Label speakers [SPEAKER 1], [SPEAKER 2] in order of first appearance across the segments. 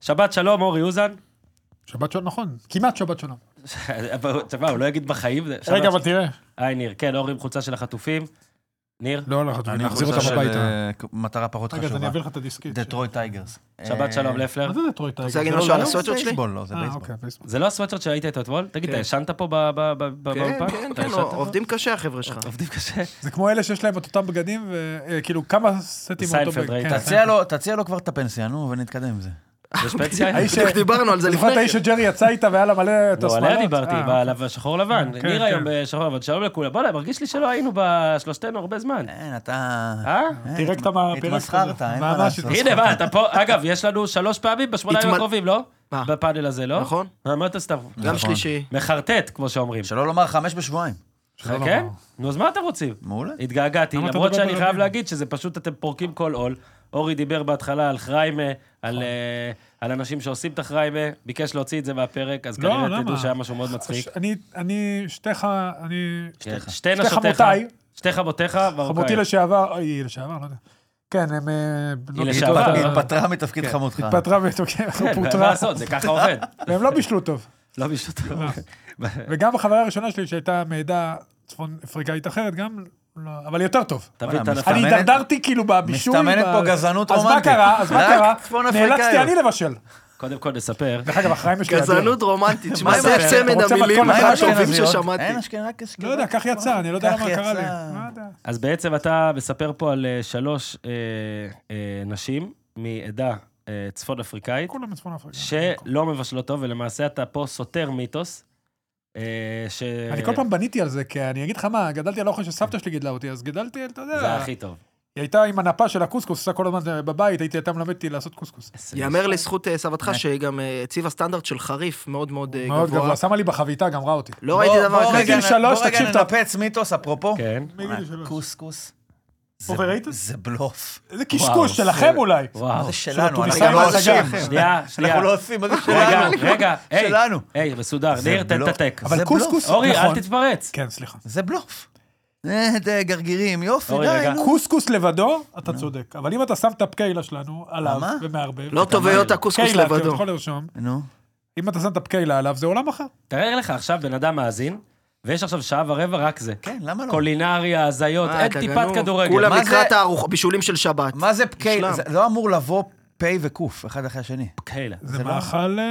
[SPEAKER 1] שבת שלום, אורי אוזן.
[SPEAKER 2] שבת שלום, נכון, כמעט שבת שלום.
[SPEAKER 1] תשמע, הוא לא יגיד בחיים. שבת-
[SPEAKER 2] רגע, אבל תראה.
[SPEAKER 1] היי, ניר. כן, אורי עם חולצה של החטופים. ניר,
[SPEAKER 2] לא, לא, חתומים,
[SPEAKER 3] אני
[SPEAKER 2] נחזיר
[SPEAKER 3] חולצה
[SPEAKER 2] אותם
[SPEAKER 3] של
[SPEAKER 2] הביתה.
[SPEAKER 3] אה, מטרה פחות
[SPEAKER 2] רגע, אז
[SPEAKER 3] חשובה.
[SPEAKER 2] אני אביא לך את הדיסקית.
[SPEAKER 3] דטרויט טייגרס.
[SPEAKER 1] שבת
[SPEAKER 3] אה,
[SPEAKER 1] שלום, לפלר.
[SPEAKER 2] מה זה דטרויט טייגר?
[SPEAKER 4] רוצה להגיד
[SPEAKER 2] זה
[SPEAKER 4] משהו
[SPEAKER 2] לא-
[SPEAKER 4] על
[SPEAKER 3] לא,
[SPEAKER 4] הסוואצ'ר
[SPEAKER 3] זה
[SPEAKER 4] שלי?
[SPEAKER 3] בייסבול, לא, זה
[SPEAKER 2] אה,
[SPEAKER 3] בייסבול.
[SPEAKER 2] אוקיי, פייסבוק.
[SPEAKER 1] זה לא הסוואצ'ר שראית איתו אתמול? תגיד, אתה
[SPEAKER 4] כן.
[SPEAKER 1] ישנת פה ב- ב- ב-
[SPEAKER 4] כן,
[SPEAKER 1] באולפן?
[SPEAKER 4] כן,
[SPEAKER 1] אתה
[SPEAKER 4] כן,
[SPEAKER 1] ישנת?
[SPEAKER 4] עובדים קשה החבר'ה שלך.
[SPEAKER 1] עובדים קשה.
[SPEAKER 2] זה כמו אלה שיש להם את אותם בגדים, וכאילו כמה סטים
[SPEAKER 1] סיינפלד,
[SPEAKER 2] מאותו בגד.
[SPEAKER 1] ראית?
[SPEAKER 2] כן,
[SPEAKER 1] תציע
[SPEAKER 3] תציע לו- תציע לו כבר את הפנסיה, נו, ונתקדם עם זה.
[SPEAKER 1] יש פנסיה?
[SPEAKER 2] האיש ש-
[SPEAKER 4] בדיוק דיברנו על זה
[SPEAKER 2] אתה
[SPEAKER 4] לפני
[SPEAKER 2] זוכר את האיש
[SPEAKER 4] כן.
[SPEAKER 2] שג'רי יצא איתה והיה לה מלא את
[SPEAKER 1] לא,
[SPEAKER 2] השמאלות?
[SPEAKER 1] עליה דיברתי,
[SPEAKER 2] אה,
[SPEAKER 1] בעל- בשחור לבן.
[SPEAKER 2] כן,
[SPEAKER 1] ניר
[SPEAKER 2] כן.
[SPEAKER 1] היום בשחור לבן. שלום לכולם. בוא'נה, מרגיש לי שלא היינו בשלושתנו הרבה זמן.
[SPEAKER 3] אין, אתה...
[SPEAKER 1] אה?
[SPEAKER 3] אה, לא
[SPEAKER 2] תראה
[SPEAKER 3] הת-
[SPEAKER 2] כמה פרק
[SPEAKER 3] התמסחרת,
[SPEAKER 2] כזה.
[SPEAKER 3] אין
[SPEAKER 2] מה-
[SPEAKER 3] מה
[SPEAKER 2] מה
[SPEAKER 3] לעשות.
[SPEAKER 2] שזה-
[SPEAKER 1] הנה, מה, אתה פה, אגב, יש לנו שלוש פעמים בשמונה ימים
[SPEAKER 4] התמל-
[SPEAKER 1] הקרובים, לא?
[SPEAKER 4] מה?
[SPEAKER 1] בפאנל הזה, לא?
[SPEAKER 4] נכון.
[SPEAKER 1] אה, מה אתה סתם?
[SPEAKER 4] גם
[SPEAKER 3] נכון.
[SPEAKER 4] שלישי.
[SPEAKER 1] מחרטט, כמו שאומרים.
[SPEAKER 3] שלא לומר חמש בשבועיים.
[SPEAKER 2] שלא
[SPEAKER 1] כן?
[SPEAKER 2] לומר.
[SPEAKER 1] נו, אז מה אתם רוצים?
[SPEAKER 3] מעולה.
[SPEAKER 1] התגעגעתי,
[SPEAKER 2] לא למה אתה
[SPEAKER 1] למרות
[SPEAKER 2] מדבר
[SPEAKER 1] שאני חייב
[SPEAKER 2] ברבים?
[SPEAKER 1] להגיד שזה פשוט, אתם פורקים כל עול. אורי דיבר בהתחלה על חריימה,
[SPEAKER 2] נכון.
[SPEAKER 1] על אה, על אנשים שעושים את החריימה, ביקש להוציא את זה מהפרק, אז
[SPEAKER 2] לא,
[SPEAKER 1] כנראה
[SPEAKER 2] למה?
[SPEAKER 1] תדעו שהיה משהו מאוד מצחיק.
[SPEAKER 2] ש- אני, אני, שתיך, אני,
[SPEAKER 1] כן, שתי
[SPEAKER 2] שתי
[SPEAKER 1] נשותיך,
[SPEAKER 2] חמותיי.
[SPEAKER 1] שתי חמותיך,
[SPEAKER 2] חמותי
[SPEAKER 1] מרוקאים.
[SPEAKER 2] לשעבר, אוי, היא לשעבר, לא יודע. כן, הם... אה, בנות
[SPEAKER 1] לשעבר.
[SPEAKER 2] גדולות.
[SPEAKER 3] היא
[SPEAKER 1] אה.
[SPEAKER 3] התפטרה מתפקיד חמותך.
[SPEAKER 2] כן. התפטרה ותוקעת,
[SPEAKER 1] כן, מה
[SPEAKER 2] פוטרה,
[SPEAKER 1] לעשות, זה ככה עובד.
[SPEAKER 2] והם לא בישלו טוב.
[SPEAKER 1] לא בשביל טוב.
[SPEAKER 2] כן. וגם החברה הראשונה שלי שהייתה מעדה צפון אפריקאית אחרת, גם לא, אבל יותר טוב.
[SPEAKER 1] תביא את
[SPEAKER 3] וואלה,
[SPEAKER 1] הנפל.
[SPEAKER 2] אני
[SPEAKER 3] מסתמנת-
[SPEAKER 2] הידרדרתי כאילו בבישול.
[SPEAKER 3] מסתמנת
[SPEAKER 2] ב-
[SPEAKER 3] פה גזענות
[SPEAKER 2] אז מה
[SPEAKER 3] רומנטית.
[SPEAKER 2] קרה? אז מה
[SPEAKER 3] רק
[SPEAKER 2] קרה?
[SPEAKER 3] צפון
[SPEAKER 2] נאלצתי
[SPEAKER 3] אפריקאיות.
[SPEAKER 2] אני לבשל.
[SPEAKER 1] קודם כל נספר.
[SPEAKER 2] דרך אגב, החיים יש לי
[SPEAKER 4] גזענות רומנטית, שמע, זה
[SPEAKER 2] אתה רוצה
[SPEAKER 4] צמד
[SPEAKER 2] מתכון
[SPEAKER 4] המילים
[SPEAKER 2] אחד?
[SPEAKER 3] מה עם
[SPEAKER 4] הכי טובים
[SPEAKER 3] אשכנזיות?
[SPEAKER 4] ששמעתי.
[SPEAKER 3] אין אשכנזיות, רק אשכנזיות.
[SPEAKER 2] לא יודע, כך יצא, אני לא יודע
[SPEAKER 3] כך
[SPEAKER 2] למה קרה לי.
[SPEAKER 3] יצא.
[SPEAKER 2] לא יודע.
[SPEAKER 1] אז בעצם אתה מספר פה על אה, שלוש אה, אה, נשים מעדה אה, צפון אפריקאית,
[SPEAKER 2] כולם מצפון אפריקה.
[SPEAKER 1] שלא מבשלות טוב, ולמעשה אתה פה סותר מיתוס. אה, ש...
[SPEAKER 2] אני כל פעם בניתי על זה, כי אני אגיד לך מה, גדלתי על אוכל שסבתא שלי גידלה אותי, אז גדלתי, אתה
[SPEAKER 1] זה
[SPEAKER 2] יודע,
[SPEAKER 1] הכי טוב.
[SPEAKER 2] היא הייתה עם הנפה של הקוסקוס, עושה כל הזמן בבית, הייתי, הייתה מלמדת אותי לעשות קוסקוס.
[SPEAKER 4] יאמר לזכות אה, סבתך שהיא גם אה, הציבה סטנדרט של חריף מאוד מאוד אה,
[SPEAKER 2] מאוד
[SPEAKER 4] גבוה.
[SPEAKER 2] גבוה, שמה לי בחביתה, גמרה אותי.
[SPEAKER 4] לא ראיתי דבר
[SPEAKER 2] רגע,
[SPEAKER 4] כזה.
[SPEAKER 2] מגיל שלוש,
[SPEAKER 3] בוא
[SPEAKER 2] תקשיב
[SPEAKER 3] רגע
[SPEAKER 2] טוב.
[SPEAKER 3] ננפץ מיתוס, אפרופו.
[SPEAKER 1] כן.
[SPEAKER 2] מגיל שלוש.
[SPEAKER 3] קוסקוס. זה-
[SPEAKER 2] Overrated?
[SPEAKER 3] זה בלוף.
[SPEAKER 2] איזה
[SPEAKER 1] וואו,
[SPEAKER 2] קשקוש שלכם אולי.
[SPEAKER 3] מה
[SPEAKER 1] וואו.
[SPEAKER 3] זה שלנו? אנחנו
[SPEAKER 2] התוניסאים
[SPEAKER 3] לא
[SPEAKER 2] והזגן.
[SPEAKER 3] עושים.
[SPEAKER 1] שנייה, שנייה.
[SPEAKER 3] אנחנו לא עושים, מה זה
[SPEAKER 1] רגע,
[SPEAKER 3] שלנו?
[SPEAKER 1] רגע, היי,
[SPEAKER 3] שלנו.
[SPEAKER 1] היי, מסודר,
[SPEAKER 3] זה לא-
[SPEAKER 1] ניר, תן
[SPEAKER 3] בלוף.
[SPEAKER 1] תתק.
[SPEAKER 2] אבל
[SPEAKER 3] זה
[SPEAKER 2] קוסקוס,
[SPEAKER 1] אורי, אל
[SPEAKER 2] נכון.
[SPEAKER 1] תתפרץ.
[SPEAKER 2] כן, סליחה.
[SPEAKER 3] זה בלוף. אה, ד- גרגירים, יופי,
[SPEAKER 1] אורי,
[SPEAKER 3] די,
[SPEAKER 1] רגע.
[SPEAKER 3] נו.
[SPEAKER 2] קוסקוס לבדו, אתה צודק. אבל אם אתה שם את הפקיילה שלנו עליו
[SPEAKER 3] מה?
[SPEAKER 2] ומערבב...
[SPEAKER 4] לא טוב היות הקוסקוס
[SPEAKER 2] קיילה, אתה
[SPEAKER 4] לבדו.
[SPEAKER 2] יכול לרשום.
[SPEAKER 3] נו.
[SPEAKER 2] אם אתה שם את הפקיילה עליו, זה עולם אחר.
[SPEAKER 1] תאר לך עכשיו בן אדם מאזין, ויש עכשיו שעה ורבע רק זה.
[SPEAKER 3] כן, למה לא?
[SPEAKER 1] קולינריה, הזיות,
[SPEAKER 4] אה,
[SPEAKER 1] אין
[SPEAKER 4] אתה
[SPEAKER 1] טיפת
[SPEAKER 4] גנוב.
[SPEAKER 1] כדורגל.
[SPEAKER 4] כולם
[SPEAKER 3] מה
[SPEAKER 4] לקראת
[SPEAKER 3] זה-
[SPEAKER 4] הארוחה, בישולים של שבת.
[SPEAKER 3] מה זה פקי?
[SPEAKER 4] מושלם.
[SPEAKER 3] זה לא אמור לבוא פ' וק', אחד אחרי השני.
[SPEAKER 1] קהילה.
[SPEAKER 2] זה
[SPEAKER 3] זה לא-
[SPEAKER 2] מאכל אה,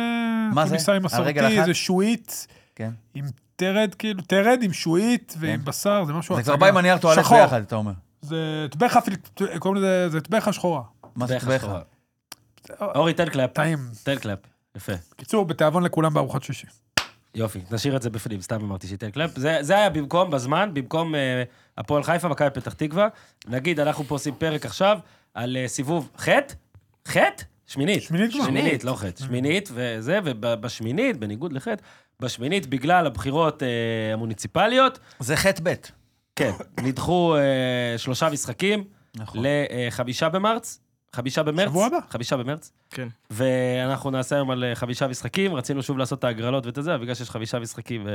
[SPEAKER 3] מה זה?
[SPEAKER 2] תוניסאי
[SPEAKER 3] על רגל
[SPEAKER 2] מסורתי,
[SPEAKER 3] אחת?
[SPEAKER 2] זה שועית
[SPEAKER 3] כן.
[SPEAKER 2] עם טרד, כאילו, טרד עם שועית ועם
[SPEAKER 3] כן.
[SPEAKER 2] בשר, זה
[SPEAKER 1] לא,
[SPEAKER 2] משהו...
[SPEAKER 3] זה כבר
[SPEAKER 2] הצגה.
[SPEAKER 3] בא עם הנייר טואלט
[SPEAKER 2] שחור.
[SPEAKER 3] ביחד, אתה אומר.
[SPEAKER 2] זה טבחה, פיל- קוראים לזה, זה טבחה שחורה.
[SPEAKER 3] מה זה
[SPEAKER 1] דרך
[SPEAKER 3] טבח?
[SPEAKER 1] השחורה. אורי, תן קלאפ.
[SPEAKER 2] טעים.
[SPEAKER 1] תן קלאפ. יפה.
[SPEAKER 2] קיצור, בתיאבון לכולם בארוחת שישי.
[SPEAKER 1] יופי, נשאיר את זה בפנים, סתם אמרתי שייתן קלאפ. זה, זה היה במקום, בזמן, במקום אה, הפועל חיפה, מכבי פתח תקווה. נגיד, אנחנו פה עושים פרק עכשיו על אה, סיבוב ח', ח', שמינית.
[SPEAKER 2] שמינית כבר.
[SPEAKER 1] שמינית, לא ח', שמינית וזה, ובשמינית, בניגוד לח', בשמינית, בגלל הבחירות אה, המוניציפליות,
[SPEAKER 3] זה חטא ב'.
[SPEAKER 1] כן, נדחו אה, שלושה משחקים
[SPEAKER 3] נכון.
[SPEAKER 1] לחמישה במרץ. חמישה במרץ?
[SPEAKER 2] שבוע הבא.
[SPEAKER 1] חמישה במרץ.
[SPEAKER 4] כן.
[SPEAKER 1] ואנחנו נעשה היום על אה, חמישה משחקים, רצינו שוב לעשות את ההגרלות ואת זה, אבל בגלל שיש חמישה משחקים, אה,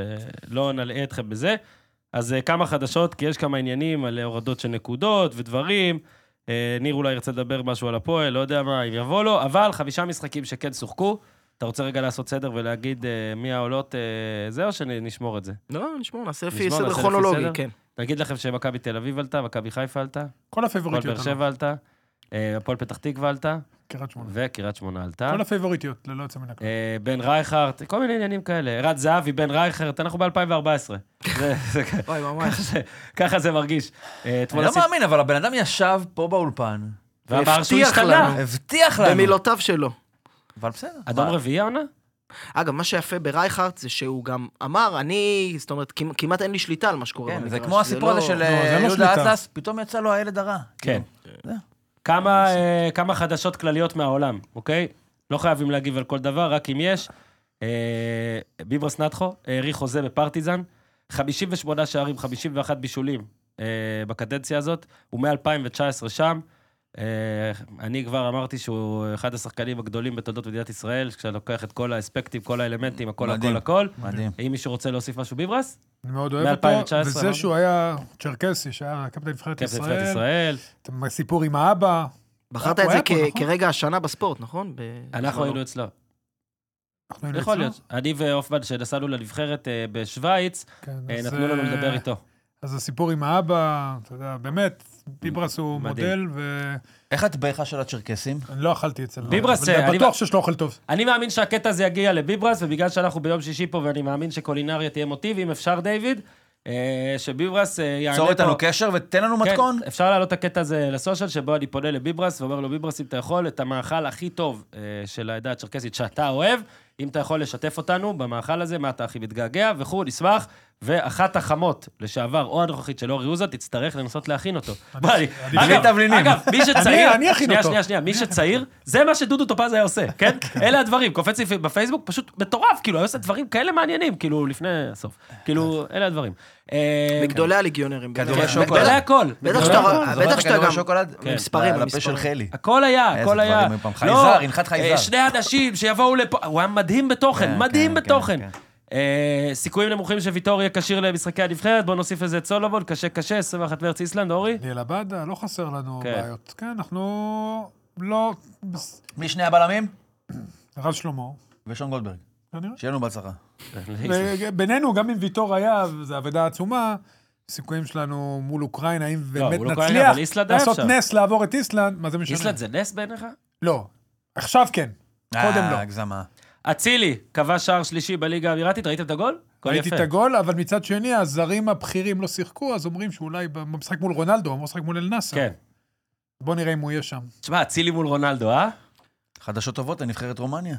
[SPEAKER 1] לא נלאה אתכם בזה. אז אה, כמה חדשות, כי יש כמה עניינים על אה, הורדות של נקודות ודברים. אה, ניר אולי ירצה לדבר משהו על הפועל, לא יודע מה, אם יבוא לו, אבל חמישה משחקים שכן שוחקו. אתה רוצה רגע לעשות סדר ולהגיד אה, מי העולות אה, זה, או שנשמור את זה?
[SPEAKER 4] לא, נשמור, נעשה לפי
[SPEAKER 1] נשמור, נעשה
[SPEAKER 4] סדר
[SPEAKER 1] לפי
[SPEAKER 4] כרונולוגי,
[SPEAKER 1] סדר?
[SPEAKER 4] כן.
[SPEAKER 1] נגיד לכם שמכבי תל אביב עלתה, מכבי חיפה עלתה,
[SPEAKER 2] כל
[SPEAKER 1] הפועל
[SPEAKER 2] הפייבוריטיות.
[SPEAKER 1] באר שבע עלתה, אה, הפועל פתח תקווה עלתה,
[SPEAKER 2] קריית שמונה.
[SPEAKER 1] וקריית שמונה עלתה.
[SPEAKER 2] נכון. כל הפייבוריטיות, ללא יוצא מן הכלל.
[SPEAKER 1] אה, בן רייכרט, כל מיני עניינים כאלה. ערד זהבי, בן רייכרט, אנחנו ב-2014. זה- זה כ-
[SPEAKER 4] אוי, ממש.
[SPEAKER 1] ככה זה- ככה זה מרגיש. אה,
[SPEAKER 3] אני
[SPEAKER 1] אתמול
[SPEAKER 3] לא
[SPEAKER 1] עשית-
[SPEAKER 3] מאמין, אבל הבן אדם ישב פה באולפן,
[SPEAKER 1] ואמר שהוא
[SPEAKER 4] הבטיח
[SPEAKER 1] השתנה.
[SPEAKER 4] לנו.
[SPEAKER 3] הבטיח לנו.
[SPEAKER 4] במילותיו שלו.
[SPEAKER 3] אבל בסדר.
[SPEAKER 1] אדום
[SPEAKER 3] מה?
[SPEAKER 1] רביעי העונה?
[SPEAKER 4] אגב, מה שיפה ברייכרט זה שהוא גם אמר, אני, זאת אומרת, כמעט- כמעט אין לי שליטה על מה שקורה.
[SPEAKER 3] כן, זה
[SPEAKER 4] במגרש,
[SPEAKER 3] כמו הסיפור הזה
[SPEAKER 4] לא-
[SPEAKER 3] של
[SPEAKER 2] לא, זה
[SPEAKER 3] אה,
[SPEAKER 2] לא
[SPEAKER 3] יהודה
[SPEAKER 2] שליטה.
[SPEAKER 3] אטלס, פתאום יצא לו הילד הרע.
[SPEAKER 1] כן.
[SPEAKER 3] זה.
[SPEAKER 1] כמה, אה, כמה חדשות כלליות מהעולם, אוקיי? לא חייבים להגיב על כל דבר, רק אם יש. אה, ביברס נטחו האריך חוזה בפרטיזן, 58 שערים, 51 בישולים אה, בקדנציה הזאת, הוא מ-2019 שם. אה, אני כבר אמרתי שהוא אחד השחקנים הגדולים בתולדות מדינת ישראל, כשאתה לוקח את כל האספקטים, כל האלמנטים, הכל, הכל,
[SPEAKER 3] מדהים.
[SPEAKER 1] הכל.
[SPEAKER 3] מדהים.
[SPEAKER 1] אם מישהו רוצה להוסיף משהו, ביברס?
[SPEAKER 2] אני מאוד אוהב אותו,
[SPEAKER 1] מ-2019,
[SPEAKER 2] וזה
[SPEAKER 1] אמרנו.
[SPEAKER 2] שהוא היה צ'רקסי, שהיה קפטן נבחרת
[SPEAKER 1] קפטן נבחרת
[SPEAKER 2] ישראל,
[SPEAKER 1] ישראל.
[SPEAKER 2] הסיפור עם האבא,
[SPEAKER 4] בחרת
[SPEAKER 2] הוא
[SPEAKER 4] את זה
[SPEAKER 2] היה פה,
[SPEAKER 4] כ-
[SPEAKER 2] נכון?
[SPEAKER 4] כרגע השנה בספורט, נכון? ב-
[SPEAKER 1] אנחנו
[SPEAKER 4] בזמנו.
[SPEAKER 1] היינו אצלו.
[SPEAKER 2] אנחנו היינו
[SPEAKER 1] יכול
[SPEAKER 2] אצלו?
[SPEAKER 1] להיות. אני והופמן, שנסענו לנבחרת אה, בשוויץ,
[SPEAKER 2] כן,
[SPEAKER 1] אה,
[SPEAKER 2] אז,
[SPEAKER 1] נתנו לנו
[SPEAKER 2] אה,
[SPEAKER 1] לדבר איתו.
[SPEAKER 2] אז הסיפור עם האבא, אתה יודע, באמת, ביברס הוא
[SPEAKER 1] מדהים.
[SPEAKER 2] מודל, ואני
[SPEAKER 3] איך את באיכה של הצ'רקסים?
[SPEAKER 2] לא אכלתי אצל...
[SPEAKER 1] ביברס, אה,
[SPEAKER 2] אבל
[SPEAKER 1] אני-
[SPEAKER 2] בטוח שיש לו אוכל טוב.
[SPEAKER 1] אני מאמין שהקטע הזה יגיע לביברס, ובגלל שאנחנו ביום שישי פה, ואני מאמין שקולינריה תהיה מוטיב, אם אפשר, דיוויד, אה, שביברס אה, יענה פה...
[SPEAKER 3] צור איתנו קשר ותן לנו מתכון.
[SPEAKER 1] כן, אפשר להעלות את הקטע הזה לסושיאל, שבו אני פונה לביברס ואומר לו, ביברס, אם אתה יכול, את המאכל הכי טוב אה, של העדה הצ'רקסית שאתה אוהב, אם אתה יכול לשתף אותנו במאכל הזה, מה אתה הכי מתגעגע וכו', נשמח. ואחת החמות לשעבר, או הנוכחית של אורי אוזה, תצטרך לנסות להכין אותו. בוא, אני-
[SPEAKER 2] אני-
[SPEAKER 1] אגב,
[SPEAKER 3] תבלינים.
[SPEAKER 1] אגב, מי שצעיר...
[SPEAKER 2] אני- אני אכין
[SPEAKER 1] שנייה,
[SPEAKER 2] אותו.
[SPEAKER 1] שנייה, שנייה, מי שצעיר, זה מה שדודו טופז היה עושה, כן? אלה הדברים, קופץ לי בפייסבוק, פשוט מטורף, כאילו, היה עושה דברים כאלה מעניינים, כאילו, לפני הסוף. כאילו, אלה הדברים. אה,
[SPEAKER 4] מגדולי הליגיונרים.
[SPEAKER 3] כדורי
[SPEAKER 4] באמת.
[SPEAKER 3] שוקולד.
[SPEAKER 1] גדולי כן, הכל.
[SPEAKER 4] בטח
[SPEAKER 1] גדולי
[SPEAKER 4] שאתה-
[SPEAKER 1] הכל.
[SPEAKER 4] בטח
[SPEAKER 3] זוכר את
[SPEAKER 4] שאתה
[SPEAKER 3] הכדורי
[SPEAKER 4] גם-
[SPEAKER 3] שוקולד?
[SPEAKER 1] כן.
[SPEAKER 4] מספרים,
[SPEAKER 3] לפה של
[SPEAKER 4] מספרים.
[SPEAKER 3] חלי.
[SPEAKER 1] הכל היה,
[SPEAKER 3] איזה
[SPEAKER 1] הכל היה.
[SPEAKER 3] דברים היו פעם. חייזר,
[SPEAKER 1] לא,
[SPEAKER 3] הנחת חייזר.
[SPEAKER 1] אה, שני אנשים שיבואו לפה, הוא היה מדהים בתוכן,
[SPEAKER 3] כן,
[SPEAKER 1] מדהים
[SPEAKER 3] כן,
[SPEAKER 1] בתוכן.
[SPEAKER 3] כן,
[SPEAKER 1] אה, סיכויים נמוכים שוויטור יהיה כשיר למשחקי הנבחרת, בואו נוסיף לזה את סולומון, קשה קשה, 21 מרץ איסלנד, אורי?
[SPEAKER 2] ליאל עבדה, לא חסר לנו
[SPEAKER 1] כן.
[SPEAKER 2] בעיות. כן, אנחנו לא... בס-
[SPEAKER 3] בלי שני הבלמים
[SPEAKER 2] הרב שלמה,
[SPEAKER 3] ושון גולדברג.
[SPEAKER 2] כנראה.
[SPEAKER 3] שיהיה לנו בהצלחה.
[SPEAKER 2] בינינו, גם אם ויטור היה, וזו אבדה עצומה, הסיכויים שלנו מול אוקראינה, אם באמת
[SPEAKER 1] לא, מול אוקראינה,
[SPEAKER 2] נצליח
[SPEAKER 1] אבל איסלנד היה
[SPEAKER 2] לעשות
[SPEAKER 1] שם.
[SPEAKER 2] נס לעבור את איסלנד, מה זה משנה?
[SPEAKER 1] איסלנד זה נס בעיניך?
[SPEAKER 2] לא. עכשיו כן, קודם לא.
[SPEAKER 3] אה, הגזמה.
[SPEAKER 1] אצילי כבש שער שלישי בליגה האמירתית, ראיתם את הגול? גול
[SPEAKER 2] ראיתי
[SPEAKER 1] יפה.
[SPEAKER 2] את הגול, אבל מצד שני, הזרים הבכירים לא שיחקו, אז אומרים שאולי במשחק מול רונלדו, במשחק מול אלנסה.
[SPEAKER 1] כן.
[SPEAKER 2] בוא נראה אם הוא יהיה שם.
[SPEAKER 1] תשמע, אצילי מול רונלדו, אה?
[SPEAKER 3] חדשות טובות לנבחרת רומניה.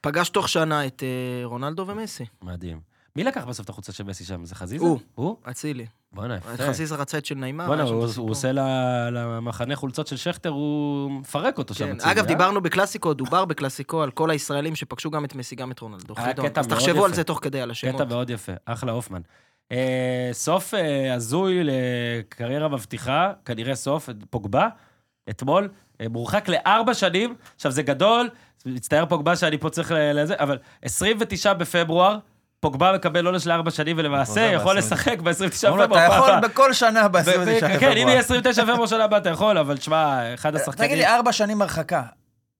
[SPEAKER 4] פגש תוך שנה את אה, רונלדו ומסי,
[SPEAKER 1] מדהים. מי לקח בסוף את החולצה של מסי שם? זה חזיזה?
[SPEAKER 4] הוא.
[SPEAKER 1] הוא?
[SPEAKER 4] אצילי.
[SPEAKER 1] בואנה,
[SPEAKER 2] אה,
[SPEAKER 1] יפה.
[SPEAKER 4] חזיזה רצה את של נעימה.
[SPEAKER 1] בואנה, הוא- הוא עושה ל- למחנה חולצות של שכטר, הוא מפרק אותו שם. אצילי,
[SPEAKER 4] כן, אגב,
[SPEAKER 1] אה?
[SPEAKER 4] דיברנו בקלאסיקו, דובר בקלאסיקו על כל הישראלים שפגשו גם את מסי, גם את רונלדו.
[SPEAKER 1] היה
[SPEAKER 4] חידון.
[SPEAKER 1] קטע
[SPEAKER 4] אז
[SPEAKER 1] מאוד
[SPEAKER 4] תחשבו
[SPEAKER 1] יפה.
[SPEAKER 4] על זה תוך כדי, על השמות.
[SPEAKER 1] קטע מאוד יפה, אחלה הופמן. אה, סוף אה, הזוי לקריירה מבטיחה, כנראה סוף, פוגבה, אתמול, אה, מורחק לארבע שנים, עכשיו זה גדול, מצטער פוגבה שאני פה צריך ל- לזה, אבל 29 בפברואר, פוגבה מקבל עונש לארבע שנים, ולמעשה
[SPEAKER 3] חוזר
[SPEAKER 1] יכול
[SPEAKER 3] ב-
[SPEAKER 1] לשחק ב-29
[SPEAKER 3] אמרו
[SPEAKER 1] בפברואר.
[SPEAKER 3] לו, אתה יכול בכל שנה ב-29
[SPEAKER 1] בפברואר.
[SPEAKER 3] בפברואר. אה,
[SPEAKER 1] כן, אם יהיה 29 בפברואר שנה הבאה אתה יכול, אבל שמע, אחד השחקנים...
[SPEAKER 3] תגיד לי, ארבע שנים הרחקה.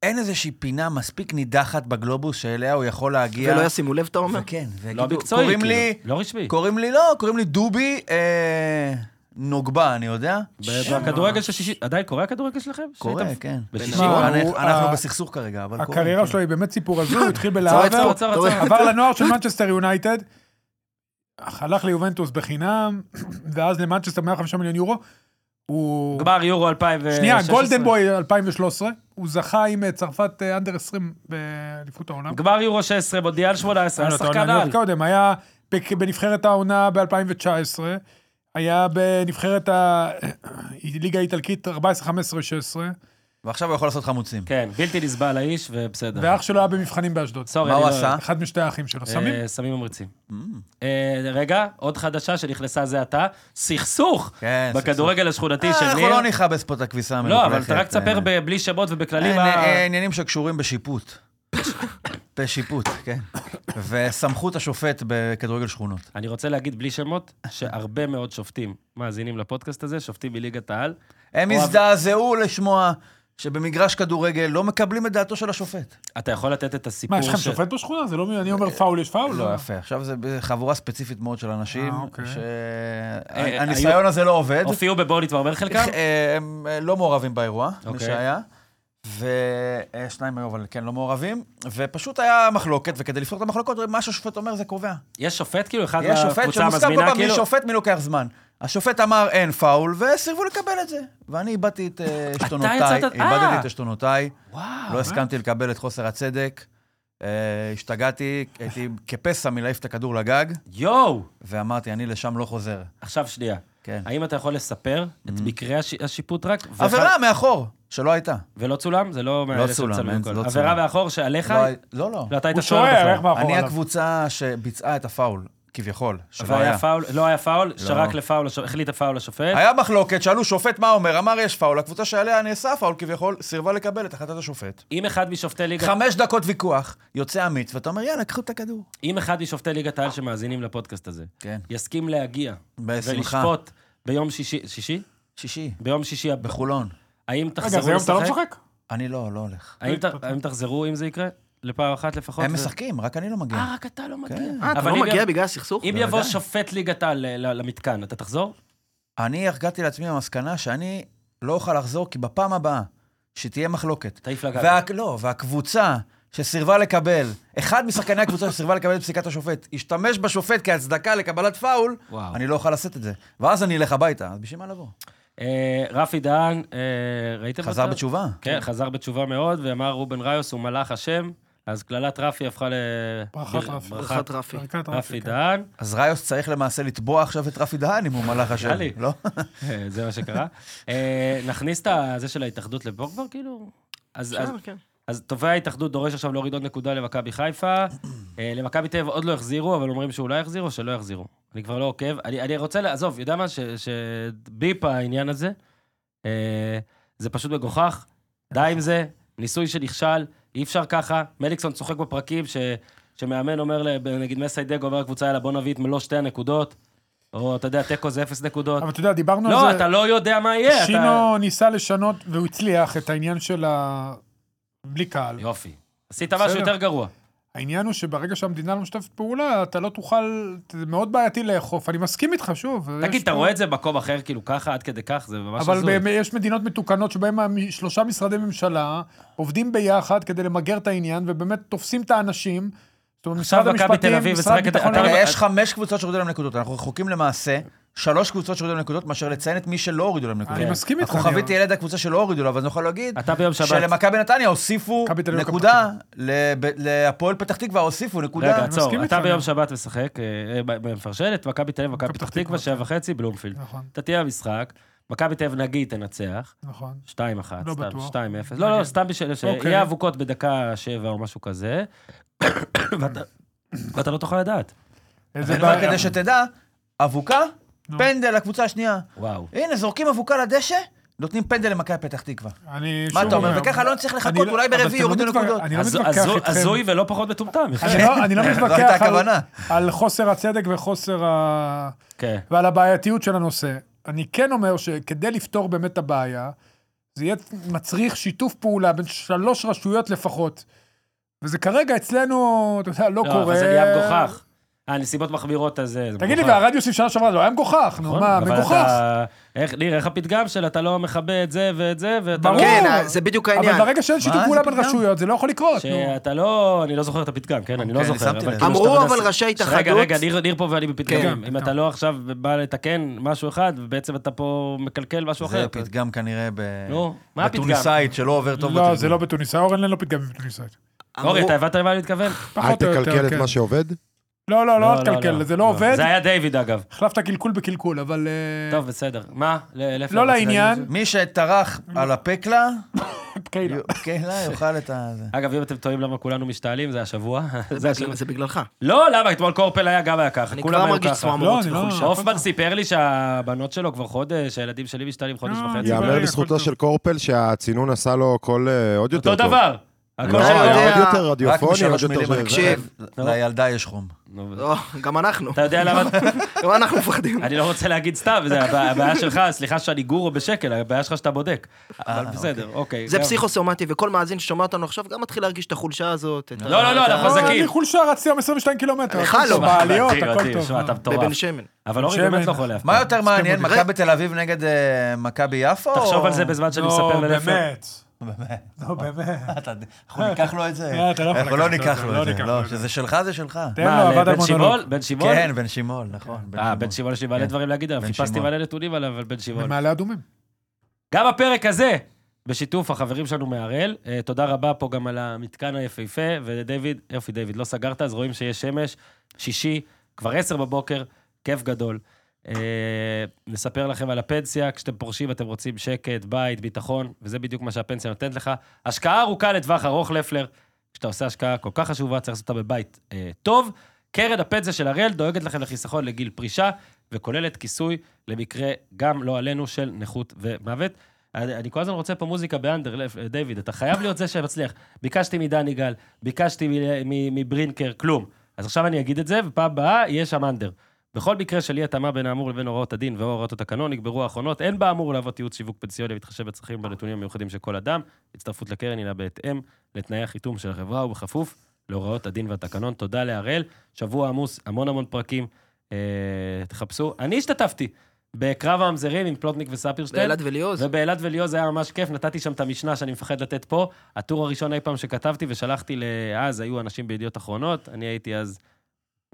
[SPEAKER 3] אין איזושהי פינה מספיק נידחת בגלובוס שאליה הוא יכול להגיע.
[SPEAKER 4] ולא לא ישימו לב, אתה אומר?
[SPEAKER 3] וכן,
[SPEAKER 1] לא
[SPEAKER 3] ויגידו,
[SPEAKER 1] מקצועי,
[SPEAKER 3] קוראים
[SPEAKER 1] כאילו,
[SPEAKER 3] לי,
[SPEAKER 1] לא רשמי.
[SPEAKER 3] קוראים לי לא, קוראים לי דובי אה, נוגבה, אני יודע.
[SPEAKER 1] ב- בכדורגל של שישי, עדיין קורה הכדורגל שלכם?
[SPEAKER 3] קורה,
[SPEAKER 1] שהיית-
[SPEAKER 3] כן.
[SPEAKER 1] בשישי,
[SPEAKER 2] שמע,
[SPEAKER 3] אנחנו-
[SPEAKER 2] הוא-
[SPEAKER 3] אנחנו
[SPEAKER 2] ה-
[SPEAKER 3] בסכסוך כרגע, אבל קורה.
[SPEAKER 2] הקריירה
[SPEAKER 3] כן.
[SPEAKER 2] שלו היא באמת סיפור הזוי, הוא התחיל
[SPEAKER 1] עצור,
[SPEAKER 2] בלהב,
[SPEAKER 1] עצור, עצור, עצור.
[SPEAKER 2] עבר לנוער של מנצ'סטר יונייטד, הלך ליובנטוס בחינם, ואז למנצ'סטר 105 מיליון יורו. הוא...
[SPEAKER 1] גמר אה, יורו 2016.
[SPEAKER 2] שנייה, גולדנבוי 2013, הוא זכה עם אה, צרפת אה, אנדר 20 באליפות העולם.
[SPEAKER 1] גמר יורו 16, מונדיאל 18, היה
[SPEAKER 2] לא, אתה עונה,
[SPEAKER 1] שחקן
[SPEAKER 2] אני
[SPEAKER 1] על.
[SPEAKER 2] עוד קודם, היה בק- בנבחרת העונה ב-2019, היה בנבחרת הליגה האיטלקית 14, 15,
[SPEAKER 1] אה.
[SPEAKER 2] 16,
[SPEAKER 3] ועכשיו הוא יכול לעשות חמוצים.
[SPEAKER 1] כן, בלתי נסבל האיש, ובסדר.
[SPEAKER 2] ואח שלו היה במבחנים באשדוד.
[SPEAKER 1] סורי,
[SPEAKER 3] מה
[SPEAKER 1] אני
[SPEAKER 3] הוא
[SPEAKER 1] לא-
[SPEAKER 3] עשה?
[SPEAKER 2] אחד משתי האחים שלו,
[SPEAKER 1] אה,
[SPEAKER 2] סמים?
[SPEAKER 1] סמים ממריצים.
[SPEAKER 3] Mm.
[SPEAKER 1] אה, רגע, עוד חדשה שנכנסה זה עתה, סכסוך
[SPEAKER 3] כן, סכסוך.
[SPEAKER 1] בכדורגל השכונתי
[SPEAKER 3] אה,
[SPEAKER 1] של
[SPEAKER 3] אנחנו
[SPEAKER 1] ניר.
[SPEAKER 3] לא נכבס פה את הכביסה
[SPEAKER 1] לא, אבל
[SPEAKER 3] המלוכלכת,
[SPEAKER 1] אתה רק תספר
[SPEAKER 3] אה,
[SPEAKER 1] ב- בלי שמות ובכללים
[SPEAKER 3] אה,
[SPEAKER 1] ה...
[SPEAKER 3] אה, עניינים שקשורים בשיפוט. בשיפוט, כן. וסמכות השופט בכדורגל שכונות.
[SPEAKER 1] אני רוצה להגיד בלי שמות, שהרבה מאוד שופטים מאזינים לפודקאסט הזה, שופטים מליגת העל.
[SPEAKER 3] הם
[SPEAKER 1] אוהב-
[SPEAKER 3] הזדעזעו לשמוע שבמגרש כדורגל לא מקבלים את דעתו של השופט.
[SPEAKER 1] אתה יכול לתת את הסיפור
[SPEAKER 2] מה, יש לכם
[SPEAKER 1] ש-
[SPEAKER 2] שופט בשכונה? זה לא, מי- אני אומר פאול, יש פאול?
[SPEAKER 3] לא, יפה. עכשיו זה חבורה ספציפית מאוד של אנשים,
[SPEAKER 2] אה, אוקיי.
[SPEAKER 1] אה,
[SPEAKER 3] שהניסיון הזה לא עובד.
[SPEAKER 1] הופיעו בבואו נתמרמר חלקם?
[SPEAKER 3] אה, הם אה, לא מעורבים באירוע, מי
[SPEAKER 1] אוקיי.
[SPEAKER 3] שהיה. ושניים היו, אבל כן, לא מעורבים. ופשוט היה מחלוקת, וכדי לפתור את המחלוקות, מה שהשופט אומר זה קובע.
[SPEAKER 1] יש שופט כאילו, אחד
[SPEAKER 3] יש שופט
[SPEAKER 1] לקבוצה
[SPEAKER 3] שמוסכם כל
[SPEAKER 1] המזמינה,
[SPEAKER 3] פעם מי
[SPEAKER 1] כאילו?
[SPEAKER 3] שופט, מי לוקח זמן. השופט אמר אין פאול, וסירבו לקבל את זה. ואני איבדתי את אה, עשתונותיי.
[SPEAKER 1] יצאת- אה.
[SPEAKER 3] איבדתי את עשתונותיי.
[SPEAKER 1] וואו. אה.
[SPEAKER 3] לא הסכמתי לקבל את חוסר הצדק. אה, השתגעתי, הייתי כפסע מלהעיף את הכדור לגג,
[SPEAKER 1] יואו!
[SPEAKER 3] ואמרתי, אני לשם לא חוזר.
[SPEAKER 1] עכשיו שנייה.
[SPEAKER 3] כן. Mm-hmm.
[SPEAKER 1] האם אתה יכול לספר את מקרי הש- השיפוט רק? ואחד-
[SPEAKER 3] עבירה מאחור, שלא הייתה.
[SPEAKER 1] ולא צולם? זה לא... מאלה
[SPEAKER 3] צולם,
[SPEAKER 1] שצלמים
[SPEAKER 3] אין-
[SPEAKER 1] הכל.
[SPEAKER 3] לא
[SPEAKER 1] עבירה
[SPEAKER 3] צולם.
[SPEAKER 1] מאחור שעליך?
[SPEAKER 3] לא הי- לא, לא.
[SPEAKER 1] לא, אתה היית
[SPEAKER 2] הוא
[SPEAKER 1] שוער
[SPEAKER 2] שוער, איך
[SPEAKER 1] בכלל.
[SPEAKER 2] מאחורי
[SPEAKER 3] אני
[SPEAKER 2] עליו?
[SPEAKER 3] הקבוצה שביצעה את הפאול, כביכול, שלא
[SPEAKER 1] והיה
[SPEAKER 3] היה.
[SPEAKER 1] פאול, לא היה פאול, שרק לפאול, הש- החליט הפאול השופט.
[SPEAKER 3] היה מחלוקת, שאלו שופט מה אומר, אמר יש פאול, הקבוצה שעליה נעשה הפאול כביכול, סירבה לקבל את החלטת השופט.
[SPEAKER 1] אם אחד משופטי ליגת
[SPEAKER 3] חמש דקות ויכוח, יוצא אמיץ, ואתה אומר, יאללה, קחו את הכדור.
[SPEAKER 1] אם אחד משופטי ליגת העל שמאזינים לפודקאסט הזה,
[SPEAKER 3] כן.
[SPEAKER 1] יסכים להגיע
[SPEAKER 3] בשמחה.
[SPEAKER 1] ולשפוט ביום שישי, שישי?
[SPEAKER 3] שישי,
[SPEAKER 1] ביום שישי הבא.
[SPEAKER 3] בחולון.
[SPEAKER 1] האם תחזרו
[SPEAKER 2] רגע, אז היום אתה לא משחק?
[SPEAKER 3] אני לא, לא הולך.
[SPEAKER 1] האם ת- האם תחזרו, אם זה יקרה? לפעם אחת לפחות?
[SPEAKER 3] הם
[SPEAKER 1] ו-
[SPEAKER 3] משחקים, רק אני לא מגיע.
[SPEAKER 1] אה, רק אתה לא מגיע.
[SPEAKER 3] כן.
[SPEAKER 4] אה, אתה
[SPEAKER 1] אבל
[SPEAKER 4] לא
[SPEAKER 1] אם
[SPEAKER 4] מגיע
[SPEAKER 1] י-
[SPEAKER 4] בגלל הסכסוך?
[SPEAKER 1] אם
[SPEAKER 3] בוודאי.
[SPEAKER 1] יבוא שופט ליגת העל אה, ל- ל- למתקן, אתה תחזור?
[SPEAKER 3] אני הגעתי לעצמי למסקנה שאני לא אוכל לחזור, כי בפעם הבאה שתהיה מחלוקת,
[SPEAKER 1] תעיף לגג.
[SPEAKER 3] וה... לא, והקבוצה שסירבה לקבל, אחד משחקני הקבוצה שסירבה לקבל את פסיקת השופט, השתמש בשופט כהצדקה לקבלת פאול,
[SPEAKER 1] וואו.
[SPEAKER 3] אני לא אוכל לשאת את זה. ואז אני אלך הביתה, אז בשביל מה לבוא?
[SPEAKER 1] אה, רפי דהן, אה, ראיתם
[SPEAKER 3] חזר
[SPEAKER 1] אותו?
[SPEAKER 3] בתשובה.
[SPEAKER 1] כן, חזר בתשובה מאוד, ואמר רובן ריוס, הוא מלאך השם, אז קללת רפי הפכה ל...
[SPEAKER 2] ברכת
[SPEAKER 1] בר-
[SPEAKER 2] רפי.
[SPEAKER 1] ברכת
[SPEAKER 4] ברכת רפי.
[SPEAKER 1] אה,
[SPEAKER 2] ברכת
[SPEAKER 1] רפי אוקיי.
[SPEAKER 2] כן.
[SPEAKER 1] דהן,
[SPEAKER 3] אז ראיוס צריך למעשה לתבוע עכשיו את רפי דהן, אם הוא מלאך השם.
[SPEAKER 1] לי.
[SPEAKER 3] לא?
[SPEAKER 1] אה, זה מה שקרה. אה, נכניס את הזה של ההתאחדות לפה כבר, כאילו? אז אז-
[SPEAKER 4] בסדר, כן.
[SPEAKER 1] אז תובע ההתאחדות דורש עכשיו להוריד עוד נקודה למכבי חיפה. אה, למכבי תל אביב עוד לא החזירו, אבל אומרים שאולי יחזירו, שלא יחזירו. אני כבר לא עוקב. אני, אני רוצה, לה- עזוב, יודע מה? ש- שביפ העניין הזה, אה, זה פשוט מגוחך. די עם זה, ניסוי שנכשל, אי אפשר ככה. מליקסון צוחק בפרקים ש, שמאמן אומר, ל- נגיד מסיידג אומר לקבוצה, יאללה, בוא נביא את מלוא שתי הנקודות, או אתה יודע, תיקו זה אפס נקודות.
[SPEAKER 2] אבל אתה יודע, דיברנו
[SPEAKER 1] לא,
[SPEAKER 2] על זה.
[SPEAKER 1] אתה לא יודע מה יהיה. אתה...
[SPEAKER 2] שינו ניסה לשנות, והוא הצליח את העניין של ה... בלי קהל.
[SPEAKER 1] יופי. עשית משהו
[SPEAKER 2] בסדר.
[SPEAKER 1] יותר גרוע.
[SPEAKER 2] העניין הוא שברגע שהמדינה לא משתפת פעולה, אתה לא תוכל... זה מאוד בעייתי לאכוף. אני מסכים איתך, שוב.
[SPEAKER 1] תגיד,
[SPEAKER 2] יש
[SPEAKER 1] אתה
[SPEAKER 2] פה-
[SPEAKER 1] רואה את זה במקום אחר, כאילו ככה, עד כדי כך, זה ממש
[SPEAKER 2] לא אבל
[SPEAKER 1] הזוי.
[SPEAKER 2] באמת יש מדינות מתוקנות שבהן המ- שלושה משרדי ממשלה עובדים ביחד כדי למגר את העניין, ובאמת תופסים את האנשים. זאת אומרת,
[SPEAKER 1] עכשיו
[SPEAKER 2] משרד
[SPEAKER 1] מכבי תל
[SPEAKER 2] המשפטים,
[SPEAKER 1] אביב
[SPEAKER 2] משרד
[SPEAKER 1] משחקת-
[SPEAKER 2] ביטחון...
[SPEAKER 1] אתה-
[SPEAKER 2] לאומי.
[SPEAKER 3] רגע,
[SPEAKER 1] אבל-
[SPEAKER 3] יש חמש קבוצות שהורידו להם נקודות, אנחנו רחוקים למעשה. שלוש קבוצות שהורידו להם נקודות, מאשר לציין את מי שלא הורידו להם נקודות.
[SPEAKER 2] אני מסכים איתך.
[SPEAKER 3] הכוכבית
[SPEAKER 2] אני-
[SPEAKER 3] תהיה ליד הקבוצה שלא הורידו לה, אבל אני יכול להגיד
[SPEAKER 1] אתה ביום שבת.
[SPEAKER 3] שלמכבי נתניה הוסיפו
[SPEAKER 2] מכבי תל אביב לא
[SPEAKER 3] נקודה, לב- להפועל פתח תקווה הוסיפו
[SPEAKER 1] רגע,
[SPEAKER 3] נקודה.
[SPEAKER 2] מסכים
[SPEAKER 1] עצור,
[SPEAKER 2] איתך,
[SPEAKER 1] אתה ביום
[SPEAKER 2] אני-
[SPEAKER 1] שבת משחק, אה, אה, מפרשנת, מכבי תל אביב, מכבי פתח תקווה, שעה וחצי, בלומפילד.
[SPEAKER 2] נכון,
[SPEAKER 1] אתה תהיה במשחק, מכבי תל אביב נגיד תנצח, 2-1,
[SPEAKER 2] נכון. לא
[SPEAKER 1] סתם,
[SPEAKER 2] בטוח.
[SPEAKER 1] 2-0. לא, לא,
[SPEAKER 2] נגיד.
[SPEAKER 1] סתם בשביל
[SPEAKER 2] אוקיי.
[SPEAKER 1] שיהיה אבוקות בדקה 7 או משהו כזה, ואתה- ואתה לא תוכל לדעת.
[SPEAKER 2] איזה
[SPEAKER 3] זה רק
[SPEAKER 2] בעיה.
[SPEAKER 3] כדי שתדע, אבוקה,
[SPEAKER 2] נו.
[SPEAKER 3] פנדל לקבוצה השנייה.
[SPEAKER 1] וואו.
[SPEAKER 3] הנה, זורקים אבוקה לדשא, נותנים פנדל למכבי פתח תקווה.
[SPEAKER 2] אני
[SPEAKER 3] מה
[SPEAKER 2] שוב
[SPEAKER 3] אתה אומר? וככה לא נצטרך
[SPEAKER 2] אני
[SPEAKER 3] לחכות, אולי
[SPEAKER 2] אבל
[SPEAKER 3] ברביעי
[SPEAKER 2] אתם לא
[SPEAKER 3] יורידו
[SPEAKER 2] מתווכח-
[SPEAKER 3] נקודות.
[SPEAKER 2] אני לא
[SPEAKER 1] הזו-
[SPEAKER 2] מתווכח
[SPEAKER 1] הזו-
[SPEAKER 2] איתכם.
[SPEAKER 1] הזוי ולא פחות מטומטם. אחי.
[SPEAKER 2] אני לא- אני לא
[SPEAKER 3] זו הייתה
[SPEAKER 2] מתווכח על-
[SPEAKER 3] הכוונה.
[SPEAKER 2] על חוסר הצדק וחוסר ה...
[SPEAKER 1] כן.
[SPEAKER 2] ועל הבעייתיות של הנושא. אני כן אומר שכדי לפתור באמת את הבעיה, זה יהיה מצריך שיתוף פעולה בין שלוש רשויות לפחות. וזה כרגע אצלנו, אתה יודע, לא,
[SPEAKER 1] לא,
[SPEAKER 2] קורה.
[SPEAKER 1] אבל זה נהיה מגוחך. אה, נסיבות מחמירות, אז אה, זה
[SPEAKER 2] תגיד לי,
[SPEAKER 1] מגוחך.
[SPEAKER 2] והרדיוס של שנה שעברה לא היה מגוחך, נו
[SPEAKER 1] נכון,
[SPEAKER 2] מה,
[SPEAKER 1] אבל
[SPEAKER 2] מגוחך.
[SPEAKER 1] אתה- איך- ניר, איך הפתגם של אתה לא מכבה את זה ואת זה, ואתה
[SPEAKER 2] ברור.
[SPEAKER 1] לא...
[SPEAKER 4] כן, אה, זה בדיוק
[SPEAKER 2] אבל
[SPEAKER 4] העניין.
[SPEAKER 2] ברגע שאין שיתוף
[SPEAKER 3] זה
[SPEAKER 2] פעולה בין
[SPEAKER 3] פתאום?
[SPEAKER 2] רשויות, זה לא יכול לקרות, נו.
[SPEAKER 1] שאתה לא, אני לא זוכר את הפתגם, כן? אני לא
[SPEAKER 3] אוקיי,
[SPEAKER 1] זוכר.
[SPEAKER 3] שמתי
[SPEAKER 1] אבל
[SPEAKER 3] לב.
[SPEAKER 1] כאילו
[SPEAKER 4] אמרו,
[SPEAKER 1] שאתה מנסה-
[SPEAKER 4] אבל ראשי התאחדות-
[SPEAKER 1] רגע, רגע, ניר- ניר פה ואני בפתגם.
[SPEAKER 2] כן,
[SPEAKER 1] אם אתה
[SPEAKER 2] פתאום.
[SPEAKER 1] לא עכשיו בא לתקן משהו אחד, ובעצם אתה פה מקלקל משהו אחר.
[SPEAKER 3] זה פתגם כנראה ב-
[SPEAKER 1] לא נו, מה הפתגם?
[SPEAKER 3] בתוניסאית שלא עובר טוב
[SPEAKER 2] לא, זה
[SPEAKER 3] בתרגום.
[SPEAKER 2] לא בתוניסאי, אורן אין לו פתגמים בתוניסאית.
[SPEAKER 1] אורי,
[SPEAKER 4] אמרו-
[SPEAKER 1] אתה הבנת למה אני מתכוון?
[SPEAKER 5] אל
[SPEAKER 2] פחות או יותר,
[SPEAKER 5] תקלקל את
[SPEAKER 2] כן.
[SPEAKER 5] מה שעובד.
[SPEAKER 2] לא, לא, לא, אל תקלקל, זה לא עובד.
[SPEAKER 1] זה היה דיוויד, אגב.
[SPEAKER 2] החלפת קלקול בקלקול, אבל... אה,
[SPEAKER 1] טוב, בסדר. מה? ל- לאיפה
[SPEAKER 2] לא
[SPEAKER 1] רצית להגיד
[SPEAKER 2] לעניין. כן.
[SPEAKER 1] משהו?
[SPEAKER 3] מי שטרח על הפקלה,
[SPEAKER 2] קהילה.
[SPEAKER 3] קהילה יאכל את ה... זה.
[SPEAKER 1] אגב, אם אתם טועים למה כולנו משתעלים, זה השבוע. זה
[SPEAKER 4] זה
[SPEAKER 1] השבוע.
[SPEAKER 4] בגלל- זה בגללך.
[SPEAKER 1] לא, למה? אתמול קורפל היה גם היה ככה.
[SPEAKER 4] אני
[SPEAKER 1] כולם
[SPEAKER 4] כבר
[SPEAKER 1] היו
[SPEAKER 4] מרגיש
[SPEAKER 1] ככה.
[SPEAKER 4] צמרמורות
[SPEAKER 2] לא, אני לא-
[SPEAKER 4] וחולשה.
[SPEAKER 1] הופמן סיפר לי שהבנות שלו כבר חודש, הילדים שלי משתעלים חודש
[SPEAKER 2] לא,
[SPEAKER 1] וחצי.
[SPEAKER 2] זה
[SPEAKER 5] יאמר
[SPEAKER 2] בעיה,
[SPEAKER 5] לזכותו
[SPEAKER 2] הכל טוב.
[SPEAKER 5] של קורפל שהצינון עשה לו קול אה, עוד יותר
[SPEAKER 1] אותו
[SPEAKER 5] טוב.
[SPEAKER 1] דבר. הכל
[SPEAKER 5] לא,
[SPEAKER 4] אתה
[SPEAKER 1] שלו.
[SPEAKER 5] היה
[SPEAKER 4] יודע-
[SPEAKER 5] עוד יותר
[SPEAKER 3] רק
[SPEAKER 5] רדיופוני, עוד
[SPEAKER 3] משלוש
[SPEAKER 5] יותר...
[SPEAKER 3] מילים
[SPEAKER 5] זה-
[SPEAKER 3] אני
[SPEAKER 4] תקשיב.
[SPEAKER 1] אה, לא.
[SPEAKER 3] חושב, לילדה יש חום.
[SPEAKER 2] נכון.
[SPEAKER 1] נו,
[SPEAKER 4] לא, גם אנחנו.
[SPEAKER 1] אתה יודע למה...
[SPEAKER 4] גם אנחנו מפחדים.
[SPEAKER 1] אני לא רוצה להגיד סתם, זה הבע- הבעיה שלך, סליחה שאני גורו בשקל, הבעיה שלך שאתה בודק. אבל בסדר, אוקיי.
[SPEAKER 4] אה, זה
[SPEAKER 1] גם-
[SPEAKER 4] פסיכוסומטי, וכל מאזין ששומע אותנו עכשיו גם מתחיל להרגיש את החולשה הזאת. את ה-
[SPEAKER 1] לא, לא, לא,
[SPEAKER 4] את ה-
[SPEAKER 1] אנחנו חזקים.
[SPEAKER 2] לא, אני חולשה, רצתי היום 22 קילומטר.
[SPEAKER 4] לך
[SPEAKER 2] הכל
[SPEAKER 4] לא.
[SPEAKER 2] טוב, בעליות,
[SPEAKER 1] מדהים
[SPEAKER 2] הכל
[SPEAKER 1] אותי,
[SPEAKER 2] טוב.
[SPEAKER 1] שמע, אתה
[SPEAKER 4] בבן
[SPEAKER 1] כן. מטורף.
[SPEAKER 4] שמן.
[SPEAKER 1] אבל אורי
[SPEAKER 2] שמן.
[SPEAKER 1] באמת לא חולה אף
[SPEAKER 3] מה
[SPEAKER 1] פעם.
[SPEAKER 3] יותר מעניין,
[SPEAKER 4] אותי.
[SPEAKER 3] מכבי תל אביב נגד אה, מכבי יפו?
[SPEAKER 1] תחשוב
[SPEAKER 3] או-
[SPEAKER 1] על זה בזמן שאני
[SPEAKER 2] נו,
[SPEAKER 1] מספר לנפל.
[SPEAKER 2] לא, באמת. נו, באמת.
[SPEAKER 3] אה, אתה- אנחנו ניקח לו את זה.
[SPEAKER 2] אה, אתה לא יכול
[SPEAKER 3] אנחנו לא
[SPEAKER 2] לקחת
[SPEAKER 3] ניקח
[SPEAKER 2] לו
[SPEAKER 3] לו
[SPEAKER 2] את
[SPEAKER 3] את
[SPEAKER 2] זה,
[SPEAKER 3] זה.
[SPEAKER 2] לא
[SPEAKER 3] לא,
[SPEAKER 2] ניקח לו את
[SPEAKER 3] שזה שלך זה שלך.
[SPEAKER 2] תן לו, עבד
[SPEAKER 1] בן
[SPEAKER 2] המונולוג.
[SPEAKER 1] שימול? בן שימול?
[SPEAKER 3] כן, בן שימול, נכון. בן
[SPEAKER 1] אה,
[SPEAKER 3] שימול.
[SPEAKER 1] בן שימול יש לי מלא
[SPEAKER 3] כן.
[SPEAKER 1] דברים להגיד עליו,
[SPEAKER 3] בן
[SPEAKER 1] חיפשתי
[SPEAKER 3] שימול.
[SPEAKER 1] מלא נתונים עליו, על בן שימול.
[SPEAKER 2] ממעלה אדומים.
[SPEAKER 1] גם הפרק הזה, בשיתוף החברים שלנו מהראל. אה, תודה רבה פה גם על המתקן היפהפה, ודייוויד, יופי דיוויד, לא סגרת, אז רואים שיש שמש, שישי, כבר עשר בבוקר, כיף גדול. אה, נספר לכם על הפנסיה, כשאתם פורשים אתם רוצים שקט, בית, ביטחון, וזה בדיוק מה שהפנסיה נותנת לך. השקעה ארוכה לטווח ארוך, לפלר. כשאתה עושה השקעה כל כך חשובה, צריך לעשות אותה בבית אה, טוב. קרן הפנסיה של הראל דואגת לכם לחיסכון לגיל פרישה, וכוללת כיסוי למקרה, גם לא עלינו, של נכות ומוות. אני אני כל הזמן רוצה פה מוזיקה באנדר, לב, אה, דיוויד, אתה חייב להיות זה שמצליח. ביקשתי מדן יגאל, ביקשתי מ- מ- מברינקר, כלום. אז עכשיו אני אגיד את זה, ופעם הבאה יהיה שם אנדר. בכל מקרה של אי התאמה בין האמור לבין הוראות הדין והוראות התקנון נקברו האחרונות, אין באמור להוות ייעוץ שיווק פנסיוני בהתחשב בצרכים ובנתונים המיוחדים של כל אדם. הצטרפות לקרן הינה בהתאם לתנאי החיתום של החברה ובכפוף להוראות הדין והתקנון. תודה להראל, שבוע עמוס, המון המון פרקים, אה, תחפשו. אני השתתפתי בקרב הממזרים עם פלוטניק וספירשטיין.
[SPEAKER 4] באלעד וליאוז.
[SPEAKER 1] ובאילת וליאו כן. זה היה ממש כיף, נתתי שם את המשנה שאני מפחד לתת פה. הטור הראשון אי פעם שכתבתי ושלחתי ל... אז היו אנשים בידיעות אחרונות, אני הייתי אז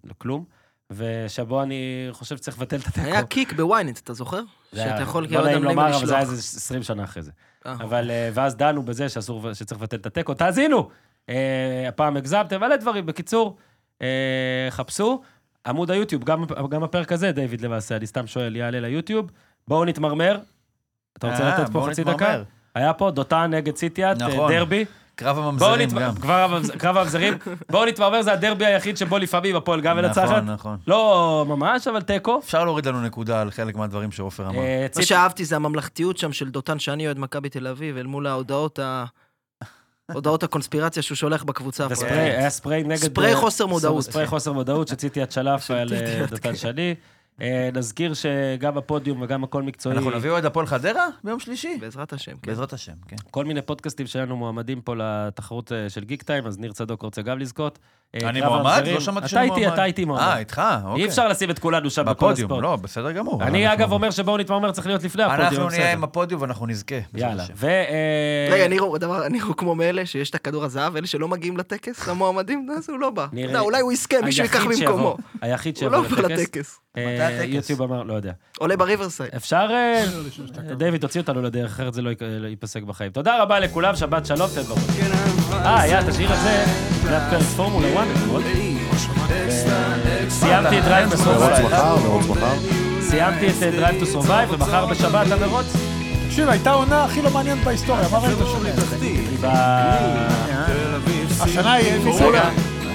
[SPEAKER 1] לא כלום, ושבו אני חושב שצריך לבטל את התיקו.
[SPEAKER 4] היה קיק בוויינט, אתה זוכר?
[SPEAKER 1] זה היה-
[SPEAKER 4] שאתה יכול כאילו
[SPEAKER 1] לא נעים
[SPEAKER 4] כאוהד המלאים
[SPEAKER 1] לומר, אבל זה היה
[SPEAKER 4] לשלוח.
[SPEAKER 1] איזה 20 שנה אחרי זה.
[SPEAKER 4] אה.
[SPEAKER 1] אבל, אה, ואז דנו בזה שאסור, שצריך לבטל את התיקו. תאזינו! אה, הפעם הגזמתם, מלא דברים. בקיצור, אה, חפשו. עמוד היוטיוב, גם, גם הפרק הזה, דיוויד למעשה, אני סתם שואל, יעלה ליוטיוב. בואו נתמרמר. אתה רוצה
[SPEAKER 3] אה,
[SPEAKER 1] לתת פה
[SPEAKER 3] בואו
[SPEAKER 1] חצי
[SPEAKER 3] נתמרמר.
[SPEAKER 1] דקה? היה פה דותן נגד סיטיאט, אה,
[SPEAKER 3] נכון.
[SPEAKER 1] דרבי.
[SPEAKER 3] קרב
[SPEAKER 1] בואו
[SPEAKER 3] הממזרים גם.
[SPEAKER 1] נתמרמר, קרב הממזרים. בואו נתמרמר, זה הדרבי היחיד שבו לפעמים הפועל גם מנצחת.
[SPEAKER 3] נכון, נכון.
[SPEAKER 1] לא ממש, אבל תיקו.
[SPEAKER 3] אפשר להוריד לנו נקודה על חלק מהדברים שעופר אמר.
[SPEAKER 1] אה,
[SPEAKER 4] מה
[SPEAKER 1] ציפ-
[SPEAKER 4] שאהבתי זה הממלכתיות שם של דותן, שאני אוהד מכבי תל אביב, אל מול ההודעות ה... הודעות הקונספירציה שהוא שולח בקבוצה.
[SPEAKER 1] וספרי, אה.
[SPEAKER 4] הפרטית.
[SPEAKER 1] היה ספרי נגד...
[SPEAKER 4] ספרי חוסר מודעות.
[SPEAKER 1] ספרי חוסר מודעות שציטי את שלף על
[SPEAKER 4] ציטי
[SPEAKER 1] אה,
[SPEAKER 4] את-
[SPEAKER 3] כן.
[SPEAKER 1] דותן שני. אה, נזכיר שגם הפודיום וגם הכל מקצועי,
[SPEAKER 3] אנחנו נביא אוהד הפועל חדרה ביום שלישי?
[SPEAKER 4] בעזרת השם, כן.
[SPEAKER 3] בעזרת השם, כן.
[SPEAKER 1] כל מיני פודקאסטים שלנו מועמדים פה לתחרות אה, של גיק טיים, אז ניר צדוק רוצה גם לזכות. אה,
[SPEAKER 3] אני
[SPEAKER 1] קרב
[SPEAKER 3] מועמד?
[SPEAKER 1] המזרים.
[SPEAKER 3] לא שמעתי
[SPEAKER 1] אתה
[SPEAKER 3] שאני
[SPEAKER 1] איתי,
[SPEAKER 3] מועמד.
[SPEAKER 1] אתה איתי מועמד.
[SPEAKER 3] אה, איתך, אוקיי.
[SPEAKER 1] אי אפשר לשים את כולנו שם בכל הספורט.
[SPEAKER 3] בפודיום, לא, בסדר גמור.
[SPEAKER 1] אני
[SPEAKER 3] אנחנו-
[SPEAKER 1] אגב אומר שבואו נתמרמר צריך להיות לפני הפודיום.
[SPEAKER 3] אנחנו
[SPEAKER 1] בסדר.
[SPEAKER 3] נהיה עם הפודיום ואנחנו נזכה. בעזרת
[SPEAKER 1] יאללה.
[SPEAKER 3] השם.
[SPEAKER 1] ו... אה,
[SPEAKER 4] רגע, ניר הוא הדבר- ניר הוא כמו מאלה שיש את הכדור הזהב, אלה שלא מגיעים לטקס, למועמדים, אז הוא לא בא.
[SPEAKER 1] נראה
[SPEAKER 4] אתה יודע,
[SPEAKER 1] לי-
[SPEAKER 4] אולי הוא יזכה, מישהו ייקח
[SPEAKER 1] היחיד
[SPEAKER 4] במקומו.
[SPEAKER 1] שיבוא- אה. היחיד
[SPEAKER 4] הוא לא
[SPEAKER 1] שיבוא
[SPEAKER 4] בא
[SPEAKER 1] לטקס.
[SPEAKER 4] לטקס.
[SPEAKER 1] אה,
[SPEAKER 3] הטקס?
[SPEAKER 1] יוטיוב אמר, לא יודע.
[SPEAKER 4] עולה בריברסייד.
[SPEAKER 1] אפשר... אה, דיוויד, תוציא אותנו לדרך, אחרת זה לא ייק- לא ייפסק בחיים. תודה רבה לכולם, שבת שלום, תבואו. אה, יא, תשאיר את זה, זה הפרק פורמולה 1. סיימתי את דרייב טו
[SPEAKER 5] מרוץ
[SPEAKER 1] סורווייב.
[SPEAKER 5] מחר, מרוץ מחר.
[SPEAKER 1] סיימתי את אה, דרייב טו סורווייב, ומחר בשבת למרוץ.
[SPEAKER 2] תקשיב, הייתה העונה הכי לא מעניינת בהיסטוריה, מה ראית
[SPEAKER 1] אוקיי.
[SPEAKER 2] שם? השנה היא...
[SPEAKER 1] רגע,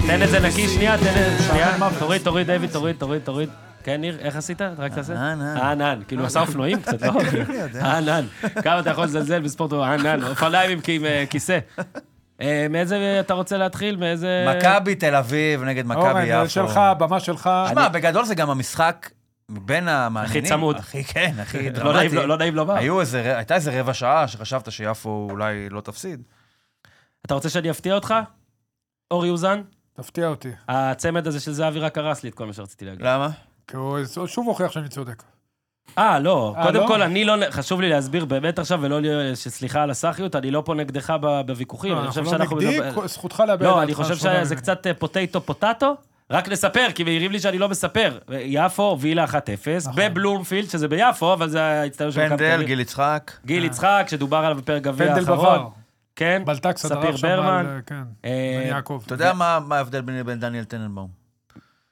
[SPEAKER 1] תן את זה נקי שנייה, תן את זה שנייה. תוריד, תוריד, דיוויד, תוריד, תוריד, תוריד. כן, ניר, איך עשית? רק תעשה.
[SPEAKER 3] אהנן.
[SPEAKER 1] אהנן. כאילו, עשה אופנועים קצת, לא? אהנן. כמה אתה יכול לזלזל בספורט, אהנן. אופניים עם כי- עם, אה, כיסא. אה, מאיזה אתה רוצה להתחיל? מאיזה...
[SPEAKER 3] מכבי תל אביב נגד מכבי
[SPEAKER 2] אורן,
[SPEAKER 3] יפו.
[SPEAKER 2] זה שלך, הבמה שלך.
[SPEAKER 3] שמע, בגדול זה גם המשחק בין המעניינים.
[SPEAKER 1] צמוד.
[SPEAKER 3] הכי, כן, הכי
[SPEAKER 1] לא נעים-
[SPEAKER 3] דרמטי.
[SPEAKER 1] לא נעים לומר.
[SPEAKER 3] היו איזה, הייתה איזה רבע שעה שחשבת שיפו אולי לא תפסיד.
[SPEAKER 1] אתה רוצה שאני אפתיע אותך? אור יוזן?
[SPEAKER 2] תפתיע אותי.
[SPEAKER 1] הצמד הזה של זהבי רק הרס לי את כל מה שרציתי להגיד.
[SPEAKER 3] למה?
[SPEAKER 2] כי הוא שוב הוכיח שאני צודק.
[SPEAKER 1] אה, לא.
[SPEAKER 2] אה,
[SPEAKER 1] קודם
[SPEAKER 2] לא?
[SPEAKER 1] כל, אני לא... חשוב לי להסביר באמת עכשיו, ולא... להיות- סליחה על הסחיות, אני לא פה נגדך ב- בוויכוחים. אני חושב
[SPEAKER 2] אנחנו לא
[SPEAKER 1] שאנחנו...
[SPEAKER 2] נגדי,
[SPEAKER 1] מדבר-
[SPEAKER 2] כל- זכותך להביע
[SPEAKER 1] לא,
[SPEAKER 2] דעתך
[SPEAKER 1] אני חושב
[SPEAKER 2] שונה
[SPEAKER 1] שזה
[SPEAKER 2] ממני.
[SPEAKER 1] קצת אה, פוטטו פוטטו. רק לספר, כי מעירים לי שאני לא מספר. יפו הובילה 1-0,
[SPEAKER 2] נכון.
[SPEAKER 1] בבלומפילד, שזה ביפו, אבל זה ההצטיינות של מכבי תל
[SPEAKER 3] פנדל,
[SPEAKER 1] אביב.
[SPEAKER 3] גיל יצחק.
[SPEAKER 1] גיל יצחק, שדבר עליו בפרק גביע
[SPEAKER 2] אה. פנדל
[SPEAKER 1] האחרון.
[SPEAKER 2] בבר.
[SPEAKER 1] כן,
[SPEAKER 2] בלטק סדרה
[SPEAKER 1] ספיר
[SPEAKER 2] עכשיו
[SPEAKER 1] ברמן.
[SPEAKER 2] על- כן,
[SPEAKER 1] אה,
[SPEAKER 2] בן יעקב.
[SPEAKER 3] אתה יודע מה מה ההבדל ביני לבין דניאל טננבאום?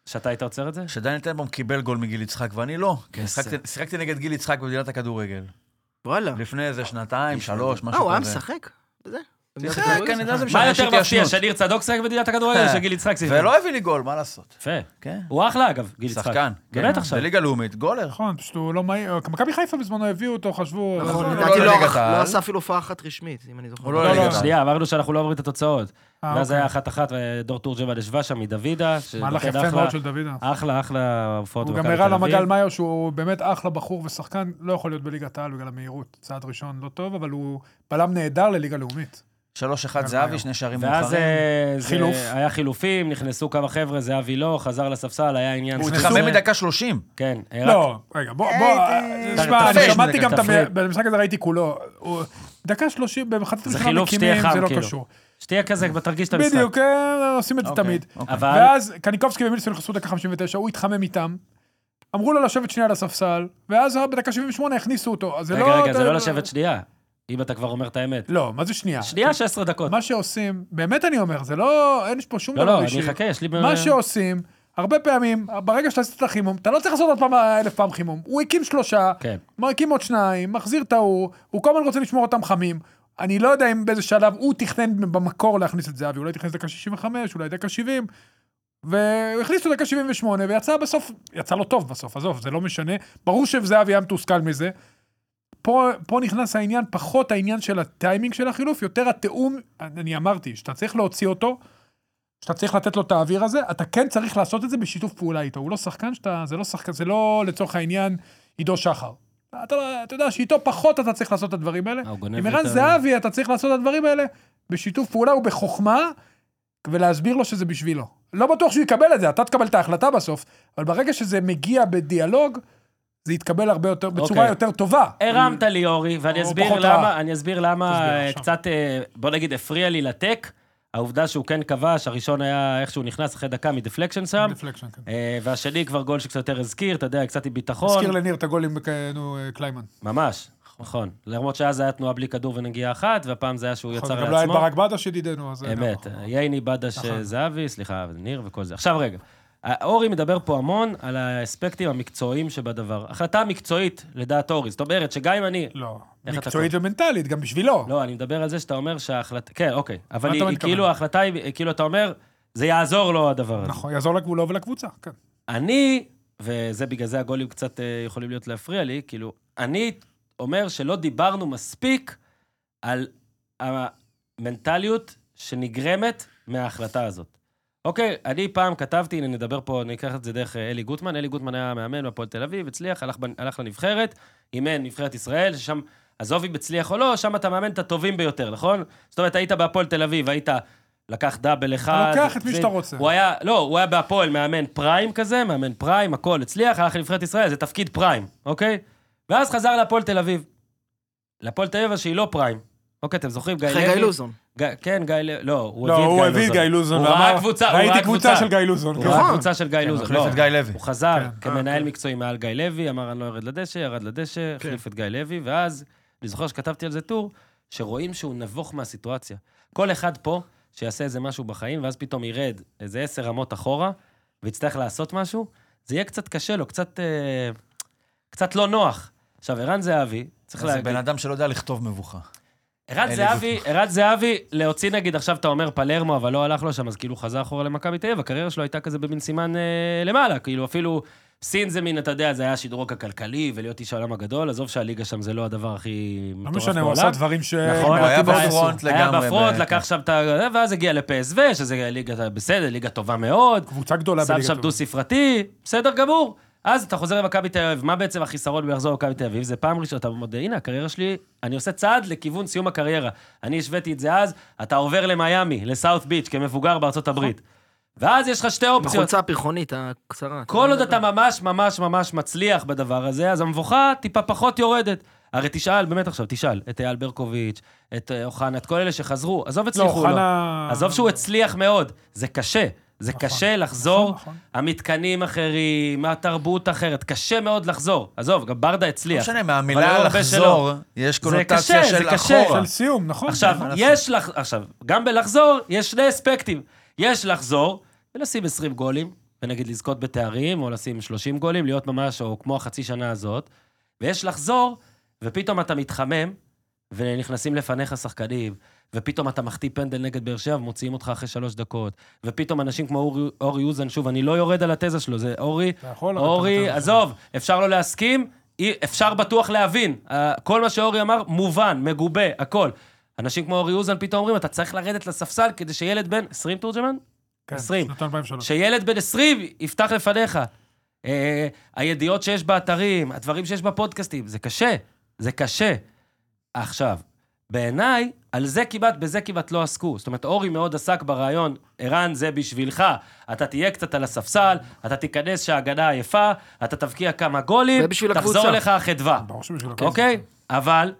[SPEAKER 1] שאתה היית עוצר את זה?
[SPEAKER 3] שדניאל טננבאום קיבל גול מגיל יצחק ואני לא.
[SPEAKER 1] כן,
[SPEAKER 3] כי שיחקתי- שיחקתי נגד גיל יצחק במדינת הכדורגל.
[SPEAKER 4] וואלה.
[SPEAKER 3] לפני איזה שנתיים, שלוש,
[SPEAKER 4] אה,
[SPEAKER 3] משהו
[SPEAKER 4] הוא היה
[SPEAKER 3] כזה.
[SPEAKER 4] משחק? לא זה?
[SPEAKER 3] שיחק, כנראה זה
[SPEAKER 1] מה
[SPEAKER 3] משנה, יש
[SPEAKER 1] יותר מפתיע,
[SPEAKER 3] התיישנות.
[SPEAKER 1] שניר צדוק שיחק במדינת הכדורגל או שגיל יצחק שיחק?
[SPEAKER 3] אה, ולא הביא לי גול, מה לעשות?
[SPEAKER 1] יפה.
[SPEAKER 3] כן.
[SPEAKER 1] הוא אחלה, אגב, גיל יצחק.
[SPEAKER 3] שחקן. כן.
[SPEAKER 1] באמת עכשיו.
[SPEAKER 3] בליגה לאומית, גולר.
[SPEAKER 2] נכון, פשוט הוא לא מהיר. מכבי חיפה בזמנו הביאו אותו, חשבו... אבל-
[SPEAKER 4] נכון,
[SPEAKER 3] הוא
[SPEAKER 4] לדעתי
[SPEAKER 3] לא
[SPEAKER 4] לא
[SPEAKER 3] לליגת
[SPEAKER 4] ערך-
[SPEAKER 3] העל.
[SPEAKER 4] לא עשה אפילו הופעה אחת רשמית, אם אני זוכר.
[SPEAKER 3] הוא לא לליגת העל.
[SPEAKER 1] שנייה, אמרנו שאנחנו לא אומרים את התוצאות.
[SPEAKER 2] אה,
[SPEAKER 1] ואז
[SPEAKER 2] אוקיי.
[SPEAKER 1] היה אוקיי, אחת-אחת, ודור תורג'מן ישבה שם מדוידה.
[SPEAKER 2] מהלך
[SPEAKER 1] שנותן
[SPEAKER 2] יפה
[SPEAKER 1] אחלה-
[SPEAKER 2] מאוד של דוידה.
[SPEAKER 1] אחלה, אחלה הופעות
[SPEAKER 2] הוא
[SPEAKER 1] במכבי
[SPEAKER 2] גם
[SPEAKER 1] תל אביב.
[SPEAKER 2] הראה למגל מאיו שהוא באמת אחלה בחור ושחקן, לא יכול להיות בליגת העל בגלל המהירות. צעד ראשון לא טוב, אבל הוא בלם נהדר לליגה לאומית.
[SPEAKER 3] 3-1
[SPEAKER 2] היום.
[SPEAKER 3] זהבי, שני שערים
[SPEAKER 1] אה, ואז
[SPEAKER 3] מאוחרים.
[SPEAKER 1] אה, זה-
[SPEAKER 2] חילוף.
[SPEAKER 1] היה חילופים, נכנסו כמה חבר'ה, זהבי לא, חזר לספסל, היה עניין.
[SPEAKER 3] הוא
[SPEAKER 1] כזה.
[SPEAKER 3] התחמם מדקה 30.
[SPEAKER 1] כן. אה, רק-
[SPEAKER 2] לא, רגע, בוא, בוא, אה, תשמע,
[SPEAKER 1] תפריש,
[SPEAKER 2] אני שמעתי
[SPEAKER 1] נגד
[SPEAKER 2] גם את
[SPEAKER 1] תפריש.
[SPEAKER 2] המ- במשחק הזה ראיתי כולו. הוא- דקה שלושים, במחצית
[SPEAKER 1] זה
[SPEAKER 2] ראשונה
[SPEAKER 1] חילוף שתהיה
[SPEAKER 2] מקימים,
[SPEAKER 1] חם,
[SPEAKER 2] זה לא
[SPEAKER 1] כאילו.
[SPEAKER 2] קשור.
[SPEAKER 1] שתהיה כזה, כבר תרגיש את המשחק.
[SPEAKER 2] בדיוק, אה, עושים את זה
[SPEAKER 3] אוקיי,
[SPEAKER 2] תמיד.
[SPEAKER 3] אוקיי.
[SPEAKER 1] אבל
[SPEAKER 2] ואז קניקובסקי ומילסון נכנסו דקה 59, הוא התחמם איתם. אמרו לו לשבת שנייה על הספסל, ואז בדקה 78 הכניסו אותו. אז זה לא...
[SPEAKER 1] רגע, רגע, זה לא לשבת שנייה, אם אתה כבר אומר את האמת.
[SPEAKER 2] לא, מה זה שנייה?
[SPEAKER 1] שנייה, 16 דקות.
[SPEAKER 2] מה שעושים, באמת אני אומר, זה לא, אין פה שום
[SPEAKER 1] לא,
[SPEAKER 2] דבר
[SPEAKER 1] לא, אני אחכה, יש לי...
[SPEAKER 2] מה שעושים, הרבה פעמים, ברגע שעשית את החימום, אתה לא צריך לעשות עוד פעם אלף פעם חימום. הוא הקים שלושה,
[SPEAKER 1] כן.
[SPEAKER 2] מרקים עוד שניים, מחזיר את ההוא, הוא כל הזמן רוצה לשמור אותם חמים. אני לא יודע אם באיזה שלב הוא תכנן במקור להכניס את זהבי, אולי תכנס דקה 65, אולי דקה 70. והוא הכניס אותו דקה 78, ויצא בסוף, יצא לו טוב בסוף, עזוב, זה לא משנה. ברור שזהבי היה מתוסכל מזה. פה, פה נכנס העניין, פחות העניין של הטיימינג של החילוף, יותר התיאום, אני אמרתי, שאתה צריך להוציא אותו, שאתה צריך לתת לו את האוויר הזה, אתה כן צריך לעשות את זה בשיתוף פעולה איתו. הוא לא שחקן שאתה, זה לא שחקן, זה לא לצורך העניין עידו שחר. אתה, לא- אתה יודע שאיתו פחות אתה צריך לעשות את הדברים האלה.
[SPEAKER 1] אה, הוא גונב
[SPEAKER 2] עם ערן
[SPEAKER 1] יותר.
[SPEAKER 2] זהבי אתה צריך לעשות את הדברים האלה בשיתוף פעולה ובחוכמה, ולהסביר לו שזה בשבילו. לא בטוח שהוא יקבל את זה, אתה תקבל את ההחלטה בסוף, אבל ברגע שזה מגיע בדיאלוג, זה יתקבל הרבה יותר, בצורה
[SPEAKER 1] אוקיי.
[SPEAKER 2] יותר טובה.
[SPEAKER 1] הרמת לי, אורי, ואני
[SPEAKER 2] או
[SPEAKER 1] אסביר
[SPEAKER 2] פחות
[SPEAKER 1] למה,
[SPEAKER 2] רע.
[SPEAKER 1] אני אסביר למה
[SPEAKER 2] תסביר
[SPEAKER 1] אה,
[SPEAKER 2] עכשיו.
[SPEAKER 1] קצת, אה, בוא נגיד, הפריע לי לטק. העובדה שהוא כן כבש, הראשון היה איך שהוא נכנס אחרי דקה מדפלקשן שם,
[SPEAKER 2] דפלקשן, כן.
[SPEAKER 1] אה, והשני כבר גול שקצת יותר הזכיר, אתה יודע, קצת עם ביטחון.
[SPEAKER 2] הזכיר לניר את הגולים, בכ- נו, אה, קליימן.
[SPEAKER 1] ממש, נכון. למרות שאז היה תנועה בלי כדור ונגיעה אחת, והפעם זה היה שהוא יצר
[SPEAKER 2] גם לא היה את
[SPEAKER 1] לעצמו.
[SPEAKER 2] ברק בדה שדידנו, אז...
[SPEAKER 1] אמת, אה,
[SPEAKER 2] נכון.
[SPEAKER 1] ייני בדש
[SPEAKER 2] נכון.
[SPEAKER 1] זהבי, סליחה, ניר וכל זה. עכשיו רגע, אורי מדבר פה המון על האספקטים המקצועיים שבדבר. החלטה מקצועית, לדעת אורי, זאת אומרת שגם אם אני...
[SPEAKER 2] לא.
[SPEAKER 1] איך אתה
[SPEAKER 2] מקצועית ומנטלית, גם בשבילו.
[SPEAKER 1] לא, אני מדבר על זה שאתה אומר שההחלטה... כן, אוקיי. אבל
[SPEAKER 2] מה
[SPEAKER 1] היא
[SPEAKER 2] אתה
[SPEAKER 1] היא
[SPEAKER 2] מתכוון?
[SPEAKER 1] כאילו, ההחלטה היא, כאילו, אתה אומר, זה יעזור לו הדבר הזה.
[SPEAKER 2] נכון, יעזור לגבולו ולקבוצה, כן.
[SPEAKER 1] אני, וזה בגלל זה הגולים קצת אה, יכולים להיות להפריע לי, כאילו, אני אומר שלא דיברנו מספיק על המנטליות שנגרמת מההחלטה הזאת. אוקיי, אני פעם כתבתי, הנה נדבר פה, אני אקח את זה דרך אה, אלי גוטמן, אלי גוטמן היה מאמן בהפועל תל אביב, הצליח, הלך, בנ- הלך לנבחרת, אימן נבחרת ישראל, ששם, עזוב אם הצליח או לא, שם אתה מאמן את הטובים ביותר, נכון? זאת אומרת, היית בהפועל תל אביב, היית, לקח דאבל אחד.
[SPEAKER 2] לוקח את מי
[SPEAKER 1] זה-
[SPEAKER 2] שאתה רוצה.
[SPEAKER 1] הוא היה, לא, הוא היה בהפועל מאמן פריים כזה, מאמן פריים, הכל הצליח, הלך לנבחרת ישראל, זה תפקיד פריים, אוקיי? ואז חזר להפועל תל אביב. להפועל תל אביב, אבל שהיא לא פריים. אוקיי, אתם זוכרים? גיא
[SPEAKER 4] אחרי
[SPEAKER 1] לוי?
[SPEAKER 4] גיא לוזון.
[SPEAKER 1] גיא- כן, גיא לוי, לא, הוא
[SPEAKER 2] לא, הוא הביא את גיא
[SPEAKER 1] לוזון.
[SPEAKER 2] לוזון.
[SPEAKER 1] הוא
[SPEAKER 2] ואמר-
[SPEAKER 1] ראה קבוצה, הוא ראה
[SPEAKER 2] ראיתי
[SPEAKER 1] קבוצה.
[SPEAKER 2] קבוצה של גיא לוזון.
[SPEAKER 1] הוא
[SPEAKER 2] כן.
[SPEAKER 1] ראה קבוצה של גיא לוזון.
[SPEAKER 3] החליף
[SPEAKER 1] לא,
[SPEAKER 3] את גיא לוי.
[SPEAKER 1] הוא חזר
[SPEAKER 2] כן,
[SPEAKER 1] כמנהל מקצועי מעל גיא לוי, אמר אני לא יורד לדשא, ירד לדשא,
[SPEAKER 2] כן.
[SPEAKER 1] החליף את גיא לוי, ואז, אני זוכר שכתבתי על זה טור, שרואים שהוא נבוך מהסיטואציה. כל אחד פה שיעשה איזה משהו בחיים, ואז פתאום ירד איזה עשר רמות אחורה, ויצטרך לעשות משהו, זה יהיה קצת קשה לו, קצת, אה, קצת לא נוח. עכשיו, ערן זהבי, צריך
[SPEAKER 3] זה
[SPEAKER 1] להגיד...
[SPEAKER 3] בן אדם שלא יודע לכתוב מבוכה.
[SPEAKER 1] ערן
[SPEAKER 3] אלי
[SPEAKER 1] זהבי, ערן זהבי, להוציא נגיד, עכשיו אתה אומר פלרמו, אבל לא הלך לו שם, אז כאילו חזר אחורה למכבי תל אביב, הקריירה שלו הייתה כזה במין סימן אה, למעלה, כאילו אפילו סין זה מין, אתה יודע, זה היה השדרוג הכלכלי ולהיות איש העולם הגדול, עזוב שהליגה שם זה לא הדבר הכי
[SPEAKER 2] לא
[SPEAKER 1] מטורף בעולם.
[SPEAKER 2] משנה, הוא עשה דברים ש...
[SPEAKER 1] נכון,
[SPEAKER 3] הוא היה
[SPEAKER 1] אבל-
[SPEAKER 3] בפרונט
[SPEAKER 1] היה
[SPEAKER 3] לגמרי,
[SPEAKER 1] בפרונט,
[SPEAKER 3] ב-
[SPEAKER 2] כן.
[SPEAKER 1] לקח שם את ה... ואז הגיע לפסו, שזה ליגה בסדר, ליגה טובה מאוד,
[SPEAKER 2] קבוצה גדולה
[SPEAKER 1] שם
[SPEAKER 2] בליגת
[SPEAKER 1] שם
[SPEAKER 2] הלאומית.
[SPEAKER 1] דו-ספרתי, בסדר גמור. אז אתה חוזר למכבי תל אביב, מה בעצם החיסרון בלחזור למכבי תל אביב? זה פעם ראשונה, אתה מודה, הנה, הקריירה שלי, אני עושה צעד לכיוון סיום הקריירה. אני השוויתי את זה אז, אתה עובר למיאמי, לסאות' ביץ', כמבוגר בארצות
[SPEAKER 2] נכון.
[SPEAKER 1] הברית. ואז יש לך שתי אופציות.
[SPEAKER 4] בחולצה הפרחונית הקצרה.
[SPEAKER 1] כל עוד
[SPEAKER 4] לא
[SPEAKER 1] אתה ממש ממש ממש מצליח בדבר הזה, אז המבוכה טיפה פחות יורדת. הרי תשאל, באמת עכשיו, תשאל את אייל ברקוביץ', את אה, אוחנה, את כל אלה שחזרו, עזוב
[SPEAKER 2] לא,
[SPEAKER 1] הצליחו או לא.
[SPEAKER 2] אוחנה...
[SPEAKER 1] עזוב שהוא הצליח מאוד, זה קשה. זה
[SPEAKER 2] נכון,
[SPEAKER 1] קשה לחזור,
[SPEAKER 2] נכון, נכון.
[SPEAKER 1] המתקנים אחרים, התרבות אחרת, קשה מאוד לחזור. עזוב, גם ברדה
[SPEAKER 3] לא
[SPEAKER 1] הצליח.
[SPEAKER 3] משנה,
[SPEAKER 1] אבל היו
[SPEAKER 3] מהמילה
[SPEAKER 1] הרבה
[SPEAKER 3] לחזור, יש
[SPEAKER 1] קשה,
[SPEAKER 3] קונוטציה
[SPEAKER 1] זה
[SPEAKER 3] של
[SPEAKER 1] קשה.
[SPEAKER 3] אחורה.
[SPEAKER 2] של סיום, נכון.
[SPEAKER 1] עכשיו,
[SPEAKER 3] מה לעשות?
[SPEAKER 1] יש לח... עכשיו, גם בלחזור, יש שני אספקטים. יש לחזור ולשים 20 גולים, ונגיד לזכות בתארים, או לשים 30 גולים, להיות ממש, או כמו החצי שנה הזאת, ויש לחזור, ופתאום אתה מתחמם, ונכנסים לפניך שחקנים, ופתאום אתה מחטיא פנדל נגד באר שבע, ומוציאים אותך אחרי שלוש דקות, ופתאום אנשים כמו אורי, אורי אוזן, שוב, אני לא יורד על התזה שלו, זה אורי,
[SPEAKER 2] אתה יכול, אבל אתה
[SPEAKER 1] אורי,
[SPEAKER 2] נותן לו.
[SPEAKER 1] עזוב, אפשר לא להסכים, אי- אפשר בטוח להבין. אה, כל מה שאורי אמר, מובן, מגובה, הכל. אנשים כמו אורי אוזן פתאום אומרים, אתה צריך לרדת לספסל כדי שילד בן... 20 תורג'מן?
[SPEAKER 2] כן,
[SPEAKER 1] 20.
[SPEAKER 2] שנתיים 2003.
[SPEAKER 1] שילד בן 20 יפתח לפניך. אה, הידיעות שיש באתרים, הדברים שיש בפודקאסטים, זה קשה, זה קשה. עכשיו, בעיניי, על זה כמעט, בזה כמעט לא עסקו. זאת אומרת, אורי מאוד עסק ברעיון, ערן, זה בשבילך. אתה תהיה קצת על הספסל, אתה תיכנס שההגנה עייפה, אתה תבקיע כמה גולים,
[SPEAKER 4] זה בשביל
[SPEAKER 1] תחזור
[SPEAKER 4] הקבוצה.
[SPEAKER 1] לך החדווה.
[SPEAKER 2] ברור שבשביל הכל.
[SPEAKER 1] אוקיי? אבל,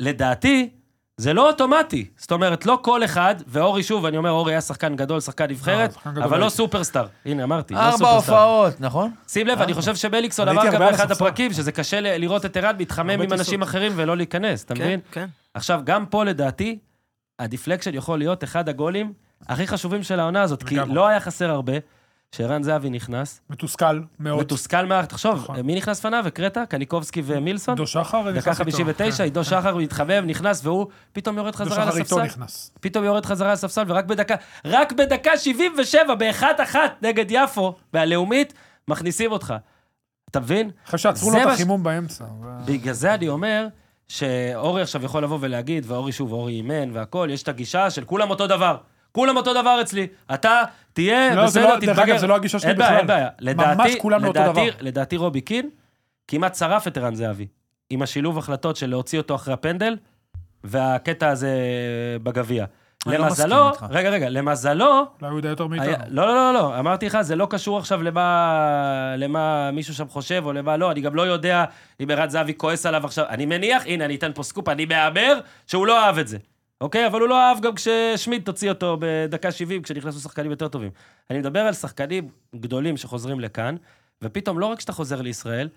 [SPEAKER 1] לדעתי, זה לא אוטומטי. זאת אומרת, לא כל אחד, ואורי, שוב, אני אומר, אורי היה שחקן גדול, שחקן נבחרת,
[SPEAKER 2] אה, שחקן גדול
[SPEAKER 1] אבל לא
[SPEAKER 2] הייתי.
[SPEAKER 1] סופרסטאר. הנה, אמרתי, לא
[SPEAKER 3] ארבע
[SPEAKER 1] סופרסטאר.
[SPEAKER 3] הופעות, נכון?
[SPEAKER 1] שים לב, אני חושב שמליקסון
[SPEAKER 2] אני
[SPEAKER 1] אמר
[SPEAKER 2] הייתי
[SPEAKER 1] גם
[SPEAKER 2] אה, הרבה על
[SPEAKER 1] באחד
[SPEAKER 2] הספסל.
[SPEAKER 1] הפרקים, שזה קשה ל- לראות את ערן מתחמם
[SPEAKER 2] הרבה
[SPEAKER 1] עם אנשים
[SPEAKER 2] טיסות.
[SPEAKER 1] אחרים ולא להיכנס, אתה
[SPEAKER 4] כן,
[SPEAKER 1] מבין?
[SPEAKER 4] כן.
[SPEAKER 1] עכשיו, גם פה, לדעתי, הדיפלקשן יכול להיות אחד הגולים הכי חשובים של העונה הזאת, כי
[SPEAKER 2] לגמרי.
[SPEAKER 1] לא היה חסר הרבה. שערן זהבי נכנס,
[SPEAKER 2] מתוסכל מאוד.
[SPEAKER 1] מתוסכל מה... תחשוב,
[SPEAKER 2] נכון.
[SPEAKER 1] מי נכנס לפניו? הקראת? קניקובסקי ומילסון?
[SPEAKER 2] עידו שחר
[SPEAKER 1] דקה
[SPEAKER 2] נכנס איתו.
[SPEAKER 1] 59,
[SPEAKER 2] כן.
[SPEAKER 1] עידו שחר מתחמם, נכנס, והוא פתאום יורד
[SPEAKER 2] עידו
[SPEAKER 1] חזרה
[SPEAKER 2] שחר איתו
[SPEAKER 1] לספסל.
[SPEAKER 2] נכנס.
[SPEAKER 1] פתאום יורד חזרה לספסל, ורק בדקה, רק בדקה 77, באחת-אחת נגד יפו, והלאומית, מכניסים אותך. אתה מבין?
[SPEAKER 2] אחרי שעצרו
[SPEAKER 1] זה
[SPEAKER 2] לו
[SPEAKER 1] מה
[SPEAKER 2] את
[SPEAKER 1] ש-
[SPEAKER 2] החימום באמצע. ו-
[SPEAKER 1] בגלל זה אני אומר שאורי עכשיו יכול לבוא ולהגיד, ואורי שוב, אורי אימן והכול, יש את הגישה של כולם אותו דבר. כולם אותו דבר אצלי. אתה תהיה,
[SPEAKER 2] לא, זה
[SPEAKER 1] בסדר,
[SPEAKER 2] לא- דרך אגב, זה לא הגישה שלי
[SPEAKER 1] אין בעיה,
[SPEAKER 2] בכלל.
[SPEAKER 1] אין בעיה. לדעתי,
[SPEAKER 2] ממש כולם לא אותו
[SPEAKER 1] לדעתי-
[SPEAKER 2] דבר.
[SPEAKER 1] לדעתי רובי קין כמעט שרף את ערן זהבי, עם השילוב החלטות של להוציא אותו אחרי הפנדל, והקטע הזה בגביע.
[SPEAKER 3] אני לא מסכים
[SPEAKER 1] למזלו,
[SPEAKER 3] איתך.
[SPEAKER 1] רגע, רגע, למזלו,
[SPEAKER 2] אולי הוא יודע יותר מאיתנו.
[SPEAKER 1] היה- לא, לא, לא, לא, אמרתי לך, זה לא קשור עכשיו למה, למה מישהו שם חושב או למה לא, אני גם לא יודע אם ערן זהבי כועס עליו עכשיו. אני מניח, הנה, אני אתן פה סקופ, אני מהמר שהוא לא אהב את זה. אוקיי? אבל הוא לא אהב גם כששמיד תוציא אותו בדקה 70, כשנכנסו שחקנים יותר טובים. אני מדבר על שחקנים גדולים שחוזרים לכאן, ופתאום לא רק שאתה חוזר לישראל,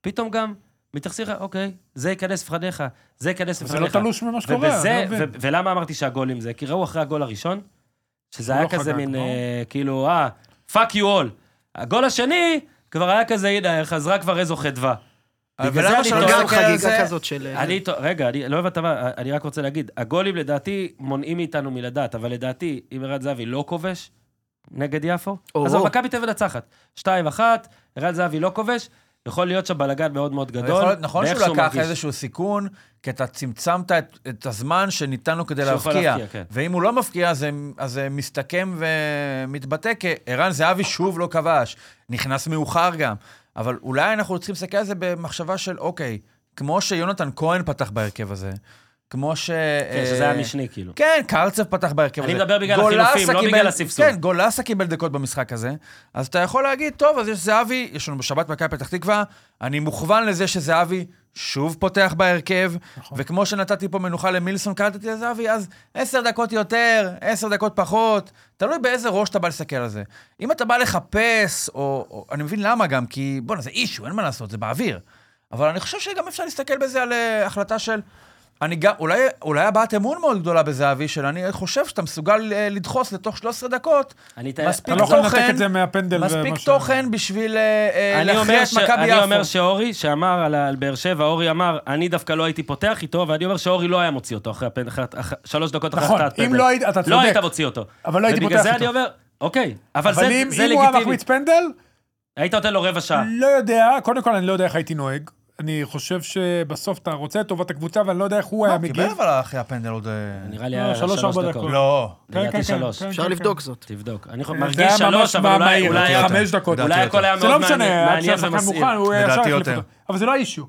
[SPEAKER 1] פתאום גם מתייחסים לך, אוקיי, זה ייכנס לפניך, זה ייכנס לפניך.
[SPEAKER 2] זה לא תלוש ממה שקורה,
[SPEAKER 1] ובזה,
[SPEAKER 2] אני לא
[SPEAKER 1] ו-
[SPEAKER 2] מבין.
[SPEAKER 1] ולמה אמרתי שהגולים זה? כי ראו אחרי הגול הראשון, שזה
[SPEAKER 2] הוא
[SPEAKER 1] היה
[SPEAKER 2] לא
[SPEAKER 1] כזה
[SPEAKER 2] חגג,
[SPEAKER 1] מין,
[SPEAKER 2] לא?
[SPEAKER 1] אה, כאילו, אה, פאק יו אול. הגול השני, כבר היה כזה, הנה, חזרה כבר איזו חדווה. בגלל זה
[SPEAKER 3] ולמה
[SPEAKER 1] אני
[SPEAKER 3] שלא
[SPEAKER 1] טוען-
[SPEAKER 4] גם
[SPEAKER 3] נסתכל על זה?
[SPEAKER 4] לא, חגיגה כזאת של... אה,
[SPEAKER 1] אני, טוע- רגע, אני לא הבנת מה, אני רק רוצה להגיד, הגולים לדעתי מונעים מאיתנו מלדעת, אבל לדעתי, אם ערן זהבי לא כובש נגד יפו,
[SPEAKER 4] או-הו.
[SPEAKER 1] אז מכבי תל אביב מנצחת. 2-1, ערן זהבי לא כובש, יכול להיות שם בלאגן מאוד מאוד
[SPEAKER 3] אבל
[SPEAKER 1] גדול.
[SPEAKER 3] יכול- נכון
[SPEAKER 1] באיך
[SPEAKER 3] שהוא לקח
[SPEAKER 1] מרגיש.
[SPEAKER 3] איזשהו סיכון, כי אתה צמצמת את- את הזמן שניתן לו כדי
[SPEAKER 1] שהוא יכול
[SPEAKER 3] להבקיע.
[SPEAKER 1] להבקיע, כן.
[SPEAKER 3] ואם הוא לא מבקיע, אז זה- אז זה מסתכם ומתבטא כערן זהבי שוב לא כבש. נכנס מאוחר גם. אבל אולי אנחנו צריכים להסתכל על זה במחשבה של, אוקיי, כמו שיונתן כהן פתח בהרכב הזה, כמו ש...
[SPEAKER 1] כן, שזה היה משני, כאילו.
[SPEAKER 3] כן, קרצב פתח בהרכב
[SPEAKER 1] אני
[SPEAKER 3] הזה.
[SPEAKER 1] מדבר בגלל
[SPEAKER 3] גולסה
[SPEAKER 1] החילופים, לא
[SPEAKER 3] קיבל-
[SPEAKER 1] בגלל הספסול.
[SPEAKER 3] כן, גולסה קיבל דקות במשחק הזה, אז אתה יכול להגיד, טוב, אז יש זהבי, יש לנו בשבת מכבי פתח תקווה, אני מוכוון לזה שזהבי שוב פותח בהרכב,
[SPEAKER 1] נכון.
[SPEAKER 3] וכמו שנתתי פה מנוחה למילסון, קראתי לזהבי, אז עשר דקות יותר, עשר דקות פחות, תלוי באיזה ראש אתה בא להסתכל על זה. אם אתה בא לחפש, או, או אני מבין למה גם, כי בואנה, זה אישו, אין מה לעשות, זה באוויר. אבל אני חושב שגם אפשר להסתכל בזה על אה, החלטה של... אני גם, אולי, אולי הבעת אמון מאוד גדולה בזהבי, של אני חושב שאתה מסוגל אה, לדחוס לתוך 13 דקות,
[SPEAKER 1] אני אתן-
[SPEAKER 3] מספיק
[SPEAKER 2] אתה לא יכול לנתק
[SPEAKER 3] תוכן,
[SPEAKER 2] את זה מהפנדל.
[SPEAKER 3] מספיק
[SPEAKER 2] ומה אה, ש-
[SPEAKER 3] תוכן בשביל אה, אה,
[SPEAKER 1] אני
[SPEAKER 3] להכריע
[SPEAKER 1] אומר,
[SPEAKER 3] את
[SPEAKER 1] ש...
[SPEAKER 3] מכבי
[SPEAKER 1] אני אומר
[SPEAKER 3] יפו.
[SPEAKER 1] שאורי, שאמר על, ה- על באר שבע, אורי אמר, אני דווקא לא הייתי פותח איתו, ואני אומר שאורי לא היה מוציא אותו אחרי הפנדל, אחרי- אח- שלוש דקות אחרי
[SPEAKER 2] נכון,
[SPEAKER 1] החטאת
[SPEAKER 2] אם
[SPEAKER 1] פנדל.
[SPEAKER 2] לא היית- אתה
[SPEAKER 1] לא
[SPEAKER 2] צודק.
[SPEAKER 1] היית מוציא אותו.
[SPEAKER 2] אבל לא הייתי
[SPEAKER 1] ובגלל
[SPEAKER 2] פותח
[SPEAKER 1] זה
[SPEAKER 2] איתו.
[SPEAKER 1] אני אומר, אוקיי, אבל,
[SPEAKER 2] אבל
[SPEAKER 1] זה,
[SPEAKER 2] אם
[SPEAKER 1] זה
[SPEAKER 2] אם הוא היה
[SPEAKER 1] לגיטימי. אה.
[SPEAKER 2] מחמיץ פנדל,
[SPEAKER 1] היית נותן לו רבע שעה.
[SPEAKER 2] לא יודע, קודם כל אני לא יודע איך הייתי נוהג. אני חושב שבסוף אתה רוצה את טובת הקבוצה, ואני לא יודע איך הוא היה
[SPEAKER 3] הוא
[SPEAKER 2] מגיב.
[SPEAKER 3] קיבל אבל אחרי הפנדל עוד... אה,
[SPEAKER 1] נראה לי
[SPEAKER 2] לא,
[SPEAKER 1] היה
[SPEAKER 2] שלוש,
[SPEAKER 1] שלוש
[SPEAKER 2] ארבע
[SPEAKER 1] דקות.
[SPEAKER 2] דקות.
[SPEAKER 3] לא.
[SPEAKER 2] כן, כן,
[SPEAKER 1] לדעתי
[SPEAKER 2] כן,
[SPEAKER 1] שלוש.
[SPEAKER 2] כן,
[SPEAKER 1] אפשר
[SPEAKER 4] אפשר
[SPEAKER 2] כן,
[SPEAKER 4] לבדוק זאת.
[SPEAKER 1] תבדוק. אני חו-
[SPEAKER 2] כן. זה
[SPEAKER 1] מרגיש
[SPEAKER 2] היה
[SPEAKER 1] שלוש,
[SPEAKER 2] ממש
[SPEAKER 1] אבל אולי-
[SPEAKER 2] מהיר,
[SPEAKER 1] אולי היה-
[SPEAKER 2] חמש דקות.
[SPEAKER 3] לדעתי
[SPEAKER 1] אולי הכל
[SPEAKER 3] יותר.
[SPEAKER 1] היה
[SPEAKER 2] זה
[SPEAKER 1] מאוד
[SPEAKER 2] לא
[SPEAKER 1] מעניין-
[SPEAKER 2] משנה, היה
[SPEAKER 1] מעניין
[SPEAKER 2] שחקן
[SPEAKER 1] ומסעיר.
[SPEAKER 2] מוכן, הוא ישר
[SPEAKER 3] לדעתי
[SPEAKER 2] החליף
[SPEAKER 3] יותר.
[SPEAKER 2] אותו. אבל זה לא האישו.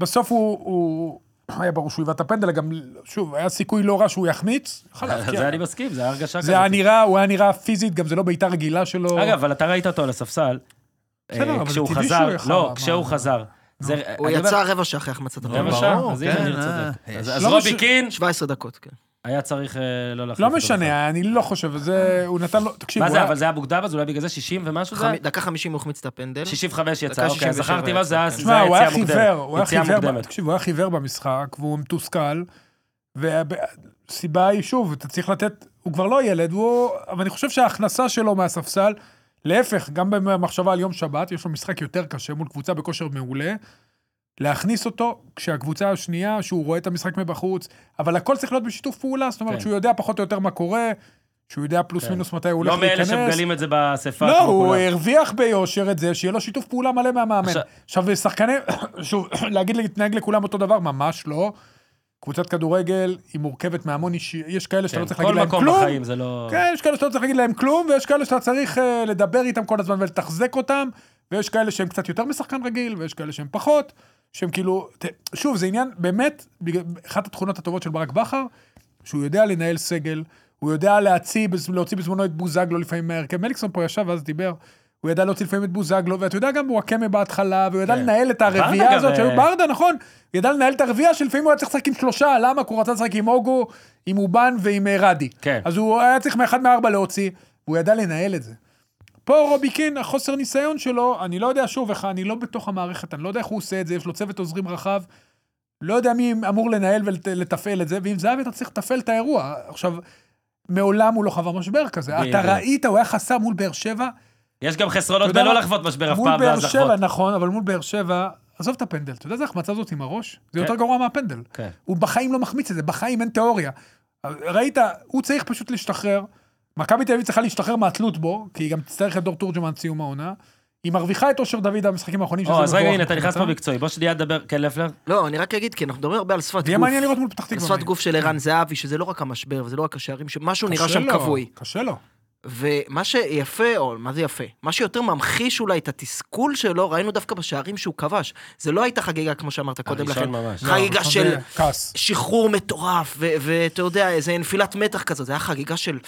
[SPEAKER 2] בסוף הוא- הוא... היה ברור שהוא היווה את הפנדל, גם, שוב, היה סיכוי לא רע שהוא יחמיץ. יכל להבקיע.
[SPEAKER 1] זה אני מסכים, זה היה הרגשה
[SPEAKER 2] זה היה
[SPEAKER 1] כזאת.
[SPEAKER 2] נראה, הוא היה נראה פיזית, גם זה לא בעיטה רגילה שלו.
[SPEAKER 1] אגב, אבל אתה ראית אותו על הספסל.
[SPEAKER 2] בסדר,
[SPEAKER 1] אה,
[SPEAKER 2] כן, אבל זה
[SPEAKER 1] כשהוא
[SPEAKER 2] טבעי
[SPEAKER 1] חזר,
[SPEAKER 2] שהוא יחזר,
[SPEAKER 1] לא,
[SPEAKER 2] מה-
[SPEAKER 1] כשהוא חזר. זה-
[SPEAKER 4] הוא
[SPEAKER 1] אני אומר-
[SPEAKER 4] יצא רבע שעה אחרי החמצת
[SPEAKER 1] רבע
[SPEAKER 4] הפנדל.
[SPEAKER 1] שעה,
[SPEAKER 3] ברור,
[SPEAKER 1] אז הנה
[SPEAKER 3] כן,
[SPEAKER 1] אני
[SPEAKER 3] אה,
[SPEAKER 1] צודק. אז-
[SPEAKER 3] יש.
[SPEAKER 1] אז
[SPEAKER 2] לא
[SPEAKER 1] רובי
[SPEAKER 2] מש-
[SPEAKER 1] קין,
[SPEAKER 4] 17 דקות, כן.
[SPEAKER 1] היה צריך אה, לא להחליף
[SPEAKER 2] לא
[SPEAKER 1] אותו בכלל.
[SPEAKER 2] משנה, אני לא חושב, זה... הוא נתן לו... תקשיב,
[SPEAKER 1] מה
[SPEAKER 2] הוא
[SPEAKER 1] זה,
[SPEAKER 2] היה-
[SPEAKER 1] אבל זה היה מוקדם, אז אולי בגלל זה 60 ומשהו זה? היה?
[SPEAKER 4] חמי- דקה 50 הוא החמיץ את הפנדל.
[SPEAKER 1] 65 יצא,
[SPEAKER 4] דקה
[SPEAKER 1] אוקיי, אז
[SPEAKER 4] 67
[SPEAKER 1] זכרתי מה זה היה,
[SPEAKER 4] כן.
[SPEAKER 1] זה
[SPEAKER 2] תשמע,
[SPEAKER 1] היה
[SPEAKER 2] לא, הוא היה
[SPEAKER 1] יציאה מוקדמת.
[SPEAKER 2] חיוור, הוא היה
[SPEAKER 1] יציאה
[SPEAKER 2] חיוור, ב-
[SPEAKER 1] מוקדמת.
[SPEAKER 2] תקשיב, הוא היה חיוור במשחק, והוא מתוסכל, והסיבה היא, שוב, אתה צריך לתת, הוא כבר לא ילד, הוא... אבל אני חושב שההכנסה שלו מהספסל, להפך, גם במחשבה על יום שבת, יש לו משחק יותר קשה מול קבוצה בכושר מעולה, להכניס אותו כשהקבוצה השנייה, שהוא רואה את המשחק מבחוץ, אבל הכל צריך להיות בשיתוף פעולה, זאת אומרת,
[SPEAKER 1] כן.
[SPEAKER 2] שהוא יודע פחות או יותר מה קורה, שהוא יודע פלוס
[SPEAKER 1] כן.
[SPEAKER 2] מינוס מתי הוא הולך
[SPEAKER 1] לא מאלה
[SPEAKER 2] להיכנס.
[SPEAKER 1] שמגלים את זה באספה.
[SPEAKER 2] לא,
[SPEAKER 1] כמו
[SPEAKER 2] הוא
[SPEAKER 1] כולם.
[SPEAKER 2] הרוויח ביושר את זה, שיהיה לו שיתוף פעולה מלא מהמאמן.
[SPEAKER 1] עכשיו-
[SPEAKER 2] עכשיו, שחקני, שוב, להגיד להתנהג לכולם אותו דבר, ממש לא. קבוצת כדורגל היא מורכבת מהמון אישי, יש כאלה שאתה
[SPEAKER 1] כן,
[SPEAKER 2] לא צריך
[SPEAKER 1] כל
[SPEAKER 2] להגיד להם
[SPEAKER 1] מקום
[SPEAKER 2] כלום.
[SPEAKER 1] בחיים זה לא...
[SPEAKER 2] כן, יש כאלה שאתה לא צריך להגיד להם כלום, ויש כאלה שאתה צריך אה, לדבר איתם כל הזמן ולתחזק אותם, ויש כאלה שהם קצת יותר משחקן רגיל, ויש כאלה שהם פחות, שהם כאילו... ת- שוב, זה עניין, באמת, בגלל- אחת התכונות הטובות של ברק בכר, שהוא יודע לנהל סגל, הוא יודע להוציא, בז- להוציא בזמנו את בוזגלו לפעמים מהרכב. מליקסון פה ישב ואז דיבר. הוא ידע להוציא לפעמים את בוזגלו, ואתה יודע גם, הוא הקמא בהתחלה, והוא ידע
[SPEAKER 3] כן.
[SPEAKER 2] לנהל את
[SPEAKER 1] ברדה
[SPEAKER 2] הרביעייה
[SPEAKER 1] גם,
[SPEAKER 2] הזאת,
[SPEAKER 1] אה,
[SPEAKER 2] שהיו ברדה, נכון? הוא ידע לנהל את הרביעייה, שלפעמים הוא היה צריך לשחק עם שלושה, למה? כי הוא רצה לשחק עם אוגו, עם אובן ועם אה, רדי.
[SPEAKER 1] כן.
[SPEAKER 2] אז הוא היה צריך מאחד מארבע להוציא, והוא ידע לנהל את זה. פה רובי קין, החוסר ניסיון שלו, אני לא יודע שוב איך, אני לא בתוך המערכת, אני לא יודע איך הוא עושה את זה, יש לו צוות עוזרים רחב, לא יודע מי אמור לנהל ולתפעל את זה, ועם זהבי אתה צריך לתפעל את האירוע. עכשיו, מעולם הוא לא חווה משבר כזה.
[SPEAKER 1] בדיוק.
[SPEAKER 2] אתה ראית, הוא היה חסר מול באר שבע,
[SPEAKER 1] יש גם חסרונות
[SPEAKER 2] אתה יודע
[SPEAKER 1] בלא
[SPEAKER 2] מה?
[SPEAKER 1] לחוות משבר אף
[SPEAKER 2] מול
[SPEAKER 1] פעם, לא
[SPEAKER 2] באר
[SPEAKER 1] ואז לחוות.
[SPEAKER 2] שבע, נכון, אבל מול באר שבע, עזוב את הפנדל, אתה יודע איזה החמצה זאת עם הראש? זה יותר גרוע מהפנדל.
[SPEAKER 1] כן.
[SPEAKER 2] הוא בחיים לא מחמיץ את זה, בחיים אין תיאוריה. ראית, הוא צריך פשוט להשתחרר. מכבי תל אביב צריכה להשתחרר מהתלות בו, כי היא גם תצטרך את דור תורג'מן עד סיום העונה. היא מרוויחה את אושר דוד במשחקים האחרונים,
[SPEAKER 1] או, אז רגע,
[SPEAKER 2] מבורך
[SPEAKER 1] הנה, אתה נכנס פה
[SPEAKER 2] מבחינתה.
[SPEAKER 1] מקצועי. בוא שנייה נדבר, כן, לפלר?
[SPEAKER 4] לא, אני רק אגיד, כי אנחנו מדברים הרבה על שפת
[SPEAKER 2] זה יהיה
[SPEAKER 4] גוף.
[SPEAKER 2] מעניין לראות מול פתח
[SPEAKER 4] על
[SPEAKER 2] תקווה.
[SPEAKER 4] שפת גוף של ערן זהבי, שזה לא רק המשבר, וזה לא רק השערים, שמשהו נראה
[SPEAKER 2] קשה
[SPEAKER 4] שם
[SPEAKER 2] לו,
[SPEAKER 4] כבוי.
[SPEAKER 2] קשה לו.
[SPEAKER 4] ומה שיפה, או מה זה יפה, מה שיותר ממחיש אולי את התסכול שלו, ראינו דווקא בשערים שהוא כבש. זה לא הייתה חגיגה, כמו
[SPEAKER 1] אה,
[SPEAKER 4] שאמרת קודם לכן.
[SPEAKER 1] הראשון ממש.
[SPEAKER 4] חגיגה
[SPEAKER 2] לא, נכון,
[SPEAKER 4] של-
[SPEAKER 2] זה כעס.
[SPEAKER 4] שחרור מטורף, ו- ואתה יודע, איזה נפילת מתח כזאת, זה היה חגיגה של...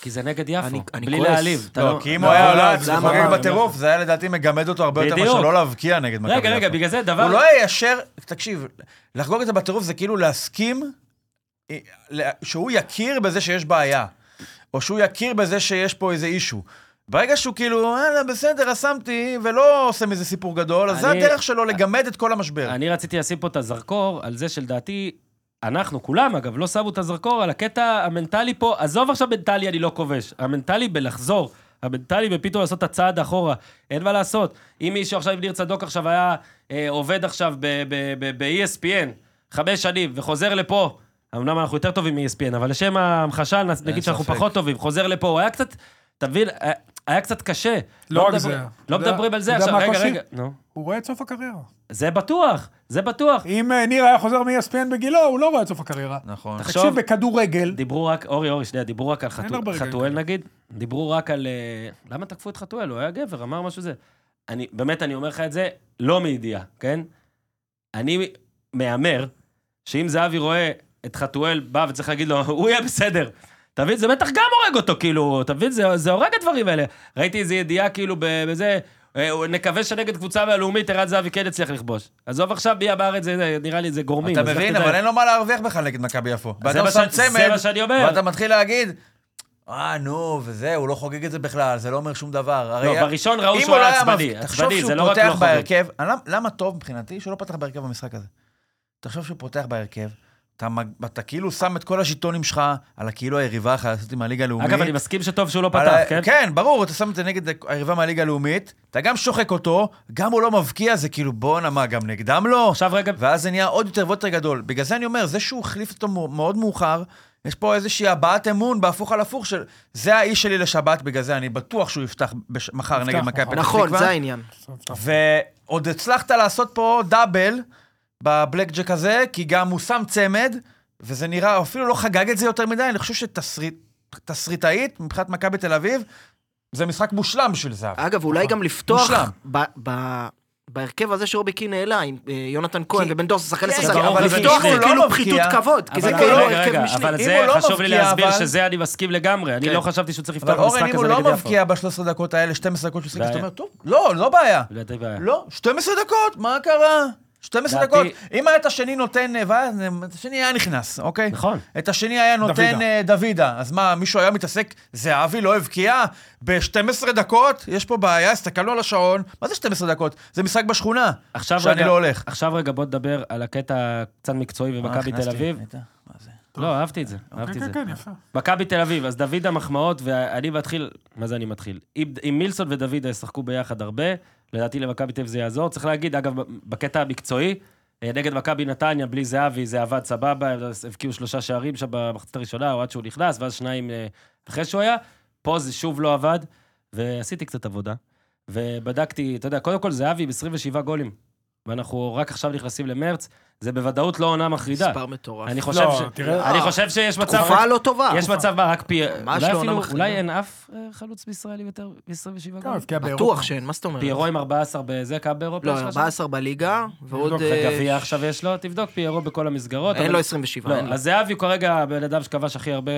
[SPEAKER 1] כי זה נגד יפו,
[SPEAKER 4] אני- אני
[SPEAKER 1] בלי
[SPEAKER 4] כועס.
[SPEAKER 1] להעליב. אתה
[SPEAKER 3] לא, כי אם
[SPEAKER 1] לא,
[SPEAKER 3] הוא היה
[SPEAKER 1] לא,
[SPEAKER 3] עולה, זה
[SPEAKER 4] למה?
[SPEAKER 3] חוגג
[SPEAKER 4] למה?
[SPEAKER 3] בטירוף, זה היה לדעתי מגמד אותו הרבה יותר מאשר
[SPEAKER 1] בדיוק.
[SPEAKER 3] לא להבקיע נגד מכבי
[SPEAKER 1] רגע, רגע,
[SPEAKER 3] יפו.
[SPEAKER 1] בגלל זה דבר...
[SPEAKER 3] הוא לא היה ישר, תקשיב, לחגוג את זה בטירוף זה כאילו להסכים אה, לה- שהוא יכיר בזה שיש בעיה, או שהוא יכיר בזה שיש פה איזה אישו. ברגע שהוא כאילו, וואלה, בסדר, אז שמתי, ולא עושה מזה סיפור גדול, אז זה
[SPEAKER 1] אני-
[SPEAKER 3] הדרך שלו לגמד את כל המשבר.
[SPEAKER 1] אני רציתי לשים פה את הזרקור על זה שלדעתי, אנחנו, כולם אגב, לא שמו את הזרקור על הקטע המנטלי פה, עזוב עכשיו מנטלי, אני לא כובש. המנטלי בלחזור, המנטלי בפתאום לעשות את הצעד אחורה, אין מה לעשות. אם מישהו עכשיו, אם ניר צדוק עכשיו היה אה, עובד עכשיו ב-ESPN חמש שנים וחוזר לפה, אמנם אנחנו יותר טובים מ-ESPN, אבל לשם ההמחשה, נס- נגיד שאנחנו
[SPEAKER 3] ספק.
[SPEAKER 1] פחות טובים, חוזר לפה, הוא היה קצת, אתה מבין, היה- היה קצת קשה.
[SPEAKER 2] לא רק
[SPEAKER 1] מדברים-
[SPEAKER 2] זה.
[SPEAKER 1] לא
[SPEAKER 2] אתה יודע-
[SPEAKER 1] מדברים על זה
[SPEAKER 2] אתה יודע
[SPEAKER 1] עכשיו,
[SPEAKER 2] מה
[SPEAKER 1] רגע,
[SPEAKER 2] הקושי?
[SPEAKER 1] רגע. נו.
[SPEAKER 2] הוא רואה את סוף הקריירה.
[SPEAKER 1] זה בטוח, זה בטוח.
[SPEAKER 2] אם אה, ניר היה חוזר מ-ESPN בגילו, הוא לא רואה את סוף הקריירה.
[SPEAKER 3] נכון.
[SPEAKER 1] תחשוב,
[SPEAKER 2] תקשיב, בכדורגל,
[SPEAKER 1] דיברו רק, אורי, אורי, שנייה, דיברו רק על חתו-
[SPEAKER 2] הרבה רגעים
[SPEAKER 1] חתואל נגיד, דיברו רק על... אה, למה תקפו את חתואל? הוא היה גבר, אמר משהו זה. אני, באמת, אני אומר לך את זה לא מידיעה, כן? אני מהמר שאם זהבי רואה את חתואל בא וצריך להגיד לו, הוא יהיה בסדר. אתה מבין? זה בטח גם הורג אותו, כאילו, אתה מבין? זה, זה הורג הדברים האלה. ראיתי איזו ידיעה, כאילו, ב- בזה, אה, נקווה שנגד קבוצה מהלאומית ערן זהבי כן יצליח לכבוש. עזוב עכשיו מי הבארץ, זה- זה, נראה לי זה גורמים.
[SPEAKER 3] אתה
[SPEAKER 1] אז לך
[SPEAKER 3] מבין,
[SPEAKER 1] תדע.
[SPEAKER 3] אבל אין לו מה להרוויח בכלל נגד מכבי יפו.
[SPEAKER 1] זה
[SPEAKER 3] ואתה
[SPEAKER 1] מה
[SPEAKER 3] שם
[SPEAKER 1] ש- זה
[SPEAKER 3] צמד,
[SPEAKER 1] מה שאני אומר.
[SPEAKER 3] ואתה מתחיל להגיד, אה, נו, וזה, הוא לא חוגג את זה בכלל, זה לא אומר שום דבר. הרי-
[SPEAKER 1] לא, בראשון ראו
[SPEAKER 3] אם
[SPEAKER 1] שהוא
[SPEAKER 3] הוא לא
[SPEAKER 1] היה
[SPEAKER 3] היה
[SPEAKER 1] עצבני,
[SPEAKER 3] מבקיע-
[SPEAKER 1] עצבני, זה לא רק
[SPEAKER 3] תחשוב
[SPEAKER 1] לא
[SPEAKER 3] שהוא פותח
[SPEAKER 1] חוגג.
[SPEAKER 3] בהרכב, למה- למה טוב מבחינתי שהוא לא פתח בהרכב במשחק הזה? תחשוב שהוא פותח בהרכב, אתה מג- אתה כאילו שם את כל הז'יטונים שלך על הכאילו היריבה אחת, עשיתי מהליגה הלאומית.
[SPEAKER 1] אגב, אני מסכים שטוב שהוא לא
[SPEAKER 3] על
[SPEAKER 1] פתח,
[SPEAKER 3] ה-
[SPEAKER 1] כן?
[SPEAKER 3] כן, ברור, אתה שם את זה נגד היריבה מהליגה הלאומית, אתה גם שוחק אותו, גם הוא לא מבקיע, זה כאילו בואנה מה, גם נגדם לא?
[SPEAKER 1] עכשיו רגע,
[SPEAKER 3] ואז זה נהיה עוד יותר ועוד יותר גדול. בגלל זה אני אומר, זה שהוא החליף אותו מאו- מאוד מאוחר, יש פה איזושהי הבעת אמון בהפוך על הפוך של, זה האיש שלי לשבת, בגלל זה אני בטוח שהוא יפתח בש... מחר
[SPEAKER 2] יפתח
[SPEAKER 3] נגד מכבי
[SPEAKER 2] מחר.
[SPEAKER 3] פתח
[SPEAKER 4] נכון,
[SPEAKER 3] תקווה.
[SPEAKER 4] זה העניין.
[SPEAKER 3] ועוד הצלחת לעשות פה דאבל בבלק ג'ק הזה, כי גם הוא שם צמד, וזה נראה, הוא אפילו לא חגג את זה יותר מדי, אני חושב שתסריטאית, מבחינת מכבי תל אביב, זה משחק מושלם בשביל זה.
[SPEAKER 4] אגב,
[SPEAKER 1] נכון.
[SPEAKER 4] אולי גם לפתוח
[SPEAKER 3] מושלם.
[SPEAKER 4] ב- ב- בהרכב הזה שרובי קין העלה, עם אה, יונתן כהן
[SPEAKER 3] כי-
[SPEAKER 4] ובן דוס, שחקן
[SPEAKER 3] כן,
[SPEAKER 4] לסגל,
[SPEAKER 1] אבל
[SPEAKER 4] אבל
[SPEAKER 1] זה
[SPEAKER 4] לפתוח
[SPEAKER 1] אם הוא
[SPEAKER 4] זה
[SPEAKER 1] לא
[SPEAKER 4] כאילו
[SPEAKER 3] מבקיע,
[SPEAKER 4] פחיתות כבוד,
[SPEAKER 1] אבל
[SPEAKER 4] כי זה
[SPEAKER 1] רגע,
[SPEAKER 4] כאילו
[SPEAKER 1] רגע,
[SPEAKER 4] הרכב
[SPEAKER 1] רגע,
[SPEAKER 4] משני.
[SPEAKER 1] אבל
[SPEAKER 3] אם
[SPEAKER 1] זה,
[SPEAKER 3] הוא לא
[SPEAKER 1] חשוב לי
[SPEAKER 3] מבקיע,
[SPEAKER 1] להסביר
[SPEAKER 3] אבל-
[SPEAKER 1] שזה, אני מסכים לגמרי. אני
[SPEAKER 4] כן.
[SPEAKER 1] לא חשבתי שהוא צריך לפתוח
[SPEAKER 3] אבל אורן,
[SPEAKER 1] במשחק
[SPEAKER 3] אם הוא
[SPEAKER 1] הזה
[SPEAKER 3] לא
[SPEAKER 1] נגד יפו.
[SPEAKER 3] מבקיע ב-13 דקות האלה, 12 דקות שהוא שיחק, אתה
[SPEAKER 1] בעיה.
[SPEAKER 3] אומר, טוב, לא, לא בעיה.
[SPEAKER 1] לדעתי בעיה.
[SPEAKER 3] לא, 12 דקות, מה קרה? 12
[SPEAKER 1] דעתי-
[SPEAKER 3] דקות. אם היה את השני נותן, אה, ואז, אה, את השני היה נכנס, אוקיי?
[SPEAKER 1] נכון.
[SPEAKER 3] את השני היה נותן
[SPEAKER 2] דוידה.
[SPEAKER 3] אה, דוידה. אז מה, מישהו היה מתעסק, זהבי לא הבקיע? ב-12 דקות? יש פה בעיה, הסתכלנו על השעון. מה זה 12 דקות? זה משחק בשכונה.
[SPEAKER 1] עכשיו
[SPEAKER 3] שאני
[SPEAKER 1] רגע-
[SPEAKER 3] לא הולך.
[SPEAKER 1] עכשיו רגע, בוא נדבר על הקטע קצת מקצועי במכבי
[SPEAKER 3] אה,
[SPEAKER 1] תל
[SPEAKER 3] נכנסתי,
[SPEAKER 1] אביב.
[SPEAKER 3] ראית? מה זה?
[SPEAKER 1] לא, אהבתי את זה, אהבתי את
[SPEAKER 2] כן,
[SPEAKER 1] זה.
[SPEAKER 2] כן, כן, יפה.
[SPEAKER 1] מכבי תל אביב, אז דוד המחמאות, ואני מתחיל, מה זה אני מתחיל? אם, אם מילסון ודוידה ישחקו ביחד הרבה, לדעתי למכבי תל אביב זה יעזור. צריך להגיד, אגב, בקטע המקצועי, אה, נגד מכבי נתניה, בלי זהבי, זה עבד סבבה, הם הבקיעו שלושה שערים שם במחצית הראשונה, או עד שהוא נכנס, ואז שניים אה, אחרי שהוא היה. פה זה שוב לא עבד, ועשיתי קצת עבודה, ובדקתי, אתה יודע, קודם כל זהבי עם 27 גולים, ואנחנו רק עכשיו נכנסים למרץ, זה בוודאות לא עונה מחרידה.
[SPEAKER 4] מספר מטורף.
[SPEAKER 1] אני חושב,
[SPEAKER 2] לא,
[SPEAKER 1] ש...
[SPEAKER 2] תראה,
[SPEAKER 1] אני חושב שיש מצב...
[SPEAKER 4] תקופה לא טובה.
[SPEAKER 1] יש מצב מה, רק פי...
[SPEAKER 4] ממש
[SPEAKER 1] אולי
[SPEAKER 4] לא עונה
[SPEAKER 1] אפילו,
[SPEAKER 4] מחרידה.
[SPEAKER 1] אולי אין אף אה, חלוץ בישראלי יותר מ-27
[SPEAKER 2] גם
[SPEAKER 1] גול.
[SPEAKER 2] הבקיע באירופה.
[SPEAKER 4] בטוח שאין, מה זאת אומרת?
[SPEAKER 1] פיירו עם 14 בזה, כמה באירופה
[SPEAKER 4] לא,
[SPEAKER 1] יש לך שם?
[SPEAKER 4] 14 בליגה, ועוד...
[SPEAKER 2] לבדוק,
[SPEAKER 4] אה,
[SPEAKER 1] וגביע עכשיו יש לו, תבדוק, פיירו בכל המסגרות.
[SPEAKER 4] אין
[SPEAKER 1] אבל-
[SPEAKER 4] לו 27. אין לו.
[SPEAKER 1] לא, אז זהבי הוא כרגע הבן אדם שכבש הכי הרבה...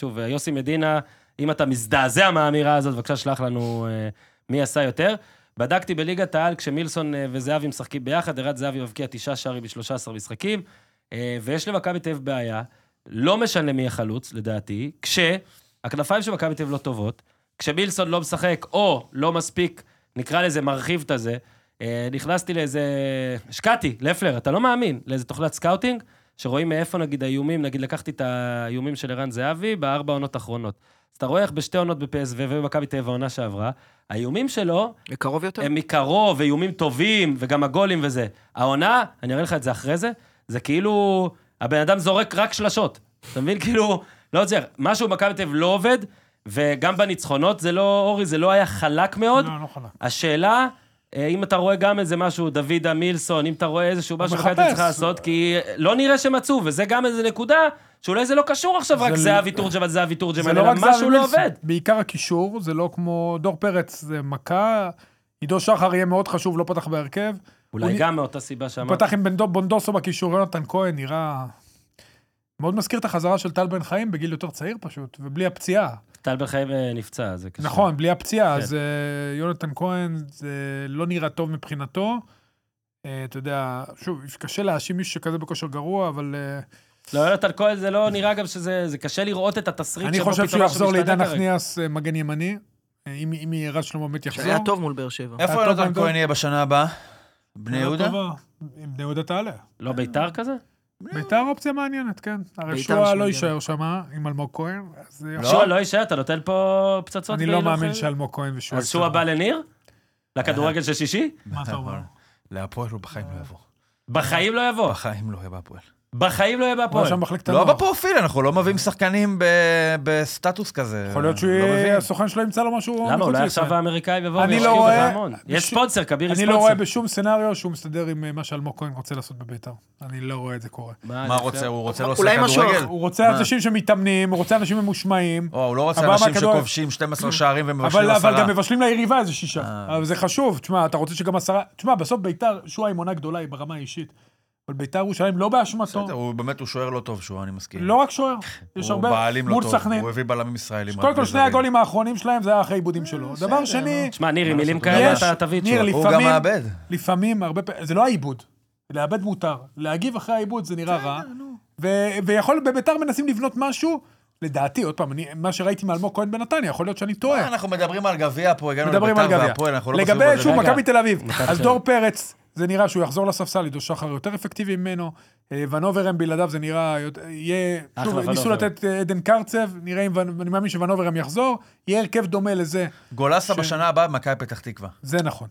[SPEAKER 1] שוב, אה, יוסי מדינה, אם אתה מזדעזע מהאמירה הזאת, בבקשה שלח לנו אה, מי עשה יותר. בדקתי בליגת העל, כשמילסון אה, וזהבי משחקים ביחד, ערד זהבי מבקיע תשעה שערים ב-13 משחקים, אה, ויש למכבי תל אביב בעיה, לא משנה מי החלוץ, לדעתי, כשהכנפיים של מכבי תל אביב לא טובות, כשמילסון לא משחק או לא מספיק, נקרא לזה מרחיב את הזה, אה, נכנסתי לאיזה... השקעתי, לפלר, אתה לא מאמין, לאיזה תוכנת סקאוטינג, שרואים מאיפה נגיד האיומים, נגיד לקחתי את האיומים של ערן זהבי בארבע עונות האחרונות. אז אתה רואה איך בשתי עונות ב-PSV ובמכבי תל אביב העונה שעברה, האיומים שלו
[SPEAKER 4] לקרוב יותר?
[SPEAKER 1] הם מקרוב, איומים טובים, וגם הגולים וזה. העונה, אני אראה לך את זה אחרי זה, זה כאילו, הבן אדם זורק רק שלשות. אתה מבין? כאילו, לא עוזר. משהו במכבי תל אביב לא עובד, וגם בניצחונות זה לא, אורי, זה לא היה חלק מאוד.
[SPEAKER 2] לא, לא חלק.
[SPEAKER 1] השאלה, אה, אם אתה רואה גם איזה משהו, דוידה מילסון, אם אתה רואה איזשהו משהו שקטע
[SPEAKER 2] מחפש.
[SPEAKER 1] צריך לעשות, כי אה, לא נראה שמצאו, וזה גם איזה נקודה, שאולי זה לא קשור עכשיו רק
[SPEAKER 2] לא-
[SPEAKER 1] זהבי תורג'מן, זהבי תורג'מן,
[SPEAKER 2] זה לא
[SPEAKER 1] אלא
[SPEAKER 2] רק זהבי
[SPEAKER 1] משהו לא
[SPEAKER 2] מילסון.
[SPEAKER 1] עובד.
[SPEAKER 2] בעיקר הקישור, זה לא כמו דור פרץ, זה מכה. עידו שחר יהיה מאוד חשוב, לא פתח בהרכב. הוא
[SPEAKER 1] אולי
[SPEAKER 2] נ-
[SPEAKER 1] גם מאותה סיבה
[SPEAKER 2] הוא
[SPEAKER 1] שאמרת.
[SPEAKER 2] פתח עם בן דו- בונדוסו בקישור, יונתן כהן נראה... מאוד מזכיר את החזרה של טל בן חיים בגיל יותר צעיר פשוט, ובלי הפציעה.
[SPEAKER 1] טל בן חיים אה, נפצע, זה קשה.
[SPEAKER 2] נכון, בלי הפציעה,
[SPEAKER 1] כן.
[SPEAKER 2] אז אה, יונתן כהן זה לא נראה טוב מבחינתו. אה, אתה יודע, שוב, קשה להאשים מישהו שכזה בכושר גרוע, אבל אה,
[SPEAKER 1] לא, יונתן כהן, זה לא נראה גם שזה, זה קשה לראות את התסריט
[SPEAKER 2] אני
[SPEAKER 1] שבו
[SPEAKER 2] חושב
[SPEAKER 1] פתאום
[SPEAKER 2] שהוא
[SPEAKER 1] משהו
[SPEAKER 2] יחזור
[SPEAKER 1] משתנה
[SPEAKER 2] לעידן
[SPEAKER 1] כרגע.
[SPEAKER 2] נחמיאס אה, מגן ימני, אה, אם אם ירד שלמה באמת יחזור.
[SPEAKER 4] שהיה טוב מול באר שבע.
[SPEAKER 3] איפה
[SPEAKER 2] היה טוב,
[SPEAKER 3] יונתן
[SPEAKER 2] היה טוב.
[SPEAKER 3] כהן יהיה בשנה הבאה? בני
[SPEAKER 2] עונה
[SPEAKER 3] יהודה?
[SPEAKER 2] טובה. אה, אם בני יהודה תעלה.
[SPEAKER 1] לא בית"ר כזה?
[SPEAKER 2] ביתר אופציה מעניינת, כן. הרי
[SPEAKER 4] ביתר
[SPEAKER 2] שועה לא
[SPEAKER 4] שמגיע.
[SPEAKER 2] יישאר שם עם אלמוג כהן, אז אה,
[SPEAKER 3] לא.
[SPEAKER 1] שועה לא יישאר, אתה נותן פה פצצות?
[SPEAKER 2] אני
[SPEAKER 1] כאילו
[SPEAKER 2] לא מאמין
[SPEAKER 1] אחרי?
[SPEAKER 2] שאלמוג כהן ושועה...
[SPEAKER 1] אז שועה
[SPEAKER 2] יישארו.
[SPEAKER 1] בא לניר? לכדורגל של שישי?
[SPEAKER 2] מה אתה אומר?
[SPEAKER 3] להפועל הוא בחיים לא יבוא.
[SPEAKER 1] בחיים לא יבוא.
[SPEAKER 3] בחיים לא יהיה בהפועל.
[SPEAKER 1] בחיים לא יהיה
[SPEAKER 2] הוא
[SPEAKER 1] בהפועל.
[SPEAKER 2] שם במחלקת
[SPEAKER 3] לא
[SPEAKER 2] הנוער.
[SPEAKER 3] בפרופיל, אנחנו לא מביאים שחקנים ב- בסטטוס כזה.
[SPEAKER 2] יכול להיות שהוא
[SPEAKER 3] לא מבין.
[SPEAKER 2] יהיה, הסוכן שלו ימצא לו משהו
[SPEAKER 1] למה?
[SPEAKER 2] מחוץ
[SPEAKER 1] אולי
[SPEAKER 2] לישראל.
[SPEAKER 1] עכשיו האמריקאים יבואו
[SPEAKER 2] אני לא
[SPEAKER 1] וישקיעו
[SPEAKER 2] רואה-
[SPEAKER 1] בזה המון. יש
[SPEAKER 2] בש-
[SPEAKER 1] ספונסר, כביר יש
[SPEAKER 2] אני לא רואה
[SPEAKER 1] ספונסר.
[SPEAKER 2] בשום סצנריו שהוא מסתדר עם אה, מה שאלמוג כהן רוצה לעשות בביתר. אני לא רואה את זה קורה.
[SPEAKER 1] אה,
[SPEAKER 3] מה רוצה? הוא רוצה לא
[SPEAKER 4] אולי
[SPEAKER 3] לשחק
[SPEAKER 4] משהו
[SPEAKER 3] כדורגל?
[SPEAKER 2] הוא רוצה
[SPEAKER 3] מה?
[SPEAKER 2] אנשים שמתאמנים, הוא רוצה אנשים ממושמעים,
[SPEAKER 3] או, הוא לא רוצה
[SPEAKER 2] הבא
[SPEAKER 3] אנשים
[SPEAKER 2] מהכדור-
[SPEAKER 3] שכובשים 12 שערים ומבשלים
[SPEAKER 2] אבל אבל
[SPEAKER 3] עשרה. אה.
[SPEAKER 2] גם מבשלים ליריבה איזה שישה. אבל זה חשוב, תשמע, אתה רוצה שגם עשרה... תשמע, בסוף ביתר, שועה עם עונה גדולה היא ברמה האישית. אבל ביתר ירושלים לא
[SPEAKER 3] בסדר,
[SPEAKER 2] באשמתו,
[SPEAKER 3] הוא באמת, הוא שוער לא טוב שהוא, אני מסכים.
[SPEAKER 2] לא רק שוער, יש
[SPEAKER 3] הוא
[SPEAKER 2] הרבה...
[SPEAKER 3] בעלים לא
[SPEAKER 2] מול
[SPEAKER 3] טוב,
[SPEAKER 2] סכנין.
[SPEAKER 3] הוא הביא בלמים ישראלים.
[SPEAKER 2] קודם
[SPEAKER 3] רק
[SPEAKER 2] כל, שני
[SPEAKER 3] בזרים.
[SPEAKER 2] הגולים האחרונים שלהם זה היה אחרי עיבודים שלו. דבר שני,
[SPEAKER 1] שמע, ניר, עם מילים כאלה
[SPEAKER 2] יש,
[SPEAKER 1] אתה תביא את
[SPEAKER 2] ניר,
[SPEAKER 1] שועה.
[SPEAKER 3] הוא גם
[SPEAKER 2] לפעמים,
[SPEAKER 3] מאבד.
[SPEAKER 2] לפעמים, הרבה פעמים, זה לא העיבוד. לאבד מותר. להגיב אחרי העיבוד זה נראה רע. ו- ויכול, בביתר מנסים לבנות משהו, לדעתי, עוד פעם, אני, מה שראיתי מאלמוג כהן בנתניה, יכול להיות שאני
[SPEAKER 3] אה,
[SPEAKER 2] טועה.
[SPEAKER 3] אנחנו מדברים על גביע פה, הגענו
[SPEAKER 2] מדברים על
[SPEAKER 3] לביתר
[SPEAKER 2] גביע.
[SPEAKER 3] והפועל, אנחנו לא
[SPEAKER 2] לגבי
[SPEAKER 3] בסיבוב הזה.
[SPEAKER 2] שוב,
[SPEAKER 1] רגע.
[SPEAKER 2] מכבי תל אביב.
[SPEAKER 1] מכבי
[SPEAKER 2] אז
[SPEAKER 1] תל
[SPEAKER 2] דור פרץ, זה נראה שהוא יחזור לספסל, עידו שחר יותר אפקטיבי ממנו. אה, ונוברם בלעדיו זה נראה, יותר- יהיה, שוב,
[SPEAKER 1] אחלה
[SPEAKER 2] ניסו
[SPEAKER 1] ונוברם.
[SPEAKER 2] לתת אה, עדן קרצב, נראה אם, ון- אני מאמין שוונוברם יחזור, יהיה הרכב דומה לזה.
[SPEAKER 3] גולסה בשנה הבאה במכבי פתח תקווה.
[SPEAKER 2] זה נכון.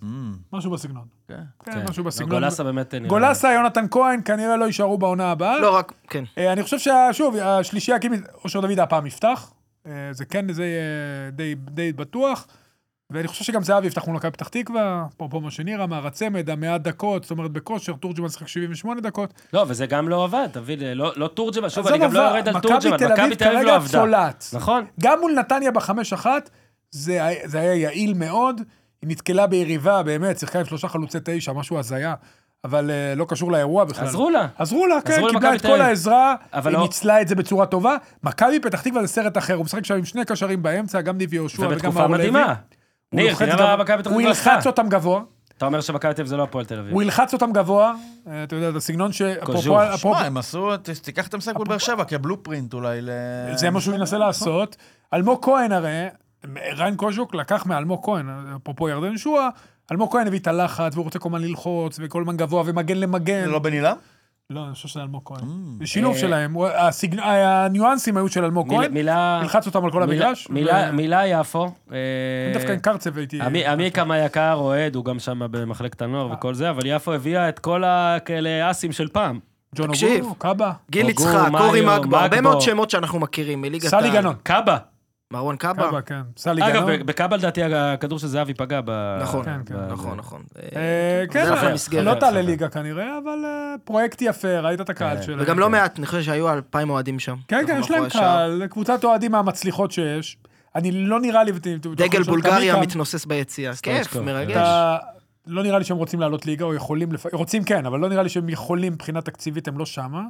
[SPEAKER 2] משהו בסגנון.
[SPEAKER 3] כן.
[SPEAKER 2] כן, משהו בסגנון.
[SPEAKER 1] גולסה לא, באמת נראה.
[SPEAKER 2] גולסה, יונתן כהן, כנראה לא יישארו בעונה הבאה.
[SPEAKER 4] לא רק, כן.
[SPEAKER 2] אה, אני חושב ששוב, השלישייה הקדמית, אושר דוד הפעם יפתח. אה, זה כן, זה יהיה די, די בטוח. ואני חושב שגם זהבי יפתח מול מכבי פתח תקווה, אפרופו מה שניר אמר, הצמד, המאה דקות, זאת אומרת בכושר, תורג'מן שיחק 78 דקות.
[SPEAKER 1] לא, וזה גם לא עבד, תביא, לי- לא לא תורג'מן, שוב,
[SPEAKER 2] עזוב,
[SPEAKER 1] אני גם לא
[SPEAKER 2] אבל
[SPEAKER 1] יורד על
[SPEAKER 2] מכבי
[SPEAKER 1] תורג'מן,
[SPEAKER 2] תל אביב
[SPEAKER 1] מכבי תל אביב
[SPEAKER 2] כרגע
[SPEAKER 1] לא עבדה.
[SPEAKER 2] צולעת.
[SPEAKER 1] נכון.
[SPEAKER 2] גם מול נתניה בחמש אחת, זה, היה- זה היה יעיל מאוד. היא נתקלה ביריבה, באמת, שיחקה עם שלושה חלוצי תשע, משהו הזיה. אבל אה, לא קשור לאירוע בכלל.
[SPEAKER 1] עזרו לה.
[SPEAKER 2] עזרו לה,
[SPEAKER 1] עזרו
[SPEAKER 2] כן, קיבלה
[SPEAKER 1] למכבי
[SPEAKER 2] את
[SPEAKER 1] תל אביב.
[SPEAKER 2] כל העזרה,
[SPEAKER 1] אבל
[SPEAKER 2] היא
[SPEAKER 1] לא-
[SPEAKER 2] ניצלה את זה בצורה טובה. מכבי פתח תקווה זה סרט אחר, הוא משחק שם עם שני קשרים באמצע, גם ניב יהושע וגם
[SPEAKER 1] ובתקופה
[SPEAKER 2] מאור לוי.
[SPEAKER 1] מדהימה.
[SPEAKER 2] הוא
[SPEAKER 1] ניר,
[SPEAKER 2] לוחץ
[SPEAKER 1] תראה
[SPEAKER 2] גבוה-
[SPEAKER 1] מה מכבי פתח
[SPEAKER 2] הוא
[SPEAKER 1] תקווה עשתה.
[SPEAKER 2] ילחץ אותם גבוה,
[SPEAKER 1] אתה אומר שמכבי תל אביב זה לא הפועל תל אביב.
[SPEAKER 2] הוא ילחץ אותם גבוה, אה, אתה יודע, את הסגנון ש... אפרופו-
[SPEAKER 1] קוז'וב.
[SPEAKER 2] אפרופו-
[SPEAKER 3] שמע, הם עשו, ת- תיקח את המשחק מול באר שבע כבלופרינט אולי ל...
[SPEAKER 2] זה מה שהוא ינסה לעשות. אלמוג כהן הרי, רן קוז'וק לקח מאלמוג כהן, אפרופו ירדן שואה, אלמוג כהן הביא את הלחץ, והוא רוצה כל הזמן ללחוץ, וכל הזמן גבוה, ומגן למגן.
[SPEAKER 3] זה לא בן עילם?
[SPEAKER 2] לא, אני חושב שזה אלמוג כהן.
[SPEAKER 4] אה.
[SPEAKER 2] זה שילוב שלהם, הוא- הסגנ- הניואנסים היו של אלמוג
[SPEAKER 1] אה. מילה-
[SPEAKER 2] כהן.
[SPEAKER 1] מילה...
[SPEAKER 2] נלחץ אותם על כל
[SPEAKER 1] מילה-
[SPEAKER 2] המגרש.
[SPEAKER 1] מילה-
[SPEAKER 2] ו-
[SPEAKER 1] מילה יפו. אה,
[SPEAKER 2] אני דווקא עם קרצב הייתי...
[SPEAKER 1] עמי- עמיקה מהיקר אוהד, הוא גם שם במחלקת הנוער
[SPEAKER 2] אה.
[SPEAKER 1] וכל זה, אבל יפו הביאה את כל הכאלה אסים של פעם.
[SPEAKER 2] ג'ון
[SPEAKER 4] תקשיב.
[SPEAKER 2] אוגו, קאבה,
[SPEAKER 4] גיל
[SPEAKER 1] אוגו,
[SPEAKER 4] יצחק,
[SPEAKER 1] מאיו,
[SPEAKER 4] קורי מגבו, הרבה
[SPEAKER 1] מגבו.
[SPEAKER 4] מאוד שמות שאנחנו מכירים מליגת
[SPEAKER 2] סלי גנון.
[SPEAKER 1] קאבה.
[SPEAKER 4] מרון קאבה.
[SPEAKER 2] קאבה, כן, סלי
[SPEAKER 1] אגב, אה,
[SPEAKER 2] גנון.
[SPEAKER 1] בקאבה לדעתי הכדור של זהבי פגע ב...
[SPEAKER 4] נכון,
[SPEAKER 2] כן, כן,
[SPEAKER 1] ב-
[SPEAKER 4] נכון, נכון.
[SPEAKER 2] אה,
[SPEAKER 4] זה נכון,
[SPEAKER 2] כן,
[SPEAKER 4] הלך
[SPEAKER 2] אבל
[SPEAKER 4] למסגרת.
[SPEAKER 2] לא תעלה ליגה כנראה, אבל אה, פרויקט יפה, ראית את
[SPEAKER 1] אה.
[SPEAKER 2] הקהל שלהם.
[SPEAKER 4] וגם לא מעט, אני חושב שהיו אלפיים אוהדים שם.
[SPEAKER 2] כן, כן,
[SPEAKER 4] אנחנו
[SPEAKER 2] יש להם
[SPEAKER 4] מאחורי השער.
[SPEAKER 2] קהל, קבוצת אוהדים מהמצליחות שיש. אני לא נראה לי... ואתם- אתם יכולים
[SPEAKER 4] דגל
[SPEAKER 2] לשאול את
[SPEAKER 4] בולגריה
[SPEAKER 2] עמיקם,
[SPEAKER 4] מתנוסס ביציע. כיף,
[SPEAKER 1] סטרצ'קו.
[SPEAKER 4] מרגש.
[SPEAKER 2] אתה- לא נראה לי שהם רוצים לעלות ליגה, או יכולים, לפ- רוצים כן, אבל לא נראה לי שהם יכולים מבחינה תקציבית, הם לא שמה.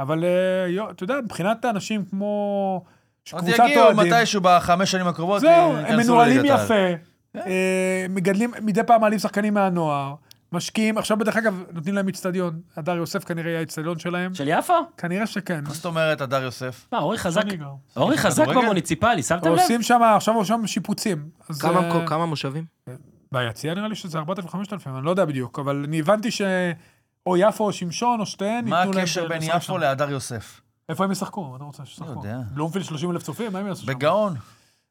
[SPEAKER 2] אבל אה, יו- אתה יודע, מבחינת האנשים כמו...
[SPEAKER 3] אז
[SPEAKER 2] שקבוצת
[SPEAKER 3] יגיעו
[SPEAKER 2] אוהדים-
[SPEAKER 3] מתישהו בחמש שנים הקרובות.
[SPEAKER 2] זהו,
[SPEAKER 3] ייכנסו
[SPEAKER 2] הם מנוהלים
[SPEAKER 3] לליגת העל.
[SPEAKER 2] יפה, אה, מגדלים, מדי פעם מעלים שחקנים מהנוער, משקיעים, עכשיו דרך אגב, נותנים להם איצטדיון, הדר יוסף כנראה יהיה האיצטדיון שלהם,
[SPEAKER 1] של יפו?
[SPEAKER 2] כנראה שכן.
[SPEAKER 3] מה זאת אומרת, הדר יוסף?
[SPEAKER 1] מה, אורי חזק,
[SPEAKER 2] אני גר.
[SPEAKER 1] אורי חזק
[SPEAKER 3] כדורגל?
[SPEAKER 1] במוניציפלי,
[SPEAKER 3] לא-
[SPEAKER 1] שמתם לב?
[SPEAKER 2] עושים שם, עכשיו שם שיפוצים. אז,
[SPEAKER 4] כמה-
[SPEAKER 2] אה,
[SPEAKER 4] כמה מושבים?
[SPEAKER 2] ביציע נראה לי שזה 4,000-5,000, אני לא יודע בדיוק, אבל אני הבנתי ש... או יפו או שמשון או שתיהן,
[SPEAKER 3] מה
[SPEAKER 2] ייתנו להם
[SPEAKER 3] הקשר בין
[SPEAKER 2] לשחק
[SPEAKER 3] יפו
[SPEAKER 2] שם.
[SPEAKER 3] להדר יוסף?
[SPEAKER 2] איפה הם ישחקו? מה אתה רוצה שישחקו?
[SPEAKER 3] לא יודע.
[SPEAKER 2] בלומפילד 30,000 צופים, מה הם יעשו שם?
[SPEAKER 3] בגאון.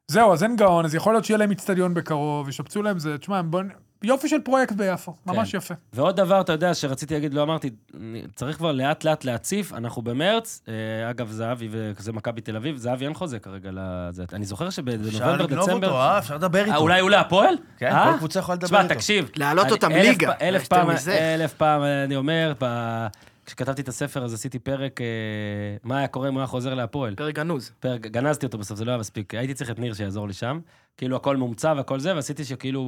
[SPEAKER 2] זהו, אז אין גאון, אז יכול להיות שיהיה להם איצטדיון בקרוב, ישפצו להם זה, תשמע, בוא... נ- יופי של פרויקט ביפו,
[SPEAKER 3] כן.
[SPEAKER 2] ממש יפה.
[SPEAKER 1] ועוד דבר, אתה יודע, שרציתי להגיד, לא אמרתי, אני- צריך כבר לאט-לאט להציף, אנחנו במרץ, אה, אגב, זהבי, וזה מכבי תל אביב, זהבי אין חוזה כרגע לזה. אני זוכר
[SPEAKER 3] אפשר
[SPEAKER 1] שבנובמבר,
[SPEAKER 3] לגנוב אותו,
[SPEAKER 1] דצמבר...
[SPEAKER 3] אה? אפשר לדבר
[SPEAKER 1] אה,
[SPEAKER 3] איתו.
[SPEAKER 1] אולי הוא להפועל?
[SPEAKER 3] כן,
[SPEAKER 1] אה?
[SPEAKER 3] כל קבוצה יכולה לדבר
[SPEAKER 1] תשמע,
[SPEAKER 3] איתו.
[SPEAKER 1] תקשיב.
[SPEAKER 4] להעלות
[SPEAKER 1] אני-
[SPEAKER 4] אותם
[SPEAKER 1] אלף
[SPEAKER 4] ליגה,
[SPEAKER 1] פ- אלף
[SPEAKER 4] יותר
[SPEAKER 1] פעם, אה,
[SPEAKER 4] מזה.
[SPEAKER 1] אלף פעם אני אומר, ב- כשכתבתי את הספר אז עשיתי פרק, אה, מה היה קורה אם הוא היה חוזר להפועל.
[SPEAKER 4] פרק גנוז.
[SPEAKER 1] פרק, גנזתי אותו בסוף, זה לא היה מספיק. הייתי צריך את ניר שיעזור לי שם. כאילו, הכל מומצא והכל זה, ועשיתי שכאילו,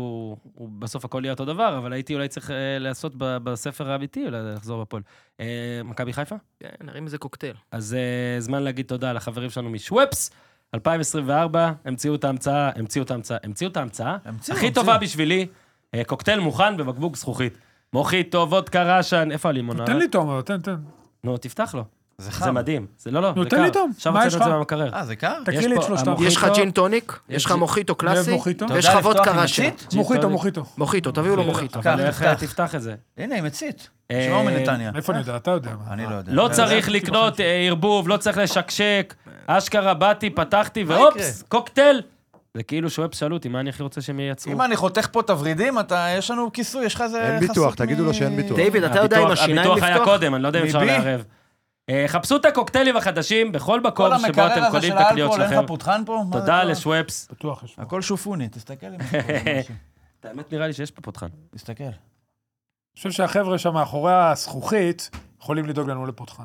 [SPEAKER 1] הוא- בסוף הכל יהיה אותו דבר, אבל הייתי אולי צריך אה, לעשות ב- בספר האמיתי, אולי לחזור בפועל. אה, מכבי חיפה?
[SPEAKER 4] כן, נרים איזה קוקטייל.
[SPEAKER 1] אז אה, זמן להגיד תודה לחברים שלנו משוופס. 2024, המציאו את ההמצאה, המציאו את ההמצאה, המציאו את ההמצאה.
[SPEAKER 3] המציאו,
[SPEAKER 1] הכי
[SPEAKER 3] המציאו.
[SPEAKER 1] טובה בשבילי, אה, קוקטייל מוכן בבקבוק זכוכית. מוחיטו, וודקה רשן, איפה הלימון?
[SPEAKER 2] תן לי תומר, תן, תן.
[SPEAKER 1] נו, תפתח לו.
[SPEAKER 3] זה
[SPEAKER 1] זה
[SPEAKER 3] חם.
[SPEAKER 1] מדהים. זה לא, לא,
[SPEAKER 2] נו,
[SPEAKER 1] זה
[SPEAKER 2] תן
[SPEAKER 1] קר.
[SPEAKER 2] לי טוב.
[SPEAKER 1] עכשיו
[SPEAKER 2] מה
[SPEAKER 1] הוצאנו
[SPEAKER 2] יש
[SPEAKER 1] את זה
[SPEAKER 2] לך?
[SPEAKER 1] מהמקר.
[SPEAKER 3] אה, זה קר?
[SPEAKER 1] יש
[SPEAKER 2] תקריא לי
[SPEAKER 1] פה
[SPEAKER 2] את שלושתם.
[SPEAKER 1] המוחי-
[SPEAKER 4] יש לך
[SPEAKER 1] מוחיטו.
[SPEAKER 4] ג'ין טוניק,
[SPEAKER 1] יש
[SPEAKER 4] יש לך
[SPEAKER 1] ג'ין-
[SPEAKER 4] מוחיטו קלאסי,
[SPEAKER 2] מוחיטו.
[SPEAKER 4] יש
[SPEAKER 1] לא
[SPEAKER 3] אתה
[SPEAKER 4] לך
[SPEAKER 3] יודע
[SPEAKER 4] וודקה
[SPEAKER 3] לפתוח עם
[SPEAKER 4] רש"י.
[SPEAKER 3] מצית?
[SPEAKER 2] מוחיטו,
[SPEAKER 1] טוניק.
[SPEAKER 2] מוחיטו.
[SPEAKER 4] מוחיטו, תביאו לו מוחיטו.
[SPEAKER 1] אבל
[SPEAKER 3] תפתח.
[SPEAKER 1] איך אה, תפתח את זה?
[SPEAKER 3] הנה, היא מצית.
[SPEAKER 1] אה,
[SPEAKER 3] שמעו מנתניה.
[SPEAKER 2] מאיפה אני יודע? אתה יודע. מה.
[SPEAKER 3] אני לא יודע.
[SPEAKER 1] לא
[SPEAKER 3] אתה
[SPEAKER 1] צריך לקנות אה, ערבוב, לא צריך לשקשק. אשכרה באתי, פתחתי, ואופס, קוקטייל. זה כאילו שואב שאלו אותי, מה אני הכי רוצה שהם
[SPEAKER 3] יודע.
[SPEAKER 1] ייצרו?
[SPEAKER 3] אם אני חותך פה תוורידים, אתה, יש לנו כיסוי, יש לך איזה
[SPEAKER 5] אין
[SPEAKER 3] חסות
[SPEAKER 5] ביטוח,
[SPEAKER 3] מ-
[SPEAKER 5] תגידו לו שאין ביטוח.
[SPEAKER 4] דיוויד, אתה יודע עם
[SPEAKER 1] הביטוח-
[SPEAKER 4] השיניים
[SPEAKER 1] הביטוח היה
[SPEAKER 4] לפתוח?
[SPEAKER 1] קודם, אני לא יודע אם אפשר
[SPEAKER 3] מבי?
[SPEAKER 1] לערב. אה, חפשו את הקוקטיילים החדשים בכל
[SPEAKER 3] כל
[SPEAKER 1] מקום שבו
[SPEAKER 3] המקרר
[SPEAKER 1] אתם
[SPEAKER 3] הזה
[SPEAKER 1] קונים
[SPEAKER 3] של
[SPEAKER 1] את הקניות
[SPEAKER 3] האלכוהול, אין
[SPEAKER 1] שלכם.
[SPEAKER 3] לך פותחן פה? מה זה
[SPEAKER 1] תודה
[SPEAKER 3] פה?
[SPEAKER 1] לשוופס.
[SPEAKER 2] בטוח יש.
[SPEAKER 3] הכל שופוני, תסתכל אם יש פה משהו.
[SPEAKER 1] האמת נראה לי שיש פה פותחן.
[SPEAKER 3] תסתכל.
[SPEAKER 2] אני חושב שהחבר'ה שם מאחורי הזכוכית יכולים לדאוג לנו לפותחן.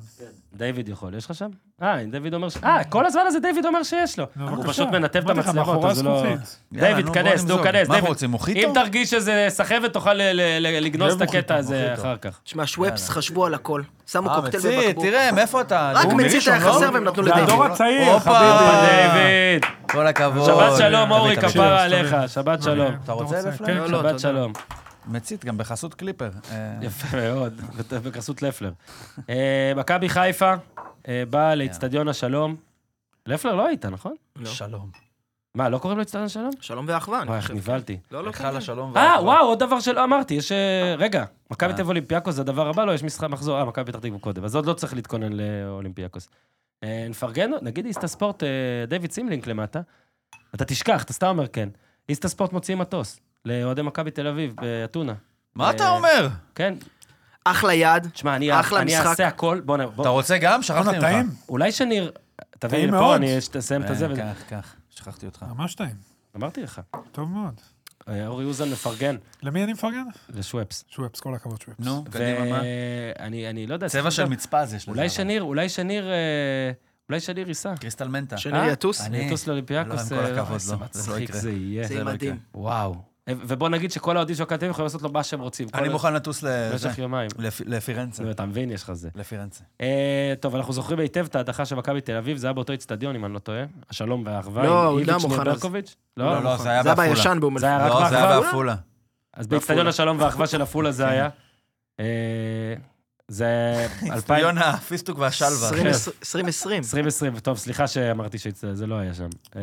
[SPEAKER 1] דיוויד יכול, יש לך שם? אה, הנה, דיוויד אומר ש... אה, כל הזמן הזה דיוויד אומר שיש לו.
[SPEAKER 2] נו,
[SPEAKER 1] הוא
[SPEAKER 2] בבקשה.
[SPEAKER 1] פשוט מנתב את
[SPEAKER 2] אמרתי לך,
[SPEAKER 1] המצלמות,
[SPEAKER 2] מאחורי
[SPEAKER 1] אז הוא לא...
[SPEAKER 2] הזכוכית.
[SPEAKER 3] יאללה,
[SPEAKER 1] דיוויד,
[SPEAKER 3] נו, בוא
[SPEAKER 1] כנס, נו,
[SPEAKER 3] נמזוג.
[SPEAKER 1] כנס.
[SPEAKER 3] מה
[SPEAKER 1] דיוויד.
[SPEAKER 3] אנחנו רוצים,
[SPEAKER 1] אם
[SPEAKER 3] מוחיטו?
[SPEAKER 1] תרגיש איזה סחבת, תוכל ל- ל- ל- לגנוז את
[SPEAKER 2] מוחיטו,
[SPEAKER 1] הקטע הזה
[SPEAKER 3] מוחיטו.
[SPEAKER 1] אחר כך.
[SPEAKER 4] שמע, שוואבס
[SPEAKER 1] אה,
[SPEAKER 4] חשבו על הכל. שמו
[SPEAKER 3] אה,
[SPEAKER 4] קוקטייל
[SPEAKER 3] מצית,
[SPEAKER 4] בבקבוק.
[SPEAKER 3] תראה, מאיפה אתה?
[SPEAKER 4] רק
[SPEAKER 3] הוא
[SPEAKER 4] מצית
[SPEAKER 3] מראשון,
[SPEAKER 4] היה
[SPEAKER 3] לא?
[SPEAKER 4] חסר והם נתנו
[SPEAKER 2] זה הדור
[SPEAKER 4] לדיוויד.
[SPEAKER 2] הצעיר,
[SPEAKER 3] הופה.
[SPEAKER 2] חביבי.
[SPEAKER 1] דיוויד,
[SPEAKER 3] כל הכבוד.
[SPEAKER 1] שבת שלום,
[SPEAKER 3] תביא,
[SPEAKER 1] אורי,
[SPEAKER 3] תביא.
[SPEAKER 1] כפרה
[SPEAKER 2] תביא.
[SPEAKER 1] עליך, שבת שלום.
[SPEAKER 3] אתה רוצה אלף
[SPEAKER 2] כן,
[SPEAKER 4] לא, לא,
[SPEAKER 1] שבת
[SPEAKER 4] תודה.
[SPEAKER 1] שלום.
[SPEAKER 3] מצית, גם בחסות קליפר. אה,
[SPEAKER 1] יפה מאוד, בכסות לפלר. אה, מכבי חיפה אה, באה לאיצטדיון השלום. לפלר לא היית, נכון?
[SPEAKER 4] לא.
[SPEAKER 3] שלום.
[SPEAKER 1] מה, לא קוראים לו איצטדיון השלום?
[SPEAKER 4] שלום ואחווה,
[SPEAKER 1] וואי,
[SPEAKER 4] אני
[SPEAKER 1] איך
[SPEAKER 4] חושב.
[SPEAKER 1] נבהלתי.
[SPEAKER 4] לא, לא,
[SPEAKER 3] לך
[SPEAKER 4] כן, כן.
[SPEAKER 3] לשלום.
[SPEAKER 1] אה,
[SPEAKER 3] והכל.
[SPEAKER 1] וואו, עוד דבר שלא אמרתי, יש... אה, רגע, מכבי
[SPEAKER 3] אה.
[SPEAKER 1] תל אולימפיאקוס זה הדבר הבא, לא, יש משחק מחזור, אה, מכבי פתח תקווה קודם, אז עוד לא צריך להתכונן לאולימפיאקוס. אה, נפרגן, לו? נגיד איסטה ספורט, אה, דיוויד סימלינק למטה, אתה תשכח, אתה סתם אומר כן. איסטה ספורט מוציאים מטוס לאוהדי מכבי תל אביב באתונה.
[SPEAKER 3] מה אתה אומר?
[SPEAKER 1] כן,
[SPEAKER 4] אחלה יד.
[SPEAKER 1] תשמע, אני
[SPEAKER 4] אחלה
[SPEAKER 1] אני
[SPEAKER 4] משחק.
[SPEAKER 1] אעשה הכל, בוא נ... בוא-
[SPEAKER 3] אתה רוצה גם? שכחתי
[SPEAKER 2] בואנה, טעים.
[SPEAKER 3] ממך.
[SPEAKER 1] אולי שניר... תביא לי
[SPEAKER 2] טעים
[SPEAKER 1] לפה,
[SPEAKER 2] מאוד.
[SPEAKER 1] אני אש- תסיים את הזה.
[SPEAKER 3] אה,
[SPEAKER 1] וזה-
[SPEAKER 3] קח, קח, שכחתי אותך.
[SPEAKER 2] ממש טעים.
[SPEAKER 1] אמרתי לך.
[SPEAKER 2] טוב מאוד.
[SPEAKER 1] אה, אורי אוזן מפרגן
[SPEAKER 2] למי אני מפרגן?
[SPEAKER 1] לשוואפס.
[SPEAKER 2] שוואפס, כל הכבוד שוואפס.
[SPEAKER 3] נו, קדימה, מה?
[SPEAKER 1] ואני אני לא יודע...
[SPEAKER 3] צבע של מצפה אז יש לזה.
[SPEAKER 1] אולי
[SPEAKER 3] אבל.
[SPEAKER 1] שניר, אולי שניר, אה, אולי שניר ייסע.
[SPEAKER 3] קריסטל מנטה.
[SPEAKER 4] שניר
[SPEAKER 1] אה?
[SPEAKER 4] יטוס.
[SPEAKER 3] אני-
[SPEAKER 1] אני אטוס לאולימפיאקוס.
[SPEAKER 3] לא, עם כל
[SPEAKER 1] אה,
[SPEAKER 3] הכבוד,
[SPEAKER 1] איזה
[SPEAKER 3] לא, זה לא
[SPEAKER 1] מצחיק
[SPEAKER 3] יקרה.
[SPEAKER 1] זה יהיה.
[SPEAKER 4] זה
[SPEAKER 1] לא יקרה.
[SPEAKER 4] מדהים.
[SPEAKER 1] וואו. אה, ובוא נגיד שכל האוהדים של מכבי תל אביב יכולים לעשות לו מה שהם רוצים.
[SPEAKER 3] אני
[SPEAKER 1] כל-
[SPEAKER 3] מוכן לטוס לזה,
[SPEAKER 1] במשך יומיים.
[SPEAKER 3] לפ- לפירנצה.
[SPEAKER 1] נו, אתה מבין, יש לך זה.
[SPEAKER 3] לפירנצה.
[SPEAKER 1] אה, טוב, אנחנו זוכרים היטב את ההדחה של מכבי תל אביב, זה היה באותו איצטדיון, אם אני לא טועה. השלום והאחווה.
[SPEAKER 4] לא,
[SPEAKER 1] עם
[SPEAKER 4] הוא לא
[SPEAKER 1] איביץ'
[SPEAKER 4] מוכן אז.
[SPEAKER 1] וברקוביץ'.
[SPEAKER 3] לא, לא, זה היה לא
[SPEAKER 4] זה היה
[SPEAKER 3] בעפולה.
[SPEAKER 4] בישן באום
[SPEAKER 1] זה היה
[SPEAKER 4] אל-פחם.
[SPEAKER 1] נכון. רק
[SPEAKER 3] לא, זה היה
[SPEAKER 1] בעפולה?
[SPEAKER 3] בעפולה.
[SPEAKER 1] אז באיצטדיון השלום והאחווה של עפולה זה היה. אה, זה
[SPEAKER 3] אלפיון הפיסטוק
[SPEAKER 1] כן.
[SPEAKER 3] והשלווה.
[SPEAKER 4] 2020.
[SPEAKER 1] 2020, טוב, סליחה שאמרתי שזה לא היה שם. אה,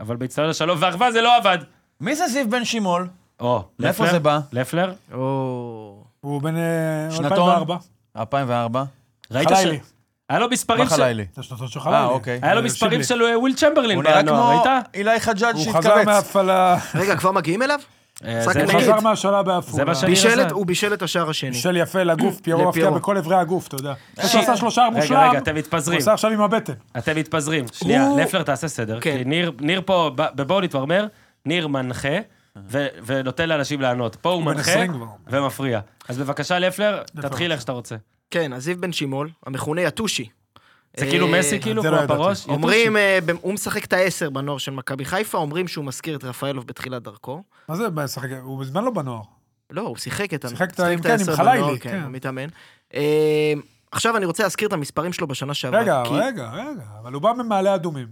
[SPEAKER 1] אבל באיצטדיון השלום והאחווה זה לא עבד.
[SPEAKER 3] מי זה זיו בן שימול?
[SPEAKER 1] או,
[SPEAKER 3] מאיפה
[SPEAKER 1] לפלר?
[SPEAKER 3] זה בא?
[SPEAKER 1] לפלר?
[SPEAKER 4] או...
[SPEAKER 2] הוא בן אה,
[SPEAKER 3] שנתון?
[SPEAKER 2] 2004.
[SPEAKER 3] 2004.
[SPEAKER 1] ראית
[SPEAKER 2] חלילי.
[SPEAKER 1] ש... היה לו מספרים
[SPEAKER 3] מה
[SPEAKER 1] של...
[SPEAKER 3] חלילי?
[SPEAKER 2] זה השנתון של
[SPEAKER 3] אה,
[SPEAKER 2] חלילי.
[SPEAKER 3] אוקיי.
[SPEAKER 1] היה לו
[SPEAKER 2] אה,
[SPEAKER 1] מספרים
[SPEAKER 2] שיבלי.
[SPEAKER 1] של אה, וויל צ'מברלין
[SPEAKER 3] הוא נראה
[SPEAKER 1] בינואר,
[SPEAKER 3] כמו
[SPEAKER 1] ראית?
[SPEAKER 3] אילי חג'אג'
[SPEAKER 2] הוא חזר
[SPEAKER 3] שהתכווץ.
[SPEAKER 2] מהפעלה,
[SPEAKER 4] רגע, כבר מגיעים אליו?
[SPEAKER 1] אה,
[SPEAKER 4] משחק
[SPEAKER 1] זה
[SPEAKER 2] הוא
[SPEAKER 4] נגד.
[SPEAKER 1] נגיד.
[SPEAKER 2] חזר מהשאלה בעפולה.
[SPEAKER 1] זה מה שאני-
[SPEAKER 4] בישל
[SPEAKER 1] רזה.
[SPEAKER 4] את- הוא בישל את השער השני.
[SPEAKER 2] של יפה לגוף, פיירו מפתיע
[SPEAKER 4] לפיירו.
[SPEAKER 2] בכל איברי הגוף, אתה יודע. אחרי שהוא עשה שלושה
[SPEAKER 1] רגע,
[SPEAKER 2] מושלם,
[SPEAKER 1] רגע, אתם
[SPEAKER 2] הוא
[SPEAKER 1] מתפזרים.
[SPEAKER 2] עשה עכשיו עם הבטן.
[SPEAKER 1] אתם מתפזרים. שנייה,
[SPEAKER 4] הוא-
[SPEAKER 1] לפלר תעשה סדר.
[SPEAKER 4] כן.
[SPEAKER 1] כי ניר- ניר פה, ב- בבואו נתמרמר, ניר מנחה. ו- ונותן לאנשים לענות. פה הוא
[SPEAKER 2] בן
[SPEAKER 1] מנחה
[SPEAKER 2] 20 כבר.
[SPEAKER 1] ומפריע. אז בבקשה, לפלר, תתחיל איך שאתה רוצה.
[SPEAKER 4] כן, אז זיו בן שימול, המכונה יתושי.
[SPEAKER 1] זה
[SPEAKER 4] אה,
[SPEAKER 1] כאילו מסי, כאילו,
[SPEAKER 2] זה
[SPEAKER 1] כמו
[SPEAKER 2] לא ידעתי.
[SPEAKER 1] הפרוש?
[SPEAKER 4] אומרים, אה, ב- הוא משחק את העשר בנוער של מכבי חיפה, אומרים שהוא מזכיר את רפאלוב בתחילת דרכו.
[SPEAKER 2] מה זה, מה, שחק- הוא בזמן לא בנוער.
[SPEAKER 4] לא, הוא שיחק את ה-
[SPEAKER 2] שיחק את ה-
[SPEAKER 4] משחק
[SPEAKER 2] עם- כן, עם
[SPEAKER 4] העשר
[SPEAKER 2] חלילי,
[SPEAKER 4] בנוער,
[SPEAKER 2] כן.
[SPEAKER 4] כן, הוא מתאמן. אה, עכשיו אני רוצה להזכיר את המספרים שלו בשנה שעברה.
[SPEAKER 2] רגע,
[SPEAKER 4] כי-
[SPEAKER 2] רגע, רגע, אבל הוא בא ממעלה אדומים.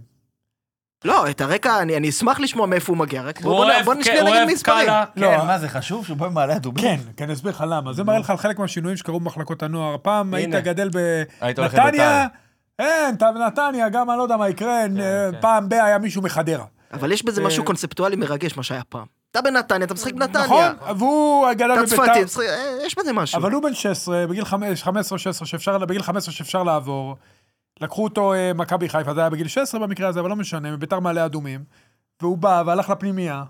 [SPEAKER 4] לא, את הרקע, אני אני אשמח לשמוע מאיפה הוא מגיע, רק
[SPEAKER 1] הוא
[SPEAKER 4] בוא- בוא-
[SPEAKER 1] אוהב-
[SPEAKER 4] בוא
[SPEAKER 1] כן,
[SPEAKER 4] נשנייה
[SPEAKER 1] הוא
[SPEAKER 4] נגיד
[SPEAKER 1] אוהב
[SPEAKER 4] מספרים.
[SPEAKER 1] קאלה.
[SPEAKER 2] לא.
[SPEAKER 3] כן, מה זה חשוב? שהוא בא ממעלה הדובים?
[SPEAKER 2] כן, כי אני אסביר לך למה. זה מראה לך על חלק מהשינויים שקרו במחלקות הנוער. פעם היית
[SPEAKER 1] הנה.
[SPEAKER 2] גדל
[SPEAKER 3] היית הולך
[SPEAKER 2] בנתניה, אין, אתה בנתניה, גם אני לא יודע מה יקרה,
[SPEAKER 3] כן,
[SPEAKER 2] אין, אה, פעם ב- היה מישהו מחדרה.
[SPEAKER 4] אבל יש בזה משהו קונספטואלי מרגש, מה שהיה פעם. אתה בנתניה, אתה משחק בנתניה.
[SPEAKER 2] אה. נכון? והוא גדל
[SPEAKER 4] אתה צפתי,
[SPEAKER 2] בביתר.
[SPEAKER 4] אתה משחק- אה, יש בזה משהו.
[SPEAKER 2] אבל הוא בן 16, בגיל 15-16 שאפשר, בגיל 15 שאפשר לעבור. לקחו אותו אה, מכבי חיפה, זה היה בגיל 16 במקרה הזה, אבל לא משנה, מביתר מעלה אדומים. והוא בא והלך לפנימייה,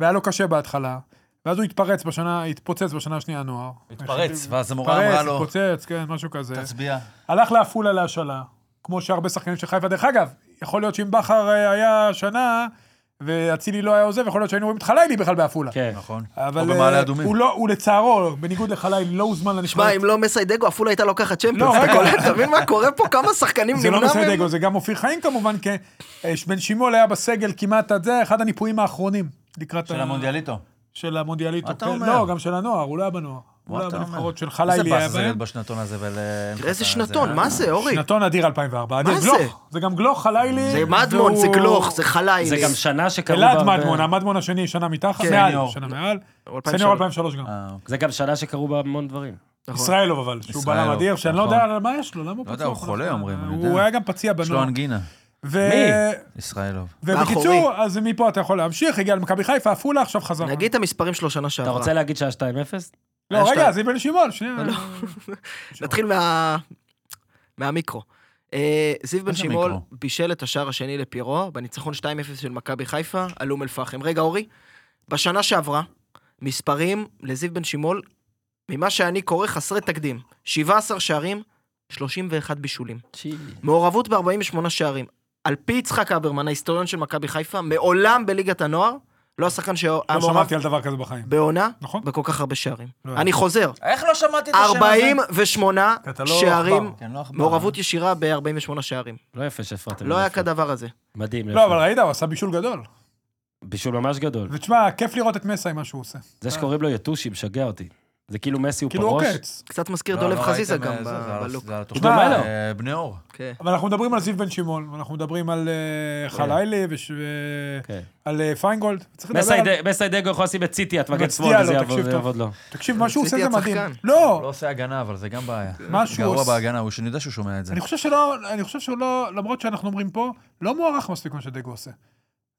[SPEAKER 2] והיה לו קשה בהתחלה. ואז הוא התפרץ בשנה, התפוצץ בשנה השנייה הנוער.
[SPEAKER 3] התפרץ, ואז המורה אמרה
[SPEAKER 2] התפרץ,
[SPEAKER 3] לו,
[SPEAKER 2] התפוצץ, כן, משהו כזה.
[SPEAKER 3] תצביע.
[SPEAKER 2] הלך לעפולה להשאלה, כמו שהרבה שחקנים של חיפה. דרך אגב, יכול להיות שאם בכר אה, היה שנה, ואצילי לא היה עוזב, יכול להיות שהיינו רואים את חלילי בכלל בעפולה.
[SPEAKER 1] כן.
[SPEAKER 3] נכון.
[SPEAKER 2] אבל
[SPEAKER 3] או במעלה
[SPEAKER 2] אה,
[SPEAKER 3] אדומים.
[SPEAKER 2] הוא לא, הוא לצערו, בניגוד לחלילי, לא הוזמן
[SPEAKER 4] שמע,
[SPEAKER 2] לנבחרת.
[SPEAKER 4] אם לא מסיידגו, עפולה הייתה לוקחת צ'מפיונס.
[SPEAKER 2] לא,
[SPEAKER 4] אתה
[SPEAKER 2] רגע.
[SPEAKER 4] קולט, אתה מבין מה קורה פה? כמה שחקנים
[SPEAKER 2] זה לא
[SPEAKER 4] נמנע
[SPEAKER 2] מסיידגו,
[SPEAKER 4] מהם?
[SPEAKER 2] זה גם אופיר חיים כמובן, כי אה, בן שימול היה בסגל כמעט עד זה, אחד הניפויים האחרונים. לקראת
[SPEAKER 3] של
[SPEAKER 2] ה-
[SPEAKER 3] המונדיאליטו.
[SPEAKER 2] של המונדיאליטו.
[SPEAKER 3] מה אתה
[SPEAKER 2] כן.
[SPEAKER 3] אומר?
[SPEAKER 2] לא, גם של הנוער, הוא לא היה בנוער. הוא
[SPEAKER 3] מה
[SPEAKER 2] לא היה
[SPEAKER 3] אתה אומר?
[SPEAKER 2] בנבחרות של
[SPEAKER 3] איזה
[SPEAKER 2] חלילי היה
[SPEAKER 3] באסה זה להיות
[SPEAKER 2] בהם.
[SPEAKER 3] בשנתון הזה ול... אה,
[SPEAKER 4] תראה
[SPEAKER 1] אה,
[SPEAKER 4] איזה שנתון, מה זה, אורי?
[SPEAKER 2] שנתון אדיר 2004. אדיר
[SPEAKER 4] מה זה?
[SPEAKER 2] גלוך. לא- זה גם גלוך, חלילי.
[SPEAKER 4] זה מדמון, זה
[SPEAKER 2] והוא-
[SPEAKER 4] גלוך, זה חלילי.
[SPEAKER 1] זה גם שנה שקרו
[SPEAKER 2] אלעד
[SPEAKER 1] בה... הרבה-
[SPEAKER 2] מדמון, המדמון השני שנה מתחת,
[SPEAKER 4] כן.
[SPEAKER 2] מעל,
[SPEAKER 3] סניור.
[SPEAKER 2] שנה מעל. סניור
[SPEAKER 4] 2003.
[SPEAKER 2] 2003
[SPEAKER 3] אה,
[SPEAKER 2] גם.
[SPEAKER 1] זה גם שנה שקרו בה המון דברים.
[SPEAKER 4] נכון.
[SPEAKER 2] ישראלוב אבל, שהוא
[SPEAKER 3] ישראלוב,
[SPEAKER 2] בלם אדיר, שאני לא
[SPEAKER 3] נכון.
[SPEAKER 2] יודע על מה יש לו, למה הוא
[SPEAKER 3] לא
[SPEAKER 2] פצוע?
[SPEAKER 3] יודע, הוא
[SPEAKER 2] כל
[SPEAKER 3] חולה,
[SPEAKER 2] הזמן?
[SPEAKER 3] אומרים, אני
[SPEAKER 2] הוא
[SPEAKER 3] יודע.
[SPEAKER 2] היה גם פציע
[SPEAKER 3] יש לו
[SPEAKER 2] בנוער.
[SPEAKER 3] אנגינה,
[SPEAKER 2] ו-
[SPEAKER 3] ישראלוב.
[SPEAKER 2] ובקיצור,
[SPEAKER 4] מאחורי.
[SPEAKER 2] אז מפה אתה יכול להמשיך, הגיע למכבי חיפה, עפולה, עכשיו חזרה.
[SPEAKER 4] נגיד את המספרים שלו שנה
[SPEAKER 1] אתה
[SPEAKER 4] שעברה.
[SPEAKER 1] רוצה להגיד שהיה 2-0?
[SPEAKER 2] לא,
[SPEAKER 4] היה
[SPEAKER 2] רגע,
[SPEAKER 4] שתיים.
[SPEAKER 2] זה בן שמעון, שנייה.
[SPEAKER 4] לא. נתחיל מה... מהמיקרו. אה, זיו בן
[SPEAKER 3] זה
[SPEAKER 4] שימול
[SPEAKER 3] מיקרו?
[SPEAKER 4] בישל את השער השני לפיירו בניצחון 2-0 של מכבי חיפה על אום אל-פחם. רגע, אורי, בשנה שעברה, מספרים לזיו בן שימול, ממה שאני קורא, חסרי תקדים. 17 שערים, 31 בישולים. מעורבות ב-48 שערים. על פי יצחק אברמן, ההיסטוריון של מכבי חיפה, מעולם בליגת הנוער, לא השחקן שהיה
[SPEAKER 2] לא
[SPEAKER 4] מעורב
[SPEAKER 2] שמעתי על דבר כזה בחיים.
[SPEAKER 4] בעונה,
[SPEAKER 2] נכון.
[SPEAKER 4] בכל כך הרבה שערים.
[SPEAKER 2] לא
[SPEAKER 4] אני חוזר,
[SPEAKER 3] איך לא שמעתי את השם הזה?
[SPEAKER 4] 48
[SPEAKER 2] כי אתה לא
[SPEAKER 4] שערים,
[SPEAKER 2] עכבר.
[SPEAKER 3] כן, לא עכבר,
[SPEAKER 4] מעורבות ישירה ב-48 שערים.
[SPEAKER 1] לא יפה שהפרעתם.
[SPEAKER 4] לא
[SPEAKER 1] לי,
[SPEAKER 4] היה
[SPEAKER 1] יפה.
[SPEAKER 4] כדבר הזה.
[SPEAKER 1] מדהים.
[SPEAKER 2] לא,
[SPEAKER 1] יפה.
[SPEAKER 2] אבל ראית, הוא עשה בישול גדול.
[SPEAKER 1] בישול ממש גדול.
[SPEAKER 2] ותשמע, כיף לראות את מסע עם מה שהוא עושה.
[SPEAKER 1] זה שקוראים לו יטושי משגע אותי. זה כאילו מסי הוא
[SPEAKER 2] כאילו הוא
[SPEAKER 1] פרוש.
[SPEAKER 2] עוקץ.
[SPEAKER 4] קצת מזכיר
[SPEAKER 3] לא,
[SPEAKER 4] דולב
[SPEAKER 3] לא
[SPEAKER 4] חזיזה
[SPEAKER 3] ראיתם,
[SPEAKER 4] גם
[SPEAKER 3] אה, זה, זה
[SPEAKER 4] ב-
[SPEAKER 3] על-
[SPEAKER 4] בלוק.
[SPEAKER 3] זה על התוכנית.
[SPEAKER 1] דומה
[SPEAKER 2] לא.
[SPEAKER 1] לו.
[SPEAKER 3] אה, בני אור.
[SPEAKER 4] כן.
[SPEAKER 2] אבל אנחנו מדברים על זיו בן שמעון, אנחנו מדברים על אה, חלילי וש- ו-
[SPEAKER 1] כן.
[SPEAKER 2] על אה, פיינגולד. צריך לדבר על-
[SPEAKER 1] מסייד- מסיידגו יכול לשים את ציטי, את מגן
[SPEAKER 2] מצדיע
[SPEAKER 1] שמאל, וזה
[SPEAKER 2] לו,
[SPEAKER 1] יעבור-
[SPEAKER 2] תקשיב
[SPEAKER 1] זה
[SPEAKER 2] טוב.
[SPEAKER 1] יעבוד לו.
[SPEAKER 2] תקשיב, מה שהוא עושה
[SPEAKER 4] ציטי
[SPEAKER 2] זה מדהים.
[SPEAKER 4] הצחקן.
[SPEAKER 2] לא,
[SPEAKER 3] הוא לא עושה הגנה, אבל זה גם בעיה.
[SPEAKER 2] מה שהוא
[SPEAKER 3] גרוע
[SPEAKER 2] עושה-
[SPEAKER 3] בהגנה, הוא שאני יודע שהוא שומע את זה.
[SPEAKER 2] אני חושב שלא, אני חושב שהוא לא, למרות שאנחנו אומרים פה, לא מוערך מספיק מה שדגו עושה.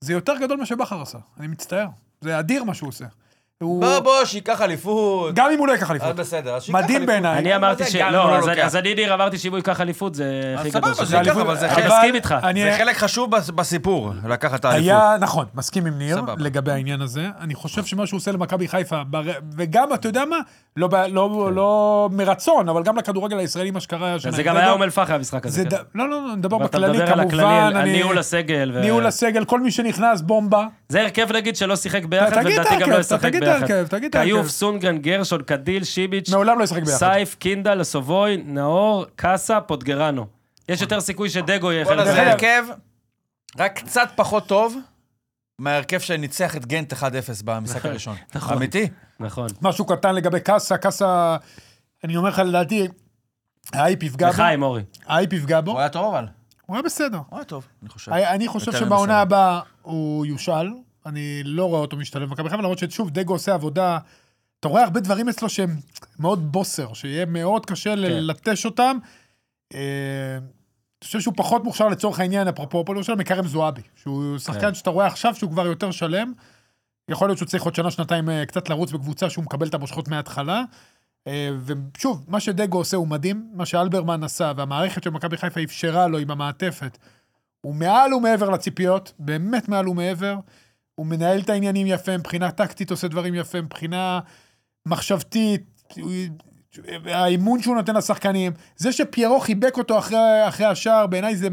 [SPEAKER 2] זה יותר גדול ממה שבכר עשה, אני מצטער. זה אדיר מה שהוא עושה. הוא...
[SPEAKER 3] בוא, בוא, שייקח אליפות.
[SPEAKER 2] גם אם הוא לא ייקח אליפות.
[SPEAKER 3] אז בסדר, אז שייקח אליפות.
[SPEAKER 2] מדהים בעיניי.
[SPEAKER 1] אני אמרתי
[SPEAKER 3] גם
[SPEAKER 1] ש...
[SPEAKER 3] אם הוא
[SPEAKER 1] לא,
[SPEAKER 3] לא
[SPEAKER 1] אז-
[SPEAKER 3] לוקח.
[SPEAKER 1] אז אני ניר אמרתי שאם הוא ייקח אליפות זה
[SPEAKER 3] אז
[SPEAKER 1] הכי
[SPEAKER 3] סבבה,
[SPEAKER 1] גדול
[SPEAKER 3] זה
[SPEAKER 1] שזה.
[SPEAKER 3] ייקח, אבל זה
[SPEAKER 1] אני
[SPEAKER 3] חלק-
[SPEAKER 1] מסכים איתך.
[SPEAKER 2] אני-
[SPEAKER 3] זה חלק חשוב בס- בסיפור, לקחת את האליפות.
[SPEAKER 2] היה, נכון, מסכים עם ניר
[SPEAKER 3] סבבה.
[SPEAKER 2] לגבי העניין הזה. אני חושב שמה שהוא עושה למכבי חיפה, בר- וגם, אתה יודע מה, לא ב- לא- לא מרצון, אבל גם לכדורגל הישראלי, מה שקרה השנה.
[SPEAKER 1] זה
[SPEAKER 2] עם
[SPEAKER 1] גם
[SPEAKER 2] דגו,
[SPEAKER 1] היה אום אל-פחם המשחק
[SPEAKER 2] לא זה
[SPEAKER 1] הזה. כן.
[SPEAKER 2] ד- לא, לא, לא, נדבר
[SPEAKER 1] אבל אתה
[SPEAKER 2] בכללי,
[SPEAKER 1] מדבר על הכללי,
[SPEAKER 2] כמובן.
[SPEAKER 1] על- על
[SPEAKER 2] אני-
[SPEAKER 1] ניהול הסגל. ו-
[SPEAKER 2] ניהול הסגל, כל מי שנכנס, בומבה.
[SPEAKER 1] זה הרכב נגיד שלא שיחק ביחד,
[SPEAKER 2] תגיד את
[SPEAKER 1] ולדעתי גם
[SPEAKER 2] ההרכב,
[SPEAKER 1] לא ישחק
[SPEAKER 2] תגיד את
[SPEAKER 1] ביחד.
[SPEAKER 2] ההרכב, תגיד את
[SPEAKER 1] כיוף,
[SPEAKER 2] ההרכב.
[SPEAKER 1] סונגרן, גרשון, קדיל, שיביץ',
[SPEAKER 2] מעולם לא ישחק ביחד.
[SPEAKER 1] סייף, קינדל, סובוי, נאור, קאסה, פוטגרנו. יש יותר סיכוי שדגו יהיה
[SPEAKER 3] וואלה,
[SPEAKER 1] חלק.
[SPEAKER 3] זה
[SPEAKER 2] דרך אגב-
[SPEAKER 3] הרכב רק קצת פחות טוב מההרכב שניצח את גנט 1-0 במשחק הראשון.
[SPEAKER 1] נכון.
[SPEAKER 3] אמיתי?
[SPEAKER 1] נכון.
[SPEAKER 2] משהו קטן לגבי קאסה, קאסה, אני אומר לך, לדעתי, האייפ יפגע בו.
[SPEAKER 1] לחיים, אורי.
[SPEAKER 2] האייפ יפגע בו.
[SPEAKER 3] הוא היה טוב אבל.
[SPEAKER 2] הוא היה בסדר.
[SPEAKER 3] הוא היה טוב, אני חושב.
[SPEAKER 2] אני אני חושב
[SPEAKER 3] יותר
[SPEAKER 2] שבעונה
[SPEAKER 3] ממסר.
[SPEAKER 2] הבאה הוא יושל. אני לא רואה אותו משתלב במכבי חיפה, למרות ששוב, דגו עושה עבודה... אתה רואה הרבה דברים אצלו שהם מאוד בוסר, שיהיה מאוד קשה
[SPEAKER 3] כן.
[SPEAKER 2] ל- לטש אותם. אה, אני חושב שהוא פחות מוכשר לצורך העניין, אפרופו הפועל ירושלים, מכרם זועבי, שהוא
[SPEAKER 3] כן.
[SPEAKER 2] שחקן שאתה רואה עכשיו שהוא כבר יותר שלם. יכול להיות שהוא צריך עוד שנה-שנתיים אה, קצת לרוץ בקבוצה שהוא מקבל את המושכות מההתחלה. אה, ושוב, מה שדגו עושה הוא מדהים, מה שאלברמן עשה, והמערכת של מכבי חיפה אפשרה לו עם המעטפת. הוא מעל ומעבר לציפיות, באמת מעל ומעבר. הוא מנהל את העניינים יפה, מבחינה טקטית עושה דברים יפה, מבחינה מחשבתית, הוא- האימון שהוא נותן לשחקנים. זה שפיירו חיבק אותו אחרי, אחרי השער, בעיניי זה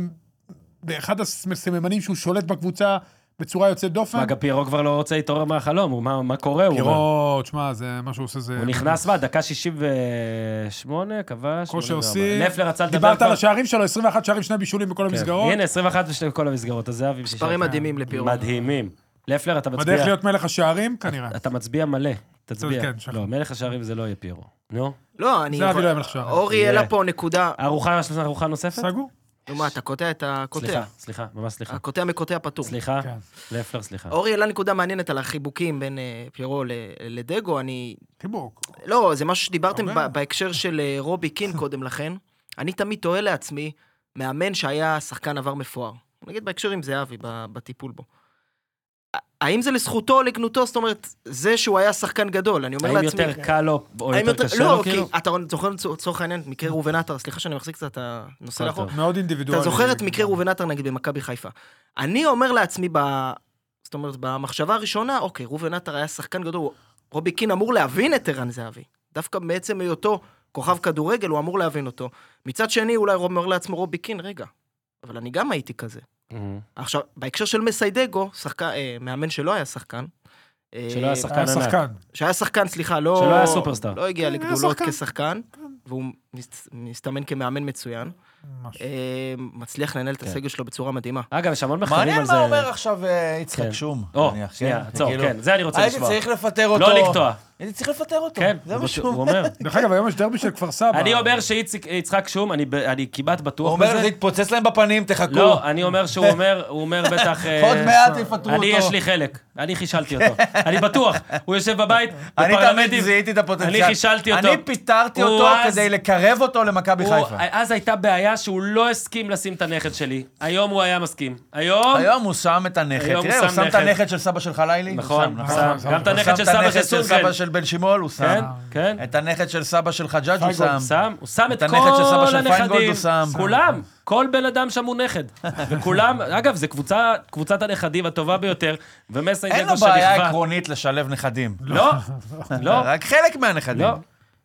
[SPEAKER 2] אחד הסממנים שהוא שולט בקבוצה בצורה יוצאת דופן.
[SPEAKER 1] מה, גם פיירו כבר לא רוצה להתעורר מהחלום, הוא- מה- מה קורה? הוא-
[SPEAKER 2] פירו, תשמע, זה מה שהוא עושה זה...
[SPEAKER 1] הוא נכנס מה? דקה 68, כבש.
[SPEAKER 2] כושר
[SPEAKER 1] 84.
[SPEAKER 2] שיא.
[SPEAKER 1] נפלר רצה לדבר
[SPEAKER 2] דיברת
[SPEAKER 1] כבר.
[SPEAKER 2] על השערים שלו, 21 שערים, שני בישולים בכל
[SPEAKER 1] כן.
[SPEAKER 2] המסגרות.
[SPEAKER 1] הנה, 21 בשתי כל המסגרות, אז זה אבי.
[SPEAKER 4] מספרים מדהימים לפירו.
[SPEAKER 1] מדהימים. לפלר, אתה מצביע.
[SPEAKER 2] בדרך להיות מלך השערים, כנראה.
[SPEAKER 1] אתה מצביע מלא. תצביע.
[SPEAKER 2] כן, שחר.
[SPEAKER 1] לא, מלך השערים זה לא יהיה פיירו. נו.
[SPEAKER 4] לא, אני...
[SPEAKER 2] זה אבי
[SPEAKER 4] יכול-
[SPEAKER 2] לא היה מלך שערים.
[SPEAKER 4] אורי
[SPEAKER 1] יהיה.
[SPEAKER 4] העלה פה נקודה.
[SPEAKER 1] ארוחה, יש לנו ארוחה נוספת?
[SPEAKER 2] סגור? אה,
[SPEAKER 4] נו, מה, אתה קוטע את הקוטע.
[SPEAKER 1] סליחה, סליחה, ממש סליחה.
[SPEAKER 4] הקוטע מקוטע פטור.
[SPEAKER 1] סליחה,
[SPEAKER 2] כן.
[SPEAKER 1] לפלר, סליחה.
[SPEAKER 4] אורי העלה נקודה מעניינת על החיבוקים בין אה, פיירו ל- לדגו. אני
[SPEAKER 2] חיבוק.
[SPEAKER 4] לא, זה משהו שדיברתם
[SPEAKER 2] הרבה.
[SPEAKER 4] ב- בהקשר של אה, רובי קין קודם לכן. אני תמיד תוהה לעצמי, מאמן שהיה שחקן עבר מפואר. נגיד בהקשר עם זהבי, ב- בטיפול בו. ה- האם זה לזכותו או לגנותו? זאת אומרת, זה שהוא היה שחקן גדול, אני אומר
[SPEAKER 1] האם
[SPEAKER 4] לעצמי...
[SPEAKER 1] יותר קל לו או
[SPEAKER 4] האם
[SPEAKER 1] יותר קשה
[SPEAKER 4] לא,
[SPEAKER 1] לו,
[SPEAKER 4] כי
[SPEAKER 1] כאילו?
[SPEAKER 4] אתה זוכר לצורך העניין את מקרה ראובן עטר, סליחה שאני מחזיק קצת את הנושא
[SPEAKER 1] הכל
[SPEAKER 4] לאחור.
[SPEAKER 1] טוב.
[SPEAKER 2] מאוד אינדיבידואלי.
[SPEAKER 4] אתה זוכר את מקרה ראובן עטר נגיד במכבי חיפה. אני אומר לעצמי ב... זאת אומרת, במחשבה הראשונה, אוקיי, ראובן עטר היה שחקן גדול, הוא רובי קין אמור להבין את ערן זהבי. דווקא מעצם היותו כוכב כדורגל, הוא אמור להבין אותו. מצד שני, אולי הוא אומר לעצמו רובי קין, רגע, אבל אני גם הייתי כזה. עכשיו, בהקשר של מסיידגו, שחק... אה, מאמן שלא היה שחקן. אה,
[SPEAKER 1] שלא היה שחקן.
[SPEAKER 2] היה
[SPEAKER 1] ענק.
[SPEAKER 2] שחקן.
[SPEAKER 4] שהיה שחקן, סליחה, לא...
[SPEAKER 1] שלא היה סופרסטאר.
[SPEAKER 4] לא הגיע
[SPEAKER 2] כן, היה
[SPEAKER 4] לגדולות
[SPEAKER 2] שחקן. כן.
[SPEAKER 4] כשחקן, והוא מס- מסתמן כמאמן מצוין.
[SPEAKER 2] משהו.
[SPEAKER 4] אה, מצליח לנהל את
[SPEAKER 1] כן.
[SPEAKER 4] הסגל שלו בצורה מדהימה.
[SPEAKER 1] אגב, יש המון מחקרים
[SPEAKER 3] מעניין
[SPEAKER 1] על זה.
[SPEAKER 3] מה אומר עכשיו אה, יצחק
[SPEAKER 1] כן.
[SPEAKER 3] שום.
[SPEAKER 1] או,
[SPEAKER 3] נניח,
[SPEAKER 1] שנייה,
[SPEAKER 3] כן?
[SPEAKER 1] עצור,
[SPEAKER 3] כאילו,
[SPEAKER 1] כן, זה אני רוצה
[SPEAKER 3] הייתי
[SPEAKER 1] לשמוע.
[SPEAKER 3] צריך לפטר אותו.
[SPEAKER 1] לא לקטוע.
[SPEAKER 3] הייתי צריך לפטר אותו.
[SPEAKER 1] כן,
[SPEAKER 3] זה
[SPEAKER 1] הוא
[SPEAKER 3] מה
[SPEAKER 1] רוצה-
[SPEAKER 3] שהוא
[SPEAKER 1] הוא אומר.
[SPEAKER 2] דרך אגב, היום יש דרבי של כפר סבא.
[SPEAKER 1] אני אומר שיצחק שום, אני ב- אני כמעט
[SPEAKER 3] הוא
[SPEAKER 1] בטוח
[SPEAKER 3] אומר,
[SPEAKER 1] בזה.
[SPEAKER 3] זה יתפוצץ להם בפנים, תחכו.
[SPEAKER 1] לא, אני אומר שהוא אומר, הוא אומר בטח... אה,
[SPEAKER 3] עוד מעט יפטרו אותו.
[SPEAKER 1] אני, יש לי חלק. אני חישלתי אותו. אני בטוח. הוא יושב בבית,
[SPEAKER 3] אני תמיד
[SPEAKER 1] בפרמדיק.
[SPEAKER 3] זיהיתי את הפוטנציאל.
[SPEAKER 1] אני חישלתי אותו.
[SPEAKER 3] אני פיטרתי
[SPEAKER 1] הוא
[SPEAKER 3] אותו
[SPEAKER 1] אז-
[SPEAKER 3] כדי לקרב אותו למכבי
[SPEAKER 1] הוא-
[SPEAKER 3] חיפה.
[SPEAKER 1] אז הייתה בעיה שהוא לא הסכים לשים את הנכד שלי. היום הוא היה מסכים. היום...
[SPEAKER 3] היום הוא שם את הנכד.
[SPEAKER 1] היום
[SPEAKER 3] תראה,
[SPEAKER 1] הוא
[SPEAKER 3] הוא
[SPEAKER 1] שם
[SPEAKER 3] שם את
[SPEAKER 1] נכד.
[SPEAKER 3] הנכד של סבא שלך לילי? הוא
[SPEAKER 1] נכון,
[SPEAKER 3] שם,
[SPEAKER 1] שם. גם את
[SPEAKER 3] הוא
[SPEAKER 1] הנכד
[SPEAKER 3] שם
[SPEAKER 1] של
[SPEAKER 3] את
[SPEAKER 1] סבא של
[SPEAKER 3] הנכד של סבא
[SPEAKER 1] סונגרן.
[SPEAKER 3] של בן שמעון, הוא
[SPEAKER 1] כן,
[SPEAKER 3] שם.
[SPEAKER 1] כן.
[SPEAKER 3] את הנכד של סבא שלך ג'אג' הוא
[SPEAKER 2] פיינגולד
[SPEAKER 3] שם.
[SPEAKER 1] שם, הוא שם
[SPEAKER 3] את
[SPEAKER 1] את
[SPEAKER 3] הנכד של סבא
[SPEAKER 1] כל
[SPEAKER 3] של פיינגולד הוא
[SPEAKER 1] הנכדים,
[SPEAKER 3] שם.
[SPEAKER 1] כולם, כל בן אדם שם הוא נכד. וכולם, אגב, זו קבוצה- קבוצת הנכדים הטובה ביותר,
[SPEAKER 3] אין לו
[SPEAKER 1] ומסיידגו
[SPEAKER 3] בעיה
[SPEAKER 1] שנכווה.
[SPEAKER 3] עקרונית לשלב נכדים.
[SPEAKER 1] לא, לא,
[SPEAKER 3] רק חלק מהנכדים.
[SPEAKER 1] לא.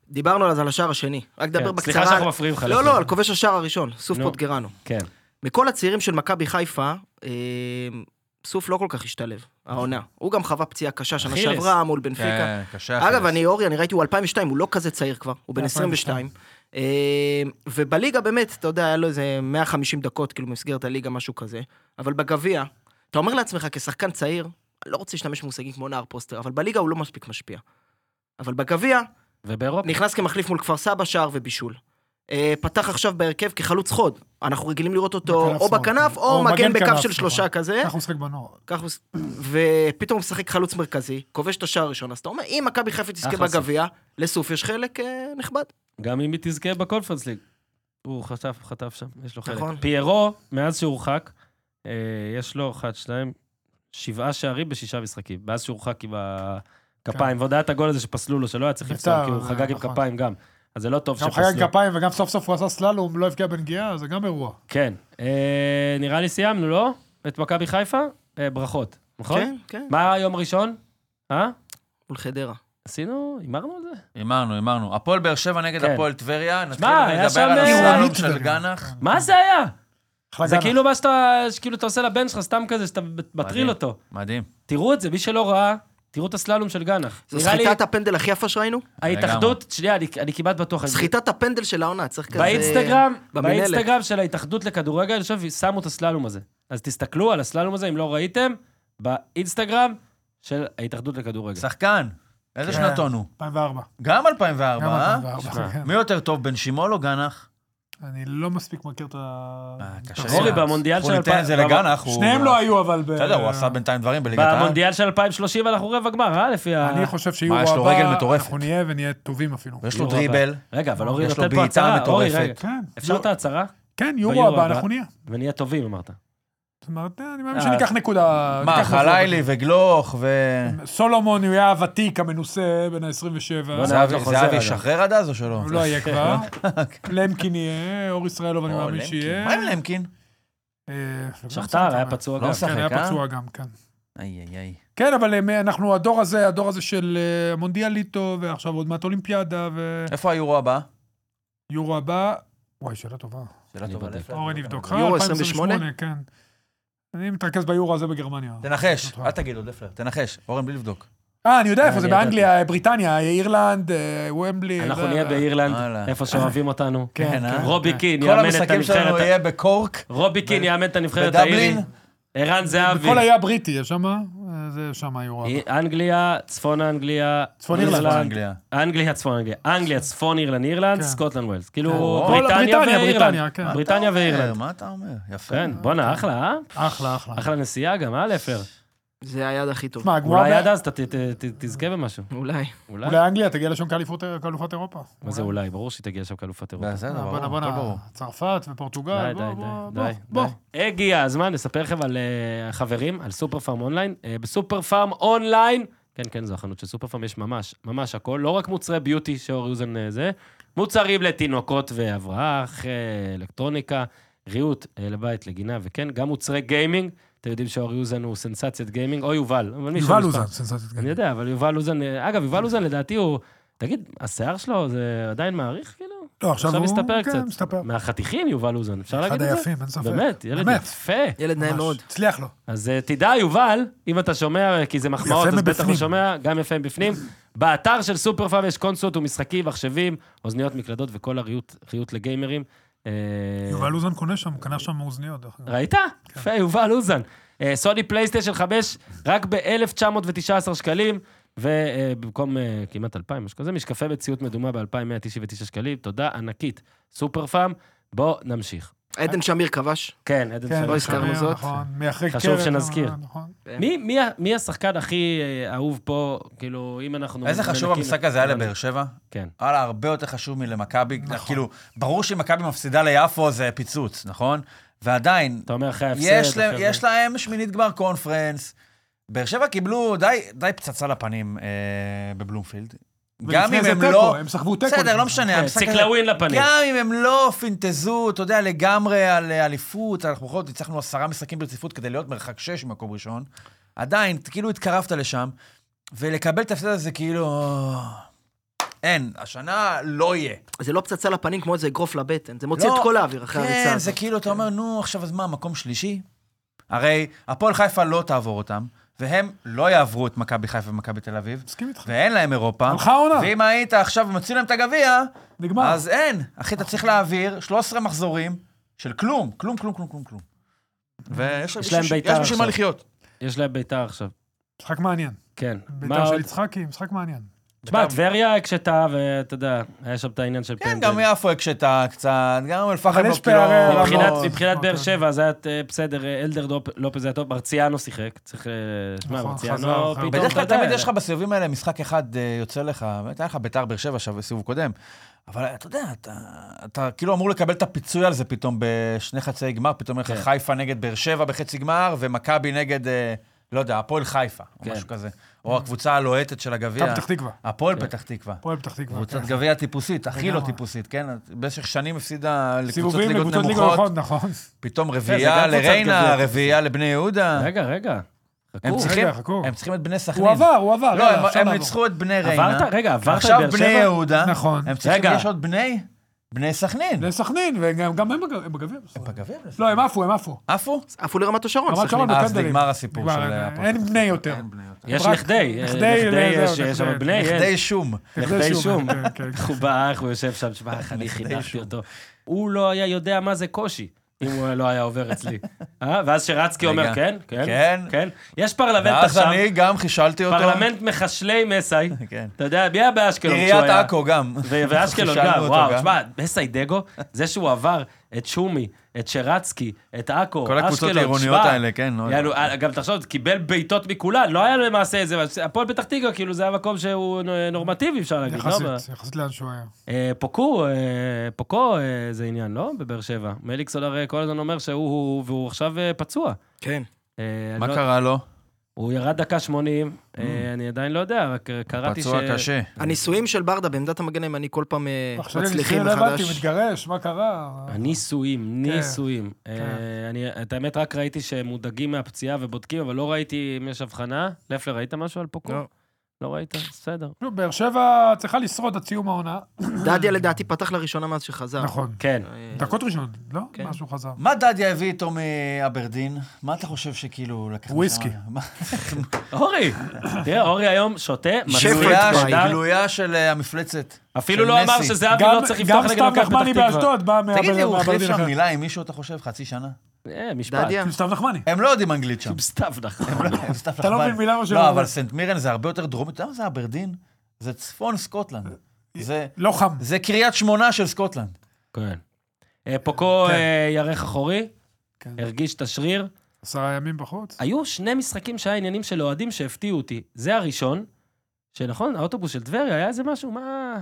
[SPEAKER 4] דיברנו אז על השער השני. רק נדבר
[SPEAKER 1] כן,
[SPEAKER 4] בקצרה.
[SPEAKER 1] סליחה שאנחנו מפריעים לך
[SPEAKER 4] לא,
[SPEAKER 1] לפני.
[SPEAKER 4] לא, על כובש השער הראשון, סוף
[SPEAKER 1] נו.
[SPEAKER 4] פוטגרנו.
[SPEAKER 1] כן.
[SPEAKER 4] מכל הצעירים של מכבי חיפה, אה, סוף לא כל כך השתלב, העונה. הוא גם חווה פציעה קשה שנה
[SPEAKER 1] אכילס.
[SPEAKER 4] שעברה מול בנפיקה.
[SPEAKER 3] כן, קשה.
[SPEAKER 4] אגב,
[SPEAKER 3] אחרת.
[SPEAKER 4] אני, אורי, אני ראיתי, הוא 2002, הוא לא כזה צעיר כבר, הוא בן 22. אה, ובליגה באמת, אתה יודע, היה לו איזה 150 דקות, כאילו, במסגרת הליגה, משהו כזה. אבל בגביע, אתה אומר לעצמך, כשחקן צעיר, אני לא רוצה להשתמש במושגים כמו נער פוסטר, אבל בליגה הוא לא מספיק משפיע. אבל בגביע,
[SPEAKER 1] ובאירופה?
[SPEAKER 4] נכנס כמחליף מול כפר סבא, שער ובישול. אה, פתח עכשיו בהרכב כחלוץ חוד. אנחנו רגילים לראות אותו
[SPEAKER 2] בכנף
[SPEAKER 4] או
[SPEAKER 2] שמאל,
[SPEAKER 4] בכנף
[SPEAKER 2] כן.
[SPEAKER 4] או
[SPEAKER 2] או
[SPEAKER 4] מגן
[SPEAKER 2] מגן
[SPEAKER 4] בקו
[SPEAKER 2] כנף,
[SPEAKER 4] של שלושה
[SPEAKER 2] נכון.
[SPEAKER 4] כזה.
[SPEAKER 2] ככה הוא משחק בנוער.
[SPEAKER 4] כך הוא... ס- ופתאום הוא משחק חלוץ מרכזי, כובש את השער הראשון, אז אתה אומר, אם מכבי חיפה תזכה
[SPEAKER 1] אחלה
[SPEAKER 4] בגביע, לסוף יש חלק אה, נכבד.
[SPEAKER 1] גם אם היא תזכה בקונפרנס ליג. הוא חטף, חטף שם, יש לו חלק.
[SPEAKER 4] נכון.
[SPEAKER 1] פיירו, מאז שהורחק, אה, יש לו אחד, שניים, שבעה שערים בשישה משחקים. מאז שהורחק עם הכפיים, ועוד היה את הגול הזה שפסלו לו, שלא היה צריך
[SPEAKER 2] בית"ר,
[SPEAKER 1] לפסול, כי הוא חגג עם
[SPEAKER 2] כן. נכון.
[SPEAKER 1] כפיים גם. אז זה לא טוב
[SPEAKER 2] גם
[SPEAKER 1] שפסלו.
[SPEAKER 2] חגג כפיים וגם סוף סוף הוא עשה סללום, לא הבקיע בנגיעה, זה גם אירוע.
[SPEAKER 1] כן. אה, נראה לי סיימנו, לא? את מכבי חיפה? אה, ברכות, נכון?
[SPEAKER 4] כן, כן,
[SPEAKER 1] מה היום ראשון? אה?
[SPEAKER 4] מול חדרה.
[SPEAKER 1] עשינו, הימרנו על זה?
[SPEAKER 3] הימרנו, הימרנו. הפועל באר שבע נגד
[SPEAKER 1] כן.
[SPEAKER 3] הפועל טבריה, נתחיל
[SPEAKER 1] שמע, היה
[SPEAKER 3] לדבר
[SPEAKER 1] שם,
[SPEAKER 3] על
[SPEAKER 1] אה, כן.
[SPEAKER 3] הסללום
[SPEAKER 2] עירונית
[SPEAKER 3] של
[SPEAKER 2] טבריה.
[SPEAKER 3] גנח.
[SPEAKER 1] מה זה היה?
[SPEAKER 2] אחלה
[SPEAKER 1] זה
[SPEAKER 2] גנה.
[SPEAKER 1] כאילו מה שאתה, שכאילו אתה עושה לבן שלך, סתם כזה, שאתה מטריל
[SPEAKER 3] מדהים.
[SPEAKER 1] אותו.
[SPEAKER 3] מדהים.
[SPEAKER 1] תראו את זה, מי שלא ראה, תראו את הסללום של גנח.
[SPEAKER 4] זו
[SPEAKER 1] נראה לי,
[SPEAKER 4] סחיטת הפנדל הכי יפה שראינו?
[SPEAKER 1] ההתאחדות, שנייה, אני- אני כמעט בטוח. אני-
[SPEAKER 4] סחיטת הפנדל של העונה, צריך כזה...
[SPEAKER 1] באינסטגרם,
[SPEAKER 4] במינהלת.
[SPEAKER 1] באינסטגרם של ההתאחדות לכדורגל, אני חושב, שמו את הסללום הזה. אז תסתכלו על הסללום הזה, אם לא ראיתם, באינסטגרם של ההתאחדות לכדורגל.
[SPEAKER 3] שחקן. איזה
[SPEAKER 2] כן.
[SPEAKER 3] שנתון הוא?
[SPEAKER 2] 2004.
[SPEAKER 3] גם 2004,
[SPEAKER 2] גם
[SPEAKER 3] אה?
[SPEAKER 2] 2004, כן.
[SPEAKER 3] מי יותר טוב, בן שמעון או גנח?
[SPEAKER 2] אני לא מספיק מכיר את ה...
[SPEAKER 3] אה,
[SPEAKER 2] את
[SPEAKER 3] קשה.
[SPEAKER 2] ה-
[SPEAKER 1] אורי, במונדיאל
[SPEAKER 3] אנחנו
[SPEAKER 1] של
[SPEAKER 3] ניתן את זה
[SPEAKER 1] אלפיים-
[SPEAKER 3] לגנח. הוא-
[SPEAKER 2] שניהם לא היו, אבל... ב-
[SPEAKER 3] בסדר, הוא עשה בינתיים דברים בליגת העל.
[SPEAKER 1] במונדיאל של 2030 אנחנו רבע גמר, אה? לפי ה...
[SPEAKER 2] אני חושב שיורו
[SPEAKER 3] מה, יש לו רגל
[SPEAKER 2] הבא,
[SPEAKER 3] מטורפת.
[SPEAKER 2] אנחנו נהיה ונהיה טובים אפילו.
[SPEAKER 3] ויש לו
[SPEAKER 1] יורו הבא.
[SPEAKER 3] דריבל.
[SPEAKER 1] רגע, לא, אבל אורי
[SPEAKER 3] יש לו
[SPEAKER 1] נותן פה
[SPEAKER 3] בעיטה
[SPEAKER 1] הצהרה. אורי,
[SPEAKER 3] מטורפת. לא.
[SPEAKER 1] רגע.
[SPEAKER 2] כן,
[SPEAKER 1] אפשר
[SPEAKER 2] יור-
[SPEAKER 1] את ההצהרה?
[SPEAKER 2] כן, יורו
[SPEAKER 1] ביורו
[SPEAKER 2] הבא
[SPEAKER 1] הבא.
[SPEAKER 2] אנחנו נהיה.
[SPEAKER 1] ונהיה טובים, אמרת.
[SPEAKER 3] לא
[SPEAKER 2] זאת אומרת, אני מאמין
[SPEAKER 1] אה,
[SPEAKER 2] שניקח נקודה.
[SPEAKER 3] מה,
[SPEAKER 2] ניקח נקודה.
[SPEAKER 3] חלילי וגלוך ו...
[SPEAKER 2] לא, סולומון הוא היה הוותיק המנוסה בין ה-27.
[SPEAKER 1] לא יודע.
[SPEAKER 3] זהבי
[SPEAKER 1] לא חוזר,
[SPEAKER 3] זהבי
[SPEAKER 1] אגב.
[SPEAKER 3] ישחרר עד אז או שלא?
[SPEAKER 2] הוא לא יהיה כבר. למקין יהיה, אור ישראלוב אני
[SPEAKER 3] כן. או,
[SPEAKER 2] מאמין
[SPEAKER 3] למקין.
[SPEAKER 2] שיהיה.
[SPEAKER 3] מה עם למקין?
[SPEAKER 2] אה,
[SPEAKER 1] שכתר היה פצוע
[SPEAKER 3] לא
[SPEAKER 1] גם.
[SPEAKER 3] משחק.
[SPEAKER 2] כן, היה
[SPEAKER 3] שחק, אה?
[SPEAKER 2] פצוע גם, כן.
[SPEAKER 3] איי, איי, איי.
[SPEAKER 2] כן, אבל הם- אנחנו הדור הזה, הדור הזה של אה, מונדיאליטו, ועכשיו עוד מעט אולימפיאדה,
[SPEAKER 3] איפה היורו הבא?
[SPEAKER 2] ויורו הבא. וואי, שאלה טובה.
[SPEAKER 3] שאלה
[SPEAKER 1] אני
[SPEAKER 3] טובה.
[SPEAKER 1] בודק.
[SPEAKER 3] לאיפה?
[SPEAKER 2] אורן יבדוק.
[SPEAKER 4] יורו
[SPEAKER 2] אה,
[SPEAKER 4] 28?
[SPEAKER 2] 2028, כן. אני מתרכז ביורו הזה בגרמניה.
[SPEAKER 3] תנחש, אל תגיד עוד לפלר, תנחש. אורן, בלי לבדוק.
[SPEAKER 2] אה, אני יודע איפה
[SPEAKER 1] אני
[SPEAKER 2] זה,
[SPEAKER 1] ידעתי.
[SPEAKER 2] באנגליה, בריטניה, אירלנד, אה, ומבלי.
[SPEAKER 1] אנחנו
[SPEAKER 2] זה-
[SPEAKER 1] נהיה באירלנד,
[SPEAKER 3] הלאה.
[SPEAKER 1] איפה שאוהבים אותנו.
[SPEAKER 2] כן,
[SPEAKER 3] כן, אה?
[SPEAKER 1] רובי קין
[SPEAKER 3] כל
[SPEAKER 1] יאמן את
[SPEAKER 3] המשחקים שלנו
[SPEAKER 1] הנבחרת.
[SPEAKER 3] יהיה בקורק,
[SPEAKER 1] רובי קין יאמן את הנבחרת האירית.
[SPEAKER 3] בדבלין.
[SPEAKER 1] ערן זהבי.
[SPEAKER 2] כל האי הבריטי, יש שם? אה, זה שם
[SPEAKER 1] אה,
[SPEAKER 2] היורו. הבא.
[SPEAKER 1] אנגליה, צפון אנגליה,
[SPEAKER 2] צפון אירלנד.
[SPEAKER 1] אירלנד,
[SPEAKER 3] אנגליה.
[SPEAKER 1] אנגליה, צפון אנגליה, אנגליה, צפון אירלנד, אירלנד,
[SPEAKER 2] כן.
[SPEAKER 1] סקוטלנד ווילס.
[SPEAKER 2] כל-
[SPEAKER 3] אה,
[SPEAKER 1] כאילו בריטניה
[SPEAKER 2] בריטניה, בריטניה,
[SPEAKER 1] ואירלנד.
[SPEAKER 2] כן.
[SPEAKER 1] בריטניה
[SPEAKER 3] מה אתה אומר?
[SPEAKER 1] ואירלנד.
[SPEAKER 3] מה אתה אומר? יפה.
[SPEAKER 1] כן, בואנה, אחלה, אה?
[SPEAKER 2] אחלה, אחלה.
[SPEAKER 1] אחלה נסיעה גם, אה, לפר?
[SPEAKER 4] זה היד הכי טוב.
[SPEAKER 2] מה, הגמר...
[SPEAKER 1] אולי עד אז אתה ת- ת- ת- תזכה במשהו.
[SPEAKER 4] אולי.
[SPEAKER 1] אולי.
[SPEAKER 2] אולי אנגליה תגיע לשם כאליפות- כאלופת אירופה.
[SPEAKER 1] מה זה אולי? ברור שהיא תגיע שם כאלופת אירופה.
[SPEAKER 3] בסדר,
[SPEAKER 2] אה,
[SPEAKER 3] ברור,
[SPEAKER 2] בואנה,
[SPEAKER 3] הכל
[SPEAKER 2] בואנה,
[SPEAKER 3] ברור.
[SPEAKER 2] צרפת
[SPEAKER 1] די,
[SPEAKER 2] ופורטוגל, בוא,
[SPEAKER 1] די,
[SPEAKER 2] בוא,
[SPEAKER 1] די,
[SPEAKER 2] בוא,
[SPEAKER 1] די,
[SPEAKER 2] בוא.
[SPEAKER 1] די. הגיע הזמן לספר לכם על אה, חברים, על סופר פארם אונליין. אה, בסופר פארם אונליין, כן, כן, זו החנות של סופר פארם, יש ממש, ממש הכל. לא רק מוצרי ביוטי שאור יוזן אה, זה, מוצרים לתינוקות והברח, אה, אלקטרוניקה, ריהוט אה, לבית, לגינה, וכן, גם מוצרי גיימינג. אתם יודעים שאור יוזן הוא סנסציית גיימינג, או יובל. אבל מישהו
[SPEAKER 2] יובל כן.
[SPEAKER 1] מספר.
[SPEAKER 2] אוזן, סנסציית
[SPEAKER 1] אני
[SPEAKER 2] גדולה.
[SPEAKER 1] יודע, אבל יובל אוזן... אה, אגב, יובל אוזן לדעתי הוא... תגיד, השיער שלו זה עדיין מעריך, כאילו?
[SPEAKER 2] לא, עכשיו
[SPEAKER 1] עכשיו
[SPEAKER 2] הוא...
[SPEAKER 1] הסתפר
[SPEAKER 2] כן,
[SPEAKER 1] קצת.
[SPEAKER 2] מסתפר.
[SPEAKER 1] מהחתיכים יובל אוזן, אפשר
[SPEAKER 2] אחד
[SPEAKER 1] להגיד את זה?
[SPEAKER 2] היפים, אין ספק.
[SPEAKER 1] באמת, ילד
[SPEAKER 2] באמת.
[SPEAKER 1] יפה.
[SPEAKER 4] ילד נעים
[SPEAKER 2] ממש.
[SPEAKER 4] מאוד.
[SPEAKER 2] הצליח לו.
[SPEAKER 1] אז אה, תדע, יובל, אם אתה שומע, אה, כי זה מחמאות,
[SPEAKER 2] יפה
[SPEAKER 1] אז בטח הוא
[SPEAKER 2] מבפנים.
[SPEAKER 1] שומע, גם יפה מבפנים. באתר של סופר פאב יש קונסולות ומשחקים, מחשבים, אוזניות מקלדות וכל הריהוט ריהוט לגיימרים. אה,
[SPEAKER 2] יובל אוזן קונה שם, הוא קנה שם אוזניות. דרך אגב.
[SPEAKER 1] ראית? יפה,
[SPEAKER 2] כן.
[SPEAKER 1] יובל אוזן. אה, סוני פלייסטיישן 5, רק ב-1919 שקלים, ובמקום אה, כמעט 2,000, משהו כזה, משקפי מציאות מדומה ב-2,199 שקלים. תודה ענקית, סופר פאם. בואו נמשיך.
[SPEAKER 4] עדן שמיר כבש.
[SPEAKER 1] כן, עדן
[SPEAKER 2] כן,
[SPEAKER 1] שלום.
[SPEAKER 4] לא הזכרנו
[SPEAKER 2] נכון,
[SPEAKER 4] זאת.
[SPEAKER 2] נכון, מאחרי
[SPEAKER 1] חשוב
[SPEAKER 2] קרן,
[SPEAKER 1] שנזכיר.
[SPEAKER 2] נכון.
[SPEAKER 1] מי, מי, ה- מי השחקן הכי אה, אהוב פה, כאילו, אם אנחנו...
[SPEAKER 3] איזה חשוב
[SPEAKER 1] מנקים-
[SPEAKER 3] המשחק הזה היה לבאר שבע?
[SPEAKER 1] כן.
[SPEAKER 3] וואלה, הרבה יותר חשוב מלמכבי.
[SPEAKER 2] נכון.
[SPEAKER 3] כאילו, ברור שאם מכבי מפסידה ליפו זה פיצוץ, נכון? ועדיין,
[SPEAKER 1] אתה אומר אחרי ההפסד.
[SPEAKER 3] יש, לה,
[SPEAKER 1] אחרי זה.
[SPEAKER 3] יש להם שמינית גמר קונפרנס. באר שבע קיבלו די, די פצצה לפנים אה, בבלומפילד. גם
[SPEAKER 2] ולפני
[SPEAKER 3] אם
[SPEAKER 2] זה
[SPEAKER 3] הם
[SPEAKER 2] תיקו,
[SPEAKER 3] לא...
[SPEAKER 2] הם סחבו תיקו.
[SPEAKER 3] בסדר, לא
[SPEAKER 2] לפני
[SPEAKER 3] משנה.
[SPEAKER 1] כן,
[SPEAKER 3] המשחק הזה-
[SPEAKER 1] ציקלאווין לפנים.
[SPEAKER 3] גם אם הם לא פינטזו, אתה יודע, לגמרי על אה, אליפות, אנחנו בכל זאת ניצחנו עשרה משחקים ברציפות כדי להיות מרחק שש ממקום ראשון, עדיין, כאילו התקרבת לשם, ולקבל את ההפסד הזה כאילו... אה, אין, השנה לא יהיה.
[SPEAKER 4] זה לא פצצה לפנים כמו איזה אגרוף לבטן, זה מוציא
[SPEAKER 3] לא,
[SPEAKER 4] את כל האוויר אחרי הריצה.
[SPEAKER 3] כן,
[SPEAKER 4] הזאת.
[SPEAKER 3] זה כאילו, אתה אומר, נו, עכשיו אז מה, מקום שלישי? הרי הפועל חיפה לא תעבור אותם, והם לא יעברו את מכבי חיפה ומכבי תל אביב,
[SPEAKER 2] מסכים איתך.
[SPEAKER 3] ואין להם אירופה.
[SPEAKER 2] הלכה העונה.
[SPEAKER 3] ואם היית עכשיו מוציא להם את הגביע,
[SPEAKER 2] נגמר.
[SPEAKER 3] אז אין. אחי, אתה צריך להעביר 13 מחזורים של כלום, כלום, כלום, כלום, כלום, כלום. ויש
[SPEAKER 1] יש להם
[SPEAKER 3] יש
[SPEAKER 1] בית"ר
[SPEAKER 3] בשביל מה
[SPEAKER 1] עכשיו.
[SPEAKER 3] לחיות.
[SPEAKER 1] יש להם ביתר עכשיו.
[SPEAKER 2] משחק מעניין.
[SPEAKER 1] כן. מה
[SPEAKER 2] ביתר של
[SPEAKER 1] עוד?
[SPEAKER 2] יצחקי, משחק מעניין.
[SPEAKER 1] תשמע, טבריה הקשתה, ואתה יודע, היה שם את העניין של
[SPEAKER 3] כן,
[SPEAKER 1] פנדל.
[SPEAKER 3] גם יפו הקשתה קצת, גם אום אל-פחם
[SPEAKER 2] אבל
[SPEAKER 3] לא
[SPEAKER 2] יש פערי
[SPEAKER 3] לא-
[SPEAKER 1] מבחינת-
[SPEAKER 2] רמות.
[SPEAKER 1] מבחינת באר
[SPEAKER 2] אוקיי.
[SPEAKER 1] שבע, זה היה אה, בסדר, אה, אלדר דופ- לופז היה טוב, מרציאנו שיחק, צריך... אה, שמע,
[SPEAKER 2] נכון,
[SPEAKER 1] מרציאנו
[SPEAKER 2] חזר,
[SPEAKER 1] פתאום...
[SPEAKER 2] חזר.
[SPEAKER 3] בדרך כלל
[SPEAKER 1] אתה יודע,
[SPEAKER 3] תמיד יש לך בסיבובים האלה משחק אחד אה, יוצא לך, באמת היה לך ביתר באר שבע עכשיו בסיבוב קודם, אבל אתה יודע, אתה- אתה כאילו אמור לקבל את הפיצוי על זה פתאום בשני חצי גמר, פתאום יהיה לך
[SPEAKER 1] כן.
[SPEAKER 3] חיפה נגד באר שבע בחצי גמר, ומכבי נגד, אה, לא יודע, הפועל חיפה, או
[SPEAKER 1] כן.
[SPEAKER 3] משהו כזה, או הקבוצה הלוהטת של הגביע,
[SPEAKER 2] מכבי פתח תקווה.
[SPEAKER 3] הפועל פתח תקווה.
[SPEAKER 2] הפועל פתח תקווה.
[SPEAKER 3] קבוצת
[SPEAKER 1] אוקיי.
[SPEAKER 2] כן.
[SPEAKER 3] גביע טיפוסית, הכי לא
[SPEAKER 2] לגמרי.
[SPEAKER 3] טיפוסית, כן? במשך שנים הפסידה לקבוצות
[SPEAKER 2] סיבובים
[SPEAKER 3] ליגות
[SPEAKER 2] לקבוצות ליגה
[SPEAKER 3] נמוכות,
[SPEAKER 2] נכון, נכון.
[SPEAKER 3] פתאום
[SPEAKER 1] כן, זה
[SPEAKER 3] רביעייה
[SPEAKER 1] גם קבוצת גביע
[SPEAKER 3] לריינה,
[SPEAKER 1] טיפוסית.
[SPEAKER 3] רביעייה לבני יהודה.
[SPEAKER 1] רגע, רגע.
[SPEAKER 3] הם
[SPEAKER 1] חכו.
[SPEAKER 3] צריכים,
[SPEAKER 2] רגע, חכו.
[SPEAKER 3] הם צריכים את בני סכנין.
[SPEAKER 2] הוא עבר, הוא עבר.
[SPEAKER 3] לא,
[SPEAKER 2] רגע,
[SPEAKER 3] הם-
[SPEAKER 2] אפשר
[SPEAKER 3] הם
[SPEAKER 2] לעבור.
[SPEAKER 3] ניצחו את בני ריינה.
[SPEAKER 1] עברת, רגע, עברת את
[SPEAKER 3] עכשיו
[SPEAKER 1] באר
[SPEAKER 3] בני
[SPEAKER 1] שבע?
[SPEAKER 3] יהודה.
[SPEAKER 2] נכון.
[SPEAKER 3] הם צריכים,
[SPEAKER 1] רגע.
[SPEAKER 3] יש עוד בני? בני סכנין.
[SPEAKER 2] לסכנין, וגם גם הם בג- הם בגביע. בסדר.
[SPEAKER 3] בגביע? בסכנין.
[SPEAKER 2] לא, הם עפו, הם עפו.
[SPEAKER 3] עפו?
[SPEAKER 4] עפו לרמת השרון,
[SPEAKER 2] רמת
[SPEAKER 4] סכנין.
[SPEAKER 2] שרון
[SPEAKER 3] אז
[SPEAKER 2] בפנדלים.
[SPEAKER 3] נגמר הסיפור
[SPEAKER 2] נגמר,
[SPEAKER 3] של
[SPEAKER 2] אה,
[SPEAKER 3] הפועל.
[SPEAKER 2] אין בני יותר.
[SPEAKER 3] אין בני יותר.
[SPEAKER 1] יש
[SPEAKER 2] רק-
[SPEAKER 1] לכדי, אה,
[SPEAKER 2] לכדי,
[SPEAKER 1] לכדי
[SPEAKER 2] לזה,
[SPEAKER 1] יש, יש, אבל
[SPEAKER 2] לכדי.
[SPEAKER 1] בני, יש.
[SPEAKER 3] לכדי שום.
[SPEAKER 1] לכדי שום.
[SPEAKER 2] כן, כן, כן.
[SPEAKER 1] איך הוא בא, איך הוא יושב שם, שמע, איך אני חינכתי אותו. הוא לא היה יודע מה זה קושי, אם הוא לא היה עובר אצלי. אה? ואז שרצקי אומר,
[SPEAKER 3] רגע.
[SPEAKER 1] כן, כן,
[SPEAKER 3] כן.
[SPEAKER 1] כן. יש פרלמנט
[SPEAKER 3] ואז
[SPEAKER 1] עכשיו,
[SPEAKER 3] אני גם חישלתי אותו.
[SPEAKER 1] פרלמנט מחשלי מסי.
[SPEAKER 3] כן.
[SPEAKER 1] אתה יודע, מי היה באשקלון כשהוא היה?
[SPEAKER 3] עיריית עכו גם.
[SPEAKER 1] ו- ואשקלון
[SPEAKER 3] חישלנו
[SPEAKER 1] גם,
[SPEAKER 3] אותו
[SPEAKER 1] וואו, תשמע, מסי דגו, זה שהוא עבר את שומי, את שרצקי, את עכו,
[SPEAKER 3] כל הקבוצות
[SPEAKER 1] אשקלון,
[SPEAKER 3] העירוניות
[SPEAKER 1] שמע,
[SPEAKER 3] האלה, כן, לא יודע.
[SPEAKER 1] יענו, אה, גם תחשוב, קיבל בעיטות מכולן, לא היה למעשה את זה, הפועל פתח תקווה, כאילו זה היה מקום שהוא נורמטיבי, אפשר להגיד, לא? ב-
[SPEAKER 2] יחסית, יחסית לאן שהוא היה.
[SPEAKER 1] אה, פוקו, אה, פוקו אה, זה עניין, לא? בבאר שבע. מליקסון הרי כל הזמן אומר שהוא, הוא- והוא עכשיו אה, פצוע.
[SPEAKER 4] כן.
[SPEAKER 1] אה, אני
[SPEAKER 3] מה
[SPEAKER 1] לא-
[SPEAKER 3] קרה לו?
[SPEAKER 1] הוא ירד דקה 80, אה, אני עדיין לא יודע, רק אה, קראתי ש...
[SPEAKER 3] פצוע קשה.
[SPEAKER 4] הניסויים של ברדה בעמדת המגן הימני כל פעם
[SPEAKER 3] כן.
[SPEAKER 4] אה,
[SPEAKER 2] עכשיו
[SPEAKER 4] מצליחים
[SPEAKER 2] ניסיון, לא הבנתי,
[SPEAKER 4] מחדש.
[SPEAKER 2] מתגרש, מה קרה?
[SPEAKER 1] הניסויים,
[SPEAKER 2] נכון. כן,
[SPEAKER 1] ניסויים. אה, אני, את האמת, רק ראיתי שהם מודאגים מהפציעה ובודקים, אבל לא ראיתי אם יש הבחנה. לפלר, ראית משהו על פוקו?
[SPEAKER 4] לא.
[SPEAKER 1] לא ראית? בסדר.
[SPEAKER 2] שוב, באר שבע צריכה לשרוד עד סיום העונה.
[SPEAKER 4] דדיה לדעתי פתח לראשונה מאז שחזר.
[SPEAKER 2] נכון.
[SPEAKER 1] כן.
[SPEAKER 4] אה,
[SPEAKER 2] דקות ראשונות, לא?
[SPEAKER 4] כן.
[SPEAKER 2] משהו חזר.
[SPEAKER 3] מה דדיה הביא איתו מאברדין? מה אתה חושב שכאילו לקח... משם?
[SPEAKER 2] וויסקי.
[SPEAKER 3] מה-
[SPEAKER 1] אורי! תראה, אורי היום שותה,
[SPEAKER 4] שפט
[SPEAKER 1] מתחיל,
[SPEAKER 3] גלויה-
[SPEAKER 4] ביי.
[SPEAKER 1] נהדר.
[SPEAKER 3] גלויה של אה, המפלצת.
[SPEAKER 1] אפילו
[SPEAKER 3] של
[SPEAKER 1] לא אמר
[SPEAKER 3] מסי.
[SPEAKER 1] שזהבי
[SPEAKER 2] גם
[SPEAKER 1] לא צריך לפתוח
[SPEAKER 2] גם
[SPEAKER 1] נגד
[SPEAKER 2] סתם
[SPEAKER 1] מכבי פתח
[SPEAKER 2] נחמני
[SPEAKER 1] תקווה.
[SPEAKER 2] באשדוד בא מה-
[SPEAKER 3] תגיד לי, הוא החליף
[SPEAKER 2] מהברדין
[SPEAKER 3] שם
[SPEAKER 2] אחר.
[SPEAKER 3] מילה עם מישהו, אתה חושב, חצי שנה?
[SPEAKER 1] אה, משפט.
[SPEAKER 4] דדיה?
[SPEAKER 2] סתם כן, נחמני.
[SPEAKER 3] הם לא יודעים אנגלית שם.
[SPEAKER 1] סתיו, נכון.
[SPEAKER 3] הם לא- הם סתם
[SPEAKER 2] אתה לא
[SPEAKER 3] לחבל.
[SPEAKER 2] מבין מילה מה שהוא
[SPEAKER 3] לא,
[SPEAKER 2] אומר.
[SPEAKER 3] אבל סנט מירן זה הרבה יותר דרומי. אתה יודע מה זה אברדין? זה צפון סקוטלנד. זה-
[SPEAKER 2] לא חם.
[SPEAKER 3] זה קריית שמונה של סקוטלנד.
[SPEAKER 1] כן. אה, פוקו
[SPEAKER 2] כן.
[SPEAKER 1] אה, ירך אחורי,
[SPEAKER 2] כן.
[SPEAKER 1] הרגיש את השריר.
[SPEAKER 2] עשרה ימים בחוץ.
[SPEAKER 1] היו שני משחקים שהיה עניינים של אוהדים שהפתיעו אותי. זה הראשון, שנכון, האוטובוס של טבריה היה איזה משהו, מה...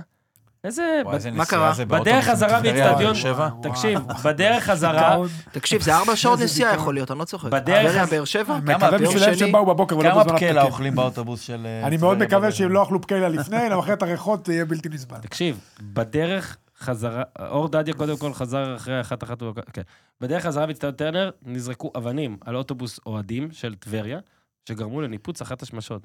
[SPEAKER 1] איזה...
[SPEAKER 3] וואי, איזה
[SPEAKER 1] בד-
[SPEAKER 3] נסיעה
[SPEAKER 4] קרה?
[SPEAKER 3] זה באוטובוס
[SPEAKER 1] בדרך חזרה
[SPEAKER 3] מטבריה לבאר
[SPEAKER 1] מאיצטדיון...
[SPEAKER 3] שבע.
[SPEAKER 2] וואו.
[SPEAKER 1] תקשיב, בדרך
[SPEAKER 3] אה,
[SPEAKER 1] חזרה...
[SPEAKER 2] גאון.
[SPEAKER 4] תקשיב, זה ארבע שעות
[SPEAKER 2] איזה
[SPEAKER 4] נסיעה
[SPEAKER 2] דיכאון.
[SPEAKER 4] יכול להיות, אני לא צוחק.
[SPEAKER 1] בדרך-
[SPEAKER 4] בדרך באר שבע?
[SPEAKER 2] אני
[SPEAKER 3] כמה
[SPEAKER 2] אה, מקווה בשבילם
[SPEAKER 4] שני?
[SPEAKER 2] שהם באו בבוקר ולא
[SPEAKER 3] כמה
[SPEAKER 2] לא בזמן
[SPEAKER 3] פקלה
[SPEAKER 2] הפקקים.
[SPEAKER 3] אוכלים באוטובוס של... אה,
[SPEAKER 2] אני מאוד
[SPEAKER 3] טבריה
[SPEAKER 2] מקווה לא-
[SPEAKER 3] בבוקר?
[SPEAKER 2] שהם לא אכלו פקלה לפני, אלא אחרת הריחות זה יהיה בלתי נסבל.
[SPEAKER 1] תקשיב, בדרך חזרה, אור דדיה קודם כל חזר אחרי אחת אחת, הוא- כן. בדרך חזרה מצטיון טרנר נזרקו אבנים על אוטובוס אוהדים של טבריה, שגרמו לניפוץ אחת השמשות.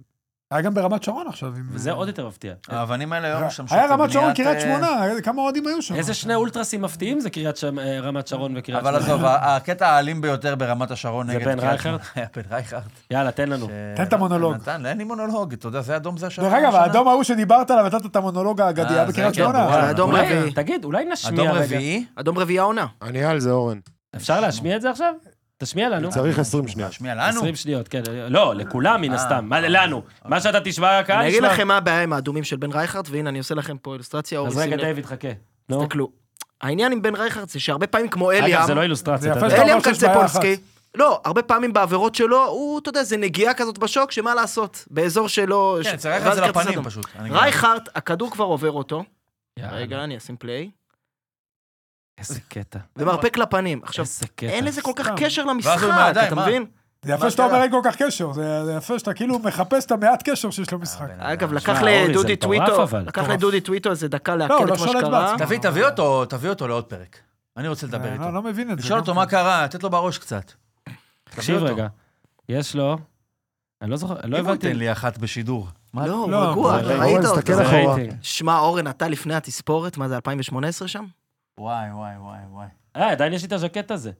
[SPEAKER 2] היה גם ברמת שרון עכשיו. עם-
[SPEAKER 3] אה.
[SPEAKER 1] וזה עוד יותר מפתיע.
[SPEAKER 3] האבנים האלה היום משמשות...
[SPEAKER 2] היה רמת
[SPEAKER 3] בבניית,
[SPEAKER 2] שרון, קריית
[SPEAKER 3] אה,
[SPEAKER 2] שמונה, כמה אוהדים היו שם?
[SPEAKER 1] איזה שני אולטרסים מפתיעים זה קריית שם- אה, רמת שרון וקריית
[SPEAKER 3] אבל
[SPEAKER 1] שמונה.
[SPEAKER 3] עזוב, ה- הקטע האלים ביותר ברמת השרון
[SPEAKER 1] זה
[SPEAKER 3] נגד...
[SPEAKER 1] בן
[SPEAKER 3] קריית
[SPEAKER 1] רייכרד?
[SPEAKER 3] שמונה היה בן רייכרד.
[SPEAKER 1] יאללה, תן לנו.
[SPEAKER 2] תן את המונולוג.
[SPEAKER 3] נתן, אין לי מונולוג, אתה יודע, זה אדום, זה השער.
[SPEAKER 2] דרך אגב, האדום ההוא שדיברת עליו, נתת את המונולוג האגדי,
[SPEAKER 3] אה,
[SPEAKER 2] היה
[SPEAKER 3] זה
[SPEAKER 2] בקריית
[SPEAKER 3] כן,
[SPEAKER 2] שמונה.
[SPEAKER 3] וואו.
[SPEAKER 4] זה אדום
[SPEAKER 1] אולי-
[SPEAKER 4] רביעי.
[SPEAKER 1] תגיד, אולי
[SPEAKER 3] אדום
[SPEAKER 1] נשמיע רגע.
[SPEAKER 3] רביעי?
[SPEAKER 4] אדום רביעי העונה.
[SPEAKER 5] אני על זה, אורן.
[SPEAKER 1] אפשר להשמיע את זה עכשיו? תשמיע לנו.
[SPEAKER 5] צריך 20 שניות.
[SPEAKER 3] תשמיע לנו.
[SPEAKER 1] 20 שניות, כן. לא, לכולם מן
[SPEAKER 3] אה.
[SPEAKER 1] הסתם. מה, לנו. מה שאתה תשמע, הקהל
[SPEAKER 4] אני אגיד
[SPEAKER 1] ישמע.
[SPEAKER 4] לכם מה הבעיה עם האדומים של בן רייכרד, והנה אני עושה לכם פה אילוסטרציה.
[SPEAKER 1] אז
[SPEAKER 4] אורי,
[SPEAKER 1] רגע,
[SPEAKER 4] שים לב.
[SPEAKER 1] דיוויד, חכה. נו.
[SPEAKER 4] תסתכלו. העניין עם בן רייכרד זה שהרבה פעמים כמו אליאם,
[SPEAKER 1] אגב, זה לא
[SPEAKER 2] זה
[SPEAKER 1] אילוסטרציה. אתה
[SPEAKER 2] יפה
[SPEAKER 1] יודע.
[SPEAKER 2] שאתה
[SPEAKER 4] אליאם
[SPEAKER 2] אומר שיש בעיה אחת.
[SPEAKER 4] קצפולסקי, לא, הרבה פעמים בעבירות שלו, הוא, אתה יודע, זה נגיעה כזאת בשוק, שמה לעשות, באזור שלו...
[SPEAKER 3] כן,
[SPEAKER 4] ש-
[SPEAKER 3] צריך
[SPEAKER 4] ואז
[SPEAKER 3] את זה
[SPEAKER 4] כרטיס
[SPEAKER 3] לפנים
[SPEAKER 4] אדום.
[SPEAKER 3] פשוט. אני גם-
[SPEAKER 4] רייכרד, הכדור כבר עובר אותו.
[SPEAKER 1] יאללה,
[SPEAKER 4] רגע, אני אשים פליי.
[SPEAKER 1] איזה קטע.
[SPEAKER 4] ומרפק לפנים. עכשיו,
[SPEAKER 1] איזה קטע.
[SPEAKER 4] אין לזה כל כך
[SPEAKER 2] סתם.
[SPEAKER 4] קשר
[SPEAKER 3] הוא עם
[SPEAKER 4] למשחק,
[SPEAKER 3] הידיים,
[SPEAKER 4] אתה
[SPEAKER 3] מה?
[SPEAKER 4] מבין?
[SPEAKER 2] זה
[SPEAKER 3] מה
[SPEAKER 2] יפה שאתה אומר
[SPEAKER 3] קרה?
[SPEAKER 2] אין כל כך קשר, זה זה יפה שאתה כאילו מחפש את המעט קשר שיש למשחק.
[SPEAKER 3] הבן אה, אדם.
[SPEAKER 4] אגב,
[SPEAKER 1] אה, שמע,
[SPEAKER 4] לקח
[SPEAKER 1] אורי, זה
[SPEAKER 4] לדודי
[SPEAKER 1] מטורף,
[SPEAKER 4] טוויטו,
[SPEAKER 1] אבל.
[SPEAKER 4] לקח
[SPEAKER 1] מטורף.
[SPEAKER 4] לדודי טוויטו איזה דקה
[SPEAKER 2] הוא
[SPEAKER 4] לעכל את
[SPEAKER 2] לא
[SPEAKER 4] מה
[SPEAKER 2] שולט
[SPEAKER 4] שקרה.
[SPEAKER 2] בעצמו.
[SPEAKER 3] תביא, תביא אותו, תביא אותו לעוד פרק. אני רוצה לדבר
[SPEAKER 2] אני
[SPEAKER 3] איתו.
[SPEAKER 2] לא- לא מבין את זה.
[SPEAKER 3] לשאול
[SPEAKER 2] גם
[SPEAKER 3] אותו
[SPEAKER 2] כן.
[SPEAKER 3] מה קרה, לתת לו בראש קצת.
[SPEAKER 1] תקשיב
[SPEAKER 3] תביא אותו.
[SPEAKER 1] רגע. יש לו... אני לא זוכר, לא
[SPEAKER 3] אם הוא
[SPEAKER 1] הבנתי.
[SPEAKER 3] ייתן לי אחת בשידור. מה-
[SPEAKER 4] לא, הוא
[SPEAKER 2] לא,
[SPEAKER 4] רגוע,
[SPEAKER 2] זה
[SPEAKER 4] אתה
[SPEAKER 2] רגע.
[SPEAKER 4] ראית
[SPEAKER 5] אורן,
[SPEAKER 4] אותו.
[SPEAKER 5] תסתכל
[SPEAKER 1] זה
[SPEAKER 5] אחורה.
[SPEAKER 1] רייטינג.
[SPEAKER 4] שמע, אורן, אתה לפני התספורת, מה זה, 2018 שם?
[SPEAKER 3] וואי, וואי, וואי, וואי.
[SPEAKER 1] אה, עדיין יש לי את הז'קט הזה.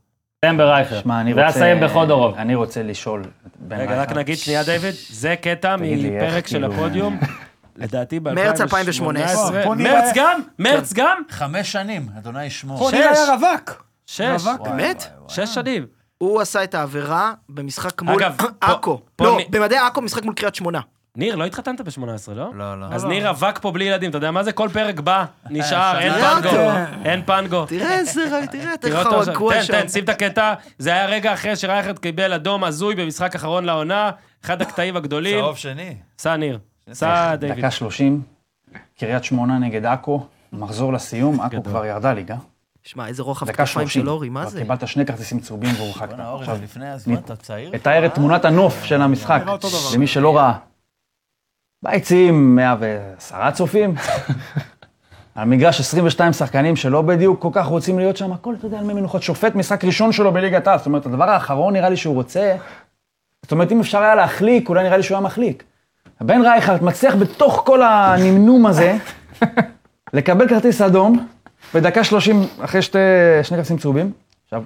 [SPEAKER 6] אסיים ברייכר.
[SPEAKER 7] שמע, אני רוצה...
[SPEAKER 1] ואסיים בחודורוב.
[SPEAKER 7] אני רוצה לשאול. בן
[SPEAKER 1] רגע, רק
[SPEAKER 7] רייכר.
[SPEAKER 1] נגיד שנייה, דיוויד, זה קטע
[SPEAKER 7] תגיד לי, איך
[SPEAKER 1] מפרק של
[SPEAKER 7] כאילו-
[SPEAKER 1] הפודיום, לדעתי ב-2018.
[SPEAKER 4] מרץ 2018.
[SPEAKER 2] פה נראה-
[SPEAKER 1] מרץ גם? מרץ גם?
[SPEAKER 3] חמש שנים, אדוני ישמור.
[SPEAKER 2] פה נראה
[SPEAKER 1] שש.
[SPEAKER 2] היה רווק.
[SPEAKER 1] שש.
[SPEAKER 2] רווק.
[SPEAKER 3] וואי,
[SPEAKER 4] באמת?
[SPEAKER 3] וואי, וואי.
[SPEAKER 1] שש שנים.
[SPEAKER 4] הוא עשה את העבירה במשחק מול
[SPEAKER 1] אגב, פה-
[SPEAKER 4] עכו.
[SPEAKER 1] פה
[SPEAKER 4] לא,
[SPEAKER 1] אני-
[SPEAKER 4] במדעי עכו משחק מול קריית שמונה.
[SPEAKER 1] ניר, לא התחתנת ב-18, לא? אה,
[SPEAKER 3] לא, לא.
[SPEAKER 1] אז ניר רווק פה בלי ילדים, אתה יודע מה זה? כל פרק בא, נשאר, אין
[SPEAKER 4] שנה.
[SPEAKER 1] פנגו, אין פנגו.
[SPEAKER 4] תראה איזה, תראה,
[SPEAKER 1] תראה
[SPEAKER 4] תראה
[SPEAKER 1] אותו
[SPEAKER 4] איך
[SPEAKER 1] עכשיו,
[SPEAKER 4] רגוע
[SPEAKER 1] תן,
[SPEAKER 4] שם.
[SPEAKER 1] תן, שים את הקטע. זה היה רגע אחרי שרייכרד קיבל אדום הזוי במשחק האחרון לעונה, אחד הקטעים הגדולים.
[SPEAKER 3] צהוב שני.
[SPEAKER 1] סע ניר, סע דיוויד.
[SPEAKER 7] דקה 30, קריית שמונה נגד עכו, מחזור לסיום, עכו כבר ירדה ליגה.
[SPEAKER 4] שמע, איזה רוחב
[SPEAKER 7] דקה
[SPEAKER 4] כתפיים
[SPEAKER 7] 30.
[SPEAKER 4] של אורי, מה
[SPEAKER 7] כבר
[SPEAKER 4] זה?
[SPEAKER 7] קיבלת שני כרטיסים צהובים והורחקת.
[SPEAKER 1] אה,
[SPEAKER 3] בואנה, אורן,
[SPEAKER 7] עכשיו,
[SPEAKER 3] לפני הזמן, אתה צעיר.
[SPEAKER 7] אתאר את תמונת הנוף של המשחק,
[SPEAKER 2] נראה אותו דבר.
[SPEAKER 7] למי שלא ראה. ביציעים 110 צופים, על מגרש 22 שחקנים שלא בדיוק כל כך רוצים להיות שם, הכל, אתה יודע, על מי מנוחות. שופט משחק ראשון שלו בליגת העל, זאת אומרת, הדבר האחרון נראה לי שהוא רוצה, זאת אומרת, אם אפשר היה להחליק, אולי נראה לי שהוא היה מחליק. בן רייכרד מצליח בתוך כל הנמנום הזה, לקבל כרטיס אדום, בדקה 30 אחרי שתי, שני כרטיסים צהובים. עכשיו,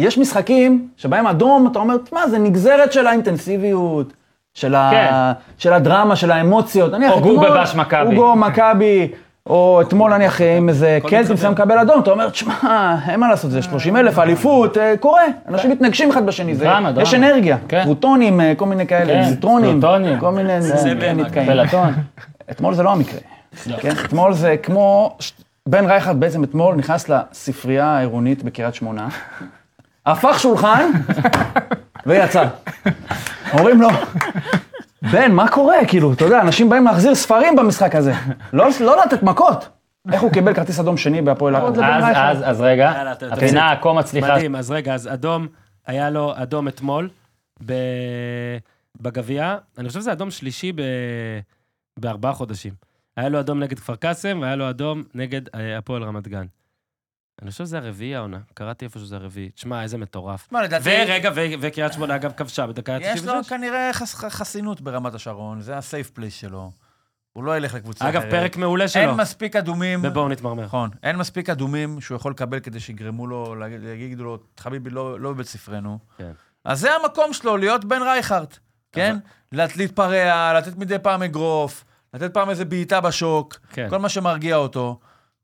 [SPEAKER 7] יש משחקים שבהם אדום, אתה אומר, תשמע, זה נגזרת של האינטנסיביות, של, ה... של הדרמה, של האמוציות. נניח
[SPEAKER 6] כן. או
[SPEAKER 7] אתמול-
[SPEAKER 6] גובה בש מכבי.
[SPEAKER 7] אוגו מכבי, או אתמול נניח עם איזה קלט, אם מקבל אדום, אתה אומר, תשמע, אין מה לעשות, זה 30 אלף, אליפות, אה, קורה, אנשים מתנגשים אחד בשני, זה-
[SPEAKER 6] דרמה,
[SPEAKER 7] יש
[SPEAKER 6] דרמה.
[SPEAKER 7] אנרגיה,
[SPEAKER 6] כן.
[SPEAKER 7] פרוטונים, אה, כל מיני כאלה,
[SPEAKER 6] כן,
[SPEAKER 7] זיטרונים,
[SPEAKER 6] פלוטונים. כן.
[SPEAKER 7] כל מיני
[SPEAKER 1] באמת,
[SPEAKER 7] נתקעים.
[SPEAKER 6] פלטון.
[SPEAKER 7] אתמול זה לא המקרה. כן? אתמול זה כמו... ש- בן רייכרד בעצם אתמול נכנס לספרייה העירונית בקריית שמונה, הפך שולחן ויצא. אומרים לו, בן, מה קורה? כאילו, אתה יודע, אנשים באים להחזיר ספרים במשחק הזה. לא, לא לתת מכות. איך הוא קיבל כרטיס אדום שני בהפועל עכו?
[SPEAKER 6] אז, אז, אז רגע,
[SPEAKER 1] יאללה, אתה- אתה-
[SPEAKER 6] הפינה הכה מצליחה.
[SPEAKER 1] מדהים, אז רגע, אז אדום, היה לו אדום אתמול ב- בגביע, אני חושב שזה אדום שלישי ב- בארבעה חודשים. היה לו אדום נגד כפר קאסם, והיה לו אדום נגד אה, הפועל רמת גן. אני חושב שזה הרביעי העונה, קראתי איפה שזה הרביעי. תשמע, איזה מטורף.
[SPEAKER 3] שמע, לדעתי,
[SPEAKER 1] ורגע, ו- וקריית שמונה אגב כבשה בדקה
[SPEAKER 3] יש לו
[SPEAKER 1] ה-96.
[SPEAKER 3] כנראה חס- חסינות ברמת השרון, זה הסייף פלייס שלו. הוא לא ילך לקבוצה אחרת.
[SPEAKER 1] אגב, פרק מעולה שלו.
[SPEAKER 3] אין מספיק אדומים.
[SPEAKER 1] ובואו נתמרמר.
[SPEAKER 3] נכון, אין מספיק אדומים שהוא יכול לקבל כדי שיגרמו לו, להגיד- יגידו לו, חביבי, לא לא בבית ספרנו.
[SPEAKER 1] כן.
[SPEAKER 3] אז זה המקום שלו, להיות בן רייכרט, כן? לת- להתפרע, לתת מדי פעם אגרוף, לתת פעם איזה בעיטה בשוק,
[SPEAKER 1] כן.
[SPEAKER 3] כל מה שמרגיע אותו.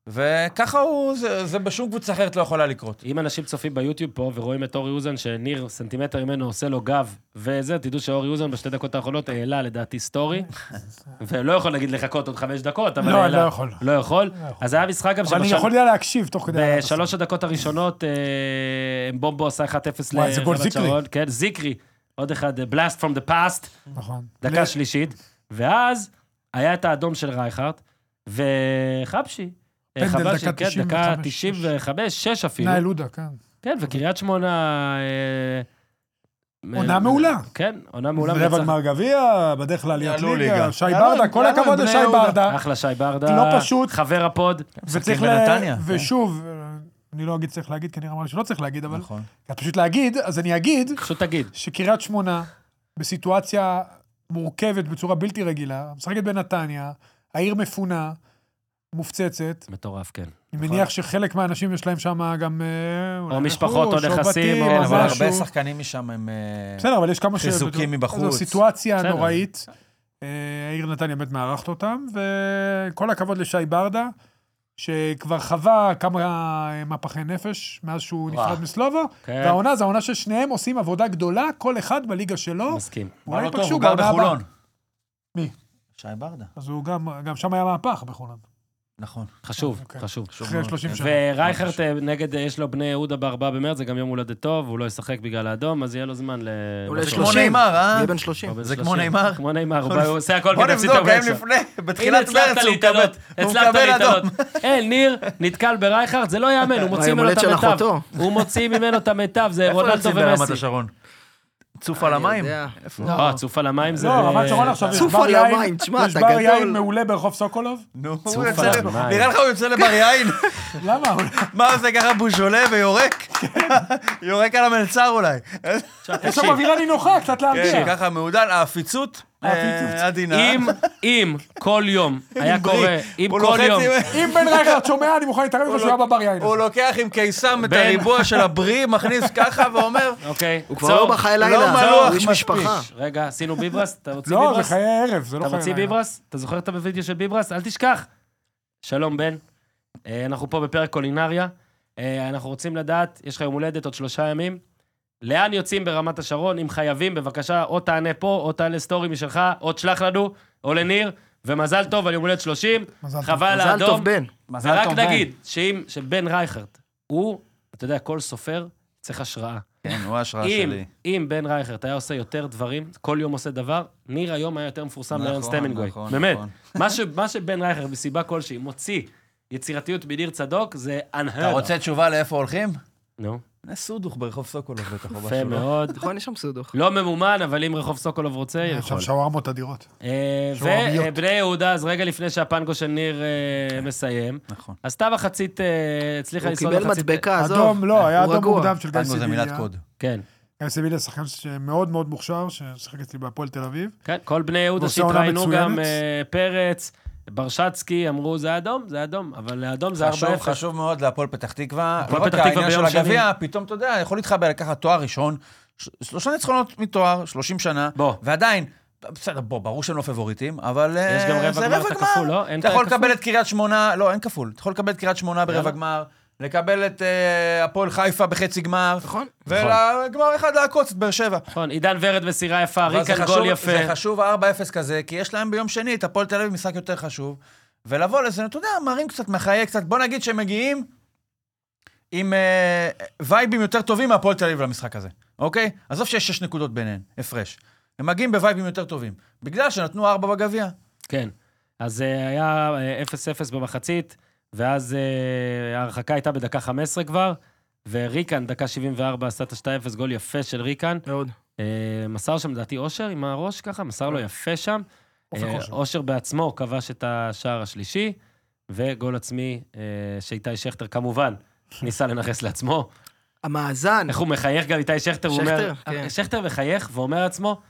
[SPEAKER 3] וככה הוא, זה זה בשום קבוצה אחרת לא יכולה לקרות.
[SPEAKER 1] אם אנשים צופים ביוטיוב פה ורואים את אורי אוזן, שניר סנטימטר ממנו עושה לו גב וזה, תדעו שאורי אוזן בשתי דקות האחרונות העלה לדעתי סטורי, ולא יכול להגיד לחכות עוד חמש דקות, אבל
[SPEAKER 2] לא,
[SPEAKER 1] העלה.
[SPEAKER 2] לא יכול.
[SPEAKER 1] לא יכול. אז היה משחק גם
[SPEAKER 2] אבל אני
[SPEAKER 1] שבשל-
[SPEAKER 2] יכול היה להקשיב תוך כדי... הלחץ.
[SPEAKER 1] בשלוש הדקות הראשונות, אה, בומבו עשה 1-0
[SPEAKER 2] וואי, זה גול
[SPEAKER 1] לרמת
[SPEAKER 2] זיקרי.
[SPEAKER 1] שרון. כן, זיקרי. עוד אחד, אה, בלאסט פרום דה פאסט.
[SPEAKER 2] נכון.
[SPEAKER 1] דקה שלישית, ואז היה את האדום של רייכרט, וחבשי. אה,
[SPEAKER 2] פנדל
[SPEAKER 1] חבל
[SPEAKER 2] דקה
[SPEAKER 1] שכן,
[SPEAKER 2] 95,
[SPEAKER 1] דקה
[SPEAKER 2] שש.
[SPEAKER 1] 95, 6 אפילו.
[SPEAKER 2] נאי לודה, כן.
[SPEAKER 1] כן, וקריית שמונה אה,
[SPEAKER 2] עונה מעולה.
[SPEAKER 1] כן, עונה מעולה.
[SPEAKER 2] רבע
[SPEAKER 1] מנצח-
[SPEAKER 2] גמר גביע, בדרך לעליית
[SPEAKER 3] יעלו
[SPEAKER 2] ליגה,
[SPEAKER 3] ליגה.
[SPEAKER 2] שי
[SPEAKER 3] יעלו,
[SPEAKER 2] ברדה, כל
[SPEAKER 3] יעלו,
[SPEAKER 2] הכבוד
[SPEAKER 3] בני
[SPEAKER 2] לשי
[SPEAKER 3] יהודה.
[SPEAKER 2] ברדה.
[SPEAKER 1] אחלה שי ברדה.
[SPEAKER 2] לא פשוט.
[SPEAKER 1] חבר הפוד.
[SPEAKER 2] וצריך
[SPEAKER 3] משחקים בנתניה,
[SPEAKER 2] ל...
[SPEAKER 3] כן.
[SPEAKER 2] ושוב, אה, אני לא אגיד צריך להגיד, כי אני אמר שלא צריך להגיד, אבל...
[SPEAKER 3] נכון.
[SPEAKER 2] את פשוט להגיד, אז אני אגיד
[SPEAKER 1] פשוט תגיד.
[SPEAKER 2] שקריית שמונה, בסיטואציה מורכבת בצורה בלתי רגילה, משחקת בנתניה, העיר מפונה, מופצצת,
[SPEAKER 1] מטורף, כן.
[SPEAKER 2] אני מניח שחלק מהאנשים יש להם שם גם... אה, אולי
[SPEAKER 1] או משפחות, או
[SPEAKER 2] רכוש,
[SPEAKER 1] נכסים,
[SPEAKER 2] בתים,
[SPEAKER 1] או
[SPEAKER 3] כן, אבל
[SPEAKER 2] משהו.
[SPEAKER 3] הרבה שחקנים משם הם... אה,
[SPEAKER 2] בסדר, אבל יש כמה ש...
[SPEAKER 3] חיזוקים מבחוץ.
[SPEAKER 2] זו סיטואציה
[SPEAKER 1] בסדר.
[SPEAKER 2] נוראית. אה, העיר נתניה באמת מארחת אותם, וכל הכבוד לשי ברדה, שכבר חווה כמה מפחי נפש מאז שהוא
[SPEAKER 6] וואו.
[SPEAKER 2] נפרד מסלובו,
[SPEAKER 1] כן.
[SPEAKER 2] והעונה זו העונה ששניהם עושים עבודה גדולה, כל אחד בליגה שלו,
[SPEAKER 1] מסכים.
[SPEAKER 2] אולי
[SPEAKER 3] אמרנו לא טוב,
[SPEAKER 2] ייפגשו
[SPEAKER 3] הוא גר
[SPEAKER 2] בעונה הבאה.
[SPEAKER 3] בחולון.
[SPEAKER 2] מי?
[SPEAKER 3] שי ברדה.
[SPEAKER 2] אז הוא גם, גם שם היה מהפך בחולון,
[SPEAKER 3] נכון.
[SPEAKER 1] חשוב,
[SPEAKER 2] אוקיי.
[SPEAKER 1] חשוב.
[SPEAKER 2] אחרי 30 שנה.
[SPEAKER 1] ורייכרט אה, נגד, אה, יש לו בני יהודה ב-4 במרץ, זה גם יום הולדתו, והוא לא ישחק בגלל האדום, אז יהיה לו זמן ל...
[SPEAKER 4] אולי
[SPEAKER 1] לעשות.
[SPEAKER 3] זה
[SPEAKER 4] יש
[SPEAKER 3] כמו
[SPEAKER 4] 30.
[SPEAKER 3] נאמר, אה?
[SPEAKER 4] יהיה בן 30.
[SPEAKER 1] בן
[SPEAKER 3] זה
[SPEAKER 1] 30.
[SPEAKER 3] כמו נאמר.
[SPEAKER 1] כמו נאמר, הוא בא- הוא עושה הכל
[SPEAKER 3] בוא
[SPEAKER 1] כדי להפסיד
[SPEAKER 3] נבדוק,
[SPEAKER 1] את
[SPEAKER 3] האם
[SPEAKER 1] האומציה.
[SPEAKER 3] לפני,
[SPEAKER 1] הנה,
[SPEAKER 3] בתחילת
[SPEAKER 1] הצלחת
[SPEAKER 3] מרץ הוא
[SPEAKER 1] להתעלות.
[SPEAKER 3] מקבל- הוא
[SPEAKER 1] הצלחת
[SPEAKER 3] מקבל
[SPEAKER 1] להתעלות.
[SPEAKER 3] אדום.
[SPEAKER 1] אין, ניר נתקל ברייכרד, זה לא יאמן, הוא מוציא
[SPEAKER 4] ביום
[SPEAKER 1] ממנו את
[SPEAKER 4] הולדת
[SPEAKER 1] המיטב.
[SPEAKER 4] של אחותו.
[SPEAKER 1] הוא מוציא ממנו את המיטב, זה
[SPEAKER 3] איפה
[SPEAKER 1] רונלדו
[SPEAKER 3] יוצאים ברמת
[SPEAKER 1] ומסי.
[SPEAKER 3] השרון? צוף על
[SPEAKER 4] אני
[SPEAKER 3] המים?
[SPEAKER 4] יודע.
[SPEAKER 3] איפה? אה,
[SPEAKER 1] לא, הצוף על המים זה...
[SPEAKER 2] לא, רמת שרון עכשיו יש
[SPEAKER 4] צוף
[SPEAKER 2] בר
[SPEAKER 4] על
[SPEAKER 2] יין-
[SPEAKER 4] המים, תשמע,
[SPEAKER 2] יש
[SPEAKER 4] אתה
[SPEAKER 2] בר
[SPEAKER 4] גדול.
[SPEAKER 2] יין מעולה ברחוב סוקולוב?
[SPEAKER 3] נו, הוא
[SPEAKER 1] צוף
[SPEAKER 3] יוצא
[SPEAKER 1] על
[SPEAKER 3] לב-
[SPEAKER 1] המים.
[SPEAKER 3] נראה לך הוא יוצא לבר יין.
[SPEAKER 2] למה?
[SPEAKER 3] מה זה ככה בוז'ולה ויורק? יורק על המלצר אולי.
[SPEAKER 2] יש שם אווירה נינוחה, קצת
[SPEAKER 3] כן,
[SPEAKER 2] להרגיע.
[SPEAKER 3] ככה מעודן, העפיצות אה, עדינה.
[SPEAKER 1] אם, אם כל יום היה
[SPEAKER 3] בריא.
[SPEAKER 1] קורה, אם
[SPEAKER 3] הוא
[SPEAKER 1] כל
[SPEAKER 3] לוחץ
[SPEAKER 1] יום...
[SPEAKER 3] עם-
[SPEAKER 2] אם בן רייכרד שומע, אני מוכן להתערב איתו שהוא היה
[SPEAKER 3] לא-
[SPEAKER 2] בבר יין.
[SPEAKER 3] הוא לוקח עם קיסם את
[SPEAKER 1] בן.
[SPEAKER 3] הריבוע של הברי, מכניס ככה ואומר,
[SPEAKER 1] אוקיי,
[SPEAKER 4] הוא כבר לא
[SPEAKER 1] צור,
[SPEAKER 4] בחיי
[SPEAKER 3] לא
[SPEAKER 4] לילה,
[SPEAKER 3] מלוח
[SPEAKER 4] הוא איש
[SPEAKER 3] מספיק.
[SPEAKER 4] משפחה.
[SPEAKER 1] רגע, עשינו ביברס, אתה מוציא
[SPEAKER 2] לא, זה
[SPEAKER 1] ביברס?
[SPEAKER 2] חיי ערב, זה לא
[SPEAKER 1] אתה
[SPEAKER 2] חיי
[SPEAKER 1] מוציא
[SPEAKER 2] לילה.
[SPEAKER 1] ביברס? אתה זוכר את הווידאו של ביברס? אל תשכח. שלום, בן. אה, אנחנו פה בפרק קולינריה. אה, אנחנו רוצים לדעת, יש לך יום הולדת עוד שלושה ימים. לאן יוצאים ברמת השרון? אם חייבים, בבקשה, או תענה פה, או תענה סטורי משלך, או תשלח לנו, או לניר. ומזל טוב על יום הולדת 30.
[SPEAKER 2] מזל טוב.
[SPEAKER 1] חבל
[SPEAKER 4] מזל
[SPEAKER 1] האדום.
[SPEAKER 4] טוב, בן.
[SPEAKER 1] ורק נגיד, שאם, שבן רייכרט, הוא, אתה יודע, כל סופר צריך השראה.
[SPEAKER 3] כן, הוא ההשראה
[SPEAKER 1] אם,
[SPEAKER 3] שלי.
[SPEAKER 1] אם בן רייכרט היה עושה יותר דברים, כל יום עושה דבר, ניר היום היה יותר מפורסם
[SPEAKER 3] נכון,
[SPEAKER 1] לארנס טמנגווי.
[SPEAKER 3] נכון,
[SPEAKER 1] באמת.
[SPEAKER 3] נכון.
[SPEAKER 1] מה ש- מה שבן רייכרט, מסיבה כלשהי, מוציא יצירתיות בניר צדוק, זה unheard.
[SPEAKER 3] אתה רוצה תשובה לאיפה הולכים?
[SPEAKER 1] נו,
[SPEAKER 3] נה סודוך ברחוב סוקולוב בטח. או
[SPEAKER 1] יפה
[SPEAKER 3] משהו, לא?
[SPEAKER 1] מאוד.
[SPEAKER 4] נכון, יש שם סודוך.
[SPEAKER 1] לא ממומן, אבל אם רחוב סוקולוב רוצה,
[SPEAKER 2] יש שם
[SPEAKER 1] יכול. אה,
[SPEAKER 2] שווארמות אדירות. שועריות.
[SPEAKER 1] ובני יהודה, אז רגע לפני שהפנגו של ניר אה, מסיים,
[SPEAKER 3] נכון.
[SPEAKER 1] עשתה מחצית, אה, הצליחה
[SPEAKER 4] הוא
[SPEAKER 1] לסעוד
[SPEAKER 4] קיבל
[SPEAKER 1] מחצית...
[SPEAKER 4] מדבקה, עזוב.
[SPEAKER 2] אדום, לא, היה
[SPEAKER 4] הוא
[SPEAKER 2] אדום
[SPEAKER 4] רגוע.
[SPEAKER 2] מוקדם של גיא
[SPEAKER 3] טנגו זה
[SPEAKER 2] סיביליה.
[SPEAKER 3] מילת קוד.
[SPEAKER 1] כן,
[SPEAKER 2] גיא סיביליה שחקן שמאוד מאוד מוכשר, ששיחק אצלי בהפועל תל אביב.
[SPEAKER 1] כן, כל בני יהודה
[SPEAKER 2] ועושה עונה
[SPEAKER 1] שהתראינו גם
[SPEAKER 2] מצוינת.
[SPEAKER 1] אה, פרץ, ברשצקי, אמרו זה אדום, זה אדום, אבל לאדום זה 4-0.
[SPEAKER 3] חשוב, חשוב מאוד להפועל פתח תקווה.
[SPEAKER 1] הפועל
[SPEAKER 3] לא רק
[SPEAKER 1] פתח תקווה
[SPEAKER 3] העניין של
[SPEAKER 1] ביום שני.
[SPEAKER 3] הגביע, פתאום, אתה יודע, יכול להתחבר לקחת תואר ראשון, ש- שלושה ניצחונות מתואר, 30 שנה,
[SPEAKER 1] בוא.
[SPEAKER 3] ועדיין, בסדר, בוא, ברור שהם לא פבוריטים, אבל
[SPEAKER 1] יש
[SPEAKER 3] אה,
[SPEAKER 1] גם רבע
[SPEAKER 3] זה
[SPEAKER 1] גמר, אתה כפול, לא? אין
[SPEAKER 3] אתה
[SPEAKER 1] את
[SPEAKER 3] יכול
[SPEAKER 1] הכפול?
[SPEAKER 3] לקבל את קריית שמונה, לא, אין כפול. אתה יכול לקבל את קריית שמונה ברבע
[SPEAKER 1] יאללה.
[SPEAKER 3] גמר, לקבל את אה, הפועל חיפה בחצי גמר,
[SPEAKER 4] נכון.
[SPEAKER 3] ולגמר אחד לעקוץ את באר שבע.
[SPEAKER 1] נכון, עידן ורד מסירה יפה,
[SPEAKER 3] אבל זה
[SPEAKER 1] ריקן
[SPEAKER 3] חשוב-
[SPEAKER 1] גול יפה.
[SPEAKER 3] זה חשוב 4-0 כזה, כי יש להם ביום שני את הפועל תל אביב, משחק יותר חשוב. ולבוא לזה, אתה יודע, מרים קצת, מחייג קצת. בוא נגיד שהם מגיעים עם אה, וייבים יותר טובים מהפועל תל אביב למשחק הזה, אוקיי? עזוב שיש 6 נקודות ביניהם, הפרש. הם מגיעים בווייבים יותר טובים, בגלל שנתנו 4 בגביע.
[SPEAKER 1] כן. אז אה, היה אה, 0-0 במחצית, ואז אה, ההרחקה הייתה בדקה 15 כבר, וריקן, דקה 74, עשה את ה-2-0, גול יפה של ריקן.
[SPEAKER 4] מאוד.
[SPEAKER 1] אה, מסר שם, לדעתי, אושר עם הראש ככה, מסר
[SPEAKER 4] כן.
[SPEAKER 1] לו יפה שם.
[SPEAKER 2] אופק
[SPEAKER 1] אה,
[SPEAKER 2] אושר.
[SPEAKER 1] אושר בעצמו כבש את השער השלישי, וגול עצמי אה, שאיתי שכטר כמובן ניסה לנכס לעצמו.
[SPEAKER 4] המאזן,
[SPEAKER 1] איך הוא מחייך גם איתי שכטר, הוא אומר...
[SPEAKER 4] שכטר, כן.
[SPEAKER 1] שכטר מחייך ואומר לעצמו,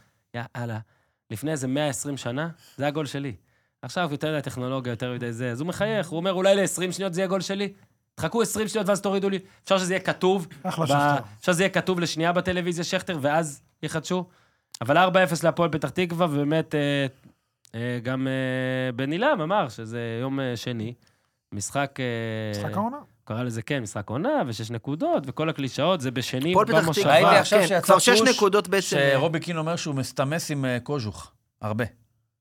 [SPEAKER 1] יאללה, לפני איזה 120 שנה, זה הגול שלי. עכשיו יותר מדי טכנולוגיה, יותר מדי זה. אז הוא מחייך, הוא אומר, אולי ל-20 שניות זה יהיה גול שלי? תחכו 20 שניות ואז תורידו לי. אפשר שזה יהיה כתוב.
[SPEAKER 2] אחלה
[SPEAKER 1] ב-
[SPEAKER 2] שכטר.
[SPEAKER 1] אפשר שזה יהיה כתוב לשנייה בטלוויזיה, שכטר, ואז יחדשו. אבל 4-0 להפועל פתח תקווה, ובאמת, אה, אה, גם אה, בן עילם אמר שזה יום אה, שני. משחק... אה,
[SPEAKER 2] משחק העונה.
[SPEAKER 1] הוא קרא לזה, כן, משחק עונה, ושש נקודות, וכל הקלישאות, זה בשני
[SPEAKER 4] הפועל פתח
[SPEAKER 1] במושבה.
[SPEAKER 3] ראיתי
[SPEAKER 4] תקווה,
[SPEAKER 3] עכשיו
[SPEAKER 4] כן,
[SPEAKER 3] שיצא
[SPEAKER 4] כבר שש
[SPEAKER 3] פוש
[SPEAKER 4] נקודות בעצם.
[SPEAKER 3] שרובי קין אומר שהוא מסתמס עם אה, קוז'וך. הרבה.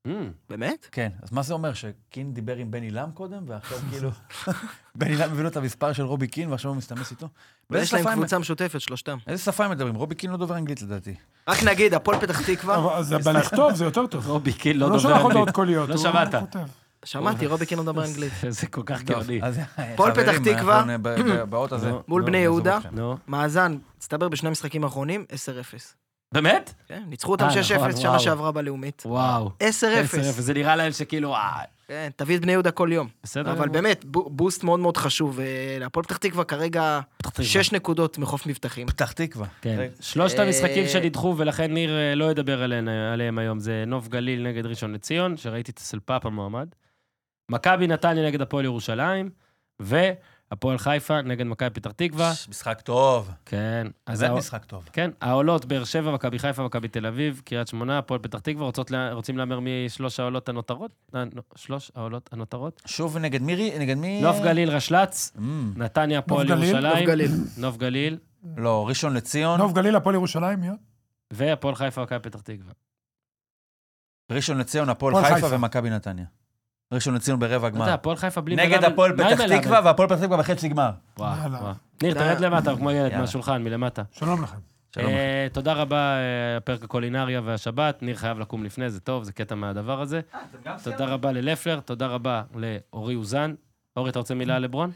[SPEAKER 1] Mm,
[SPEAKER 4] באמת?
[SPEAKER 3] כן, אז מה זה אומר? שקין דיבר עם בן עילם קודם, ועכשיו כאילו... בן עילם הביא לו את המספר של רובי קין, ועכשיו הוא מסתמס איתו? באיזה
[SPEAKER 4] יש להם
[SPEAKER 3] שפה הם-
[SPEAKER 4] קבוצה משותפת, שלושתם.
[SPEAKER 3] איזה שפה הם מדברים? רובי קין לא דובר אנגלית לדעתי.
[SPEAKER 4] רק נגיד, הפועל פתח תקווה,
[SPEAKER 2] אבל- אז בלכתוב זה יותר טוב.
[SPEAKER 1] רובי קין לא
[SPEAKER 2] הוא לא
[SPEAKER 1] דובר
[SPEAKER 2] שולח
[SPEAKER 1] אנגלית.
[SPEAKER 2] הודעות קוליות.
[SPEAKER 1] לא
[SPEAKER 2] הוא
[SPEAKER 1] שמעת.
[SPEAKER 2] כותב.
[SPEAKER 4] שמעתי, רובי כן לא מדבר אנגלית.
[SPEAKER 1] זה כל כך גאוני.
[SPEAKER 3] אז
[SPEAKER 4] פועל
[SPEAKER 3] חברים,
[SPEAKER 4] פתח תקווה.
[SPEAKER 3] אנחנו נ- ב- ב- באות הזה.
[SPEAKER 1] נו,
[SPEAKER 4] מול
[SPEAKER 3] לא,
[SPEAKER 4] בני
[SPEAKER 3] נעזוב
[SPEAKER 4] יהודה.
[SPEAKER 3] אתכם.
[SPEAKER 1] נו,
[SPEAKER 4] מאזן, הצטבר בשני המשחקים האחרונים, 10-0.
[SPEAKER 1] באמת?
[SPEAKER 4] כן, ניצחו אותם
[SPEAKER 1] אה,
[SPEAKER 4] 6-0
[SPEAKER 1] נכון,
[SPEAKER 4] שנה
[SPEAKER 1] וואו.
[SPEAKER 4] שעברה בלאומית. 10-0.
[SPEAKER 1] וואו. 10-0. זה נראה להם שכאילו, אה,
[SPEAKER 4] כן, תביא את בני יהודה כל יום.
[SPEAKER 1] בסדר.
[SPEAKER 4] אבל באמת, בו- בוסט מאוד מאוד חשוב. אה, להפועל פתח תקווה כרגע
[SPEAKER 1] פתח תקווה.
[SPEAKER 4] שש נקודות מחוף מבטחים.
[SPEAKER 3] פתח תקווה.
[SPEAKER 1] כן. שלושת
[SPEAKER 4] אה,
[SPEAKER 1] המשחקים שנדחו, ולכן ניר אה, לא ידבר עליהם- עליהם היום, זה נוף גליל נגד ראשון לציון, שראיתי אצל פאפ המועמד, מכבי נתניה נגד הפועל ירושלים, והפועל חיפה נגד מכבי פתח תקווה.
[SPEAKER 3] משחק טוב.
[SPEAKER 1] כן. אז
[SPEAKER 3] זה
[SPEAKER 1] הא-
[SPEAKER 3] משחק טוב.
[SPEAKER 1] כן, העולות, באר שבע, מכבי חיפה, מכבי תל אביב, קריית שמונה, הפועל פתח תקווה, רוצות לה- רוצים להמר משלוש העולות הנותרות? אה, לא, שלוש העולות הנותרות?
[SPEAKER 3] שוב נגד מירי, נגד מי?
[SPEAKER 1] נוף גליל רשל"צ,
[SPEAKER 3] Mm,
[SPEAKER 1] נתניה, הפועל
[SPEAKER 2] גליל, נוף
[SPEAKER 1] ירושלים,
[SPEAKER 4] גליל.
[SPEAKER 1] נוף גליל,
[SPEAKER 3] לא, ראשון לציון.
[SPEAKER 2] נוף גליל, הפועל ירושלים, מי עוד?
[SPEAKER 1] והפועל חיפה, מכבי פתח תקווה.
[SPEAKER 3] ראשון לציון, הפועל
[SPEAKER 2] הפועל
[SPEAKER 3] חיפה
[SPEAKER 2] חיפה.
[SPEAKER 3] ומכבי נתניה. ראשון לציון ברבע
[SPEAKER 1] אתה יודע,
[SPEAKER 3] הגמר.
[SPEAKER 1] הפועל חיפה בלי...
[SPEAKER 3] נגד
[SPEAKER 1] מלמד-
[SPEAKER 3] הפועל
[SPEAKER 1] מה עם
[SPEAKER 3] פתח
[SPEAKER 1] מלמד?
[SPEAKER 3] תקווה והפועל פתח תקווה בחצי גמר.
[SPEAKER 1] וואו,
[SPEAKER 2] יאללה.
[SPEAKER 1] וואו. ניר, תרד למטה, כמו ילד
[SPEAKER 3] יאללה.
[SPEAKER 1] מהשולחן, מלמטה.
[SPEAKER 2] שלום לכם.
[SPEAKER 3] שלום.
[SPEAKER 1] אה, תודה רבה, אה, הפרק הקולינריה והשבת. ניר חייב לקום לפני, זה טוב, זה קטע מהדבר הזה.
[SPEAKER 3] אה,
[SPEAKER 1] תודה רבה ללפלר, תודה רבה לאורי אוזן. אורי, אתה רוצה מילה לברון?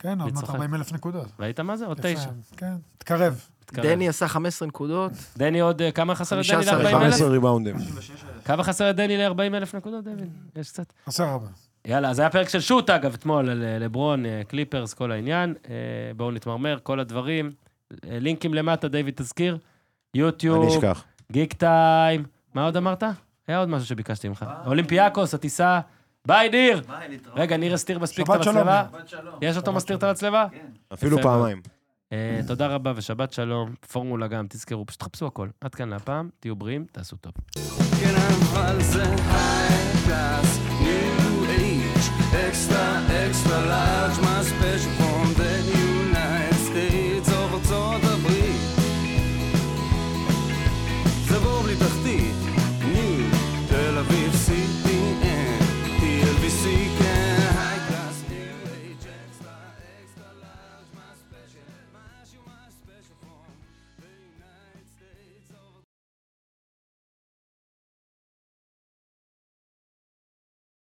[SPEAKER 2] כן, עוד מעט
[SPEAKER 1] צוחק.
[SPEAKER 2] 40 אלף נקודות.
[SPEAKER 1] ראית מה זה? עוד
[SPEAKER 2] יפה,
[SPEAKER 1] תשע.
[SPEAKER 2] כן, תתקרב.
[SPEAKER 1] תתקרב.
[SPEAKER 4] דני עשה 15 נקודות.
[SPEAKER 1] דני עוד, אה, כמה חסר את דני
[SPEAKER 4] 15.
[SPEAKER 1] ל-40 אלף?
[SPEAKER 5] 15 ריבאונדים.
[SPEAKER 1] כמה חסר את דני ל-40 אלף נקודות, דוד? יש קצת.
[SPEAKER 2] חסר הרבה.
[SPEAKER 1] יאללה, אז היה פרק של שוט, אגב, אתמול, על אה, לברון, אה, קליפרס, כל העניין. אה, בואו נתמרמר, כל הדברים. אה, לינקים למטה, דיוויד, תזכיר. יוטיוב.
[SPEAKER 5] אני אשכח.
[SPEAKER 1] גיק טיים. מה עוד אמרת? היה עוד משהו שביקשתי ממך. אולימפיאקוס, הטיסה. ביי, ניר! רגע, ניר הסתיר מספיק את
[SPEAKER 2] שבת שלום, כן.
[SPEAKER 1] המצלבה?
[SPEAKER 2] ניר.
[SPEAKER 1] יש אותו מסתיר את המצלבה?
[SPEAKER 5] אפילו
[SPEAKER 1] יפה מאוד.
[SPEAKER 5] פעמיים.
[SPEAKER 1] אה, תודה רבה ושבת שלום. פורמולה גם, תזכרו, פשוט תחפשו הכל. עד כאן להפעם, תהיו בריאים, תעשו טוב.
[SPEAKER 8] כן אבל